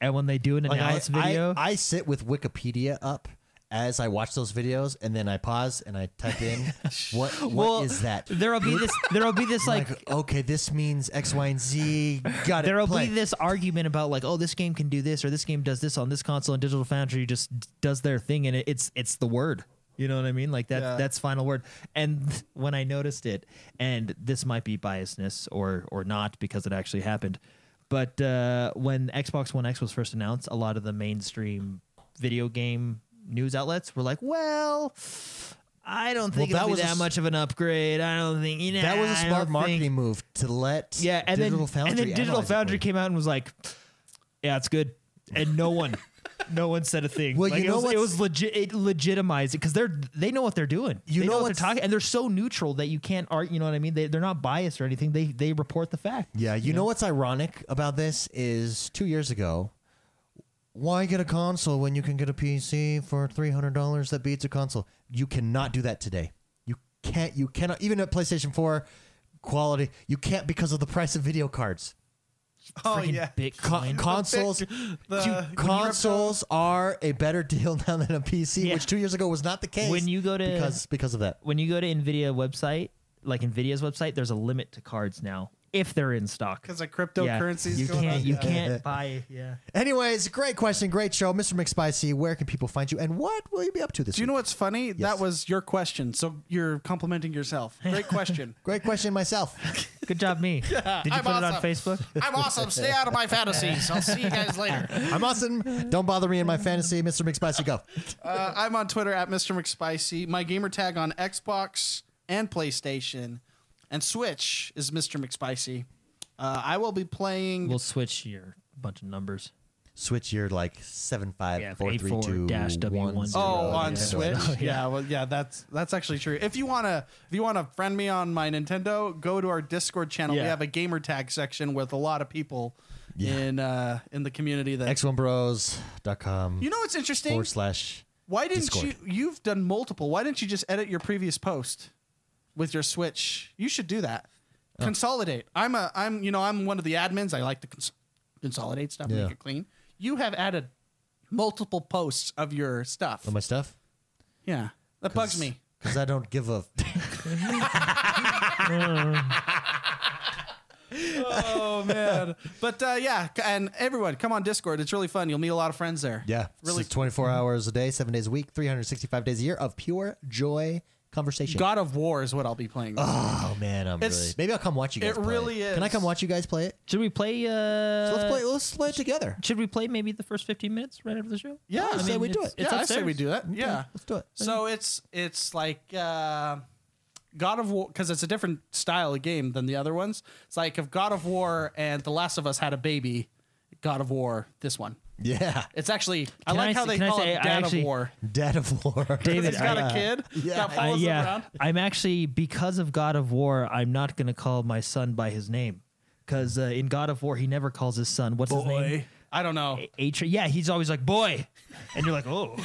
And when they do an
Like, I-
analysis
I,
video,
I sit with Wikipedia up as I watch those videos, and then I pause and I type in
<laughs>
what what is
well,
that?
There'll be this. There'll
<laughs>
be this like.
like okay, this means X, Y, and Z. Got it.
There'll
play.
be this argument about like, oh, this game can do this or this game does this on this console, and Digital Foundry just does their thing, and it, it's it's the word. You know what I mean? Like that
Yeah.
that's final word. And <laughs> when I noticed it, and this might be biasness or or not because it actually happened, but uh, when Xbox One X was first announced, a lot of the mainstream video game news outlets were like, well. I don't think
that
it'll
was
be
a
that
s-
much of an upgrade. I don't think you know.
That was a smart marketing move to let
Yeah, and
Digital
then
Foundry
and then Digital
analyze it for
Foundry
you.
came out and was like, "Yeah, it's good," and no <laughs> one, no one said a thing.
Well,
Like,
you
it
know
was, it
what's-
was legit. It legitimized it because they're they know what they're doing.
You
They
know
what they're
what's-
talking, and they're so neutral that you can't argue. You know what I mean? They they're not biased or anything. They they report the fact.
Yeah, you know what's ironic about this is two years ago. Why get a console when you can get a PC for three hundred dollars that beats a console? You cannot do that today. You can't. You cannot even at PlayStation Four quality. You can't because of the price of video cards.
Oh
Freaking
yeah.
Con-
Bitcoin.
consoles,
<laughs>
the-
Dude,
when you
consoles are a better deal <laughs> now than a PC,
Yeah.
which two years ago was not the case.
When you go to-
because because of that,
when you go to Nvidia website, like Nvidia's website, there's a limit to cards now if they're in stock.
Because of cryptocurrencies
you
going
can't
on.
you
Yeah.
<laughs> can't buy. Yeah.
Anyways, great question, great show, Mr. McSpicy. Where can people find you, and what will you be up to this?
Do you
week?
know what's funny? That was your question. So you're complimenting yourself.
<laughs>
Great question.
Great question, myself.
Good
<laughs>
job, me. Did you
I'm
put it on
awesome.
Facebook?
I'm awesome. Stay out of my fantasies. I'll see you guys later.
I'm awesome. Don't bother me in my fantasy, Mr. McSpicy. Go.
<laughs> Uh, I'm on Twitter at Mr. McSpicy. My gamer tag on Xbox and PlayStation and Switch is Mr. McSpicy. Uh, I will be playing.
We'll switch your bunch of numbers.
Switch your like seven five
Yeah,
four three two
84-W10.
one
oh,
zero. <laughs>
on
Yeah.
Switch. yeah, well, yeah, that's that's actually true. If you wanna, if you wanna friend me on my Nintendo, go to our Discord channel. We
Yeah.
have a gamer tag section with a lot of people in uh, in the community that.
X1bros.com
you know what's interesting?
forward slash.
Why didn't
Discord.
you? You've done multiple. Why didn't you just edit your previous post? with your Switch. You should do that.
Oh.
Consolidate. I'm a I'm you know I'm one of the admins. I like to cons- consolidate stuff,
Yeah.
make it clean. You have added multiple posts of your stuff.
on my stuff.
yeah, that bugs me.
Because I don't give a.
<laughs> Oh man! but uh, yeah, c- and everyone, come on Discord. It's really fun. You'll meet a lot of friends there.
Yeah. Really?
really.
24 hours a day, seven days a week, 365 days a year of pure joy conversation.
God of War is what I'll be playing.
Oh, man. I'm
It's-
really. Maybe I'll come watch you guys
it
play
really
Can I
is.
come watch you guys play it?
Should we play? Uh,
So let's play Let's play it together.
Should we play maybe the first 15 minutes right after the show?
yeah,
I say we do
it's-
it.
yeah, I say
upstairs.
we do that. Yeah,
Let's do it.
So it's it's like uh, God of War because it's a different style of game than the other ones. It's like if God of War and The Last of Us had a baby, God of War this one.
Yeah.
It's actually I
Can
like
I
how
s-
they
can I
call
say
it
I
Dad
actually-
of War.
Dead of War.
<laughs> David,
He's got
I,
a kid
<laughs> yeah,
that
I-
uh,
follows
yeah,
him around.
I'm actually because of God of War. I'm not gonna call my son by his name because uh, in God of War he never calls his son. What's his name?
I don't know.
Atri. Yeah, he's always like boy, and you're
<laughs>
like oh.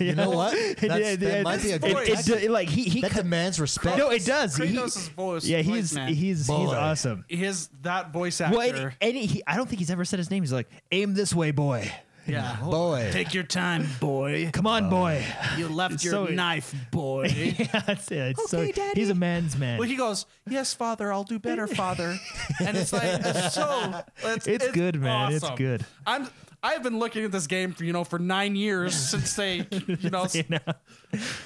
You know
<laughs>
what? That's,
Yeah,
that
yeah,
might be a
it-
good
it-
tactic.
it- like he, he
<laughs> That
co-
demands respect.
no, it does. He-
Kratos' voice-
Yeah,
voice,
he's
man.
he's he's
Boy.
awesome.
His that voice actor.
Well, and, and he, I don't think he's ever said his name. He's like aim this way, boy.
yeah.
Boy.
Take your time, boy.
Come on, boy.
You left your
so-
knife,
<laughs>
boy.
yeah, that's it. It's so, He's a man's man.
Well, he goes, "Yes, father, I'll do better, father."
<laughs>
and it's like it's so it's,
It's good, man. It's
awesome.
good.
I'm I've been looking at this game for you know for nine
<laughs>
years since they you know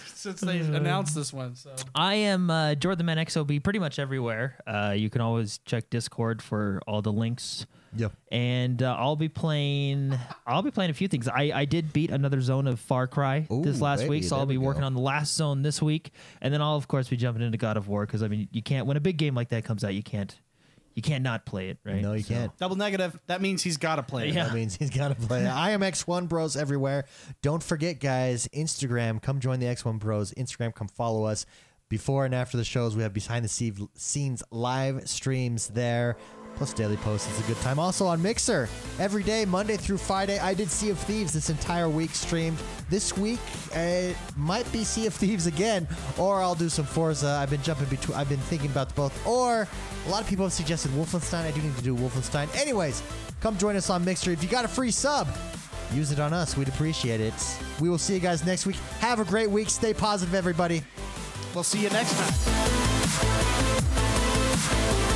since they announced this one. So
I am uh, Jordan Man XOB pretty much everywhere. Uh, you can always check Discord for all the links.
Yep.
And uh, I'll be playing. I'll be playing a few things. I, I did beat another zone of Far Cry this
Ooh,
last
baby,
week, so I'll
there
be
we
working
go.
on the last zone this week, and then I'll of course be jumping into God of War because I mean you can't when a big game like that comes out you can't you can't not play it right.
No, you
So-
can't.
double negative. That means he's got to play. it.
Yeah.
That means he's got to play. I am X1 Bros everywhere. Don't forget, guys, Instagram. Come join the X1 Bros. Instagram, come follow us. Before and after the shows, we have behind the scene- scenes live streams there, plus daily posts. It's a good time. Also on Mixer, every day, Monday through Friday. I did Sea of Thieves this entire week streamed. This week, it might be Sea of Thieves again, or I'll do some Forza. I've been jumping between, I've been thinking about both, or a lot of people have suggested Wolfenstein. I do need to do Wolfenstein. Anyways, come join us on Mixer. If you got a free sub, use it on us. We'd appreciate it. We will see you guys next week. Have a great week. Stay positive, everybody.
We'll see you next time.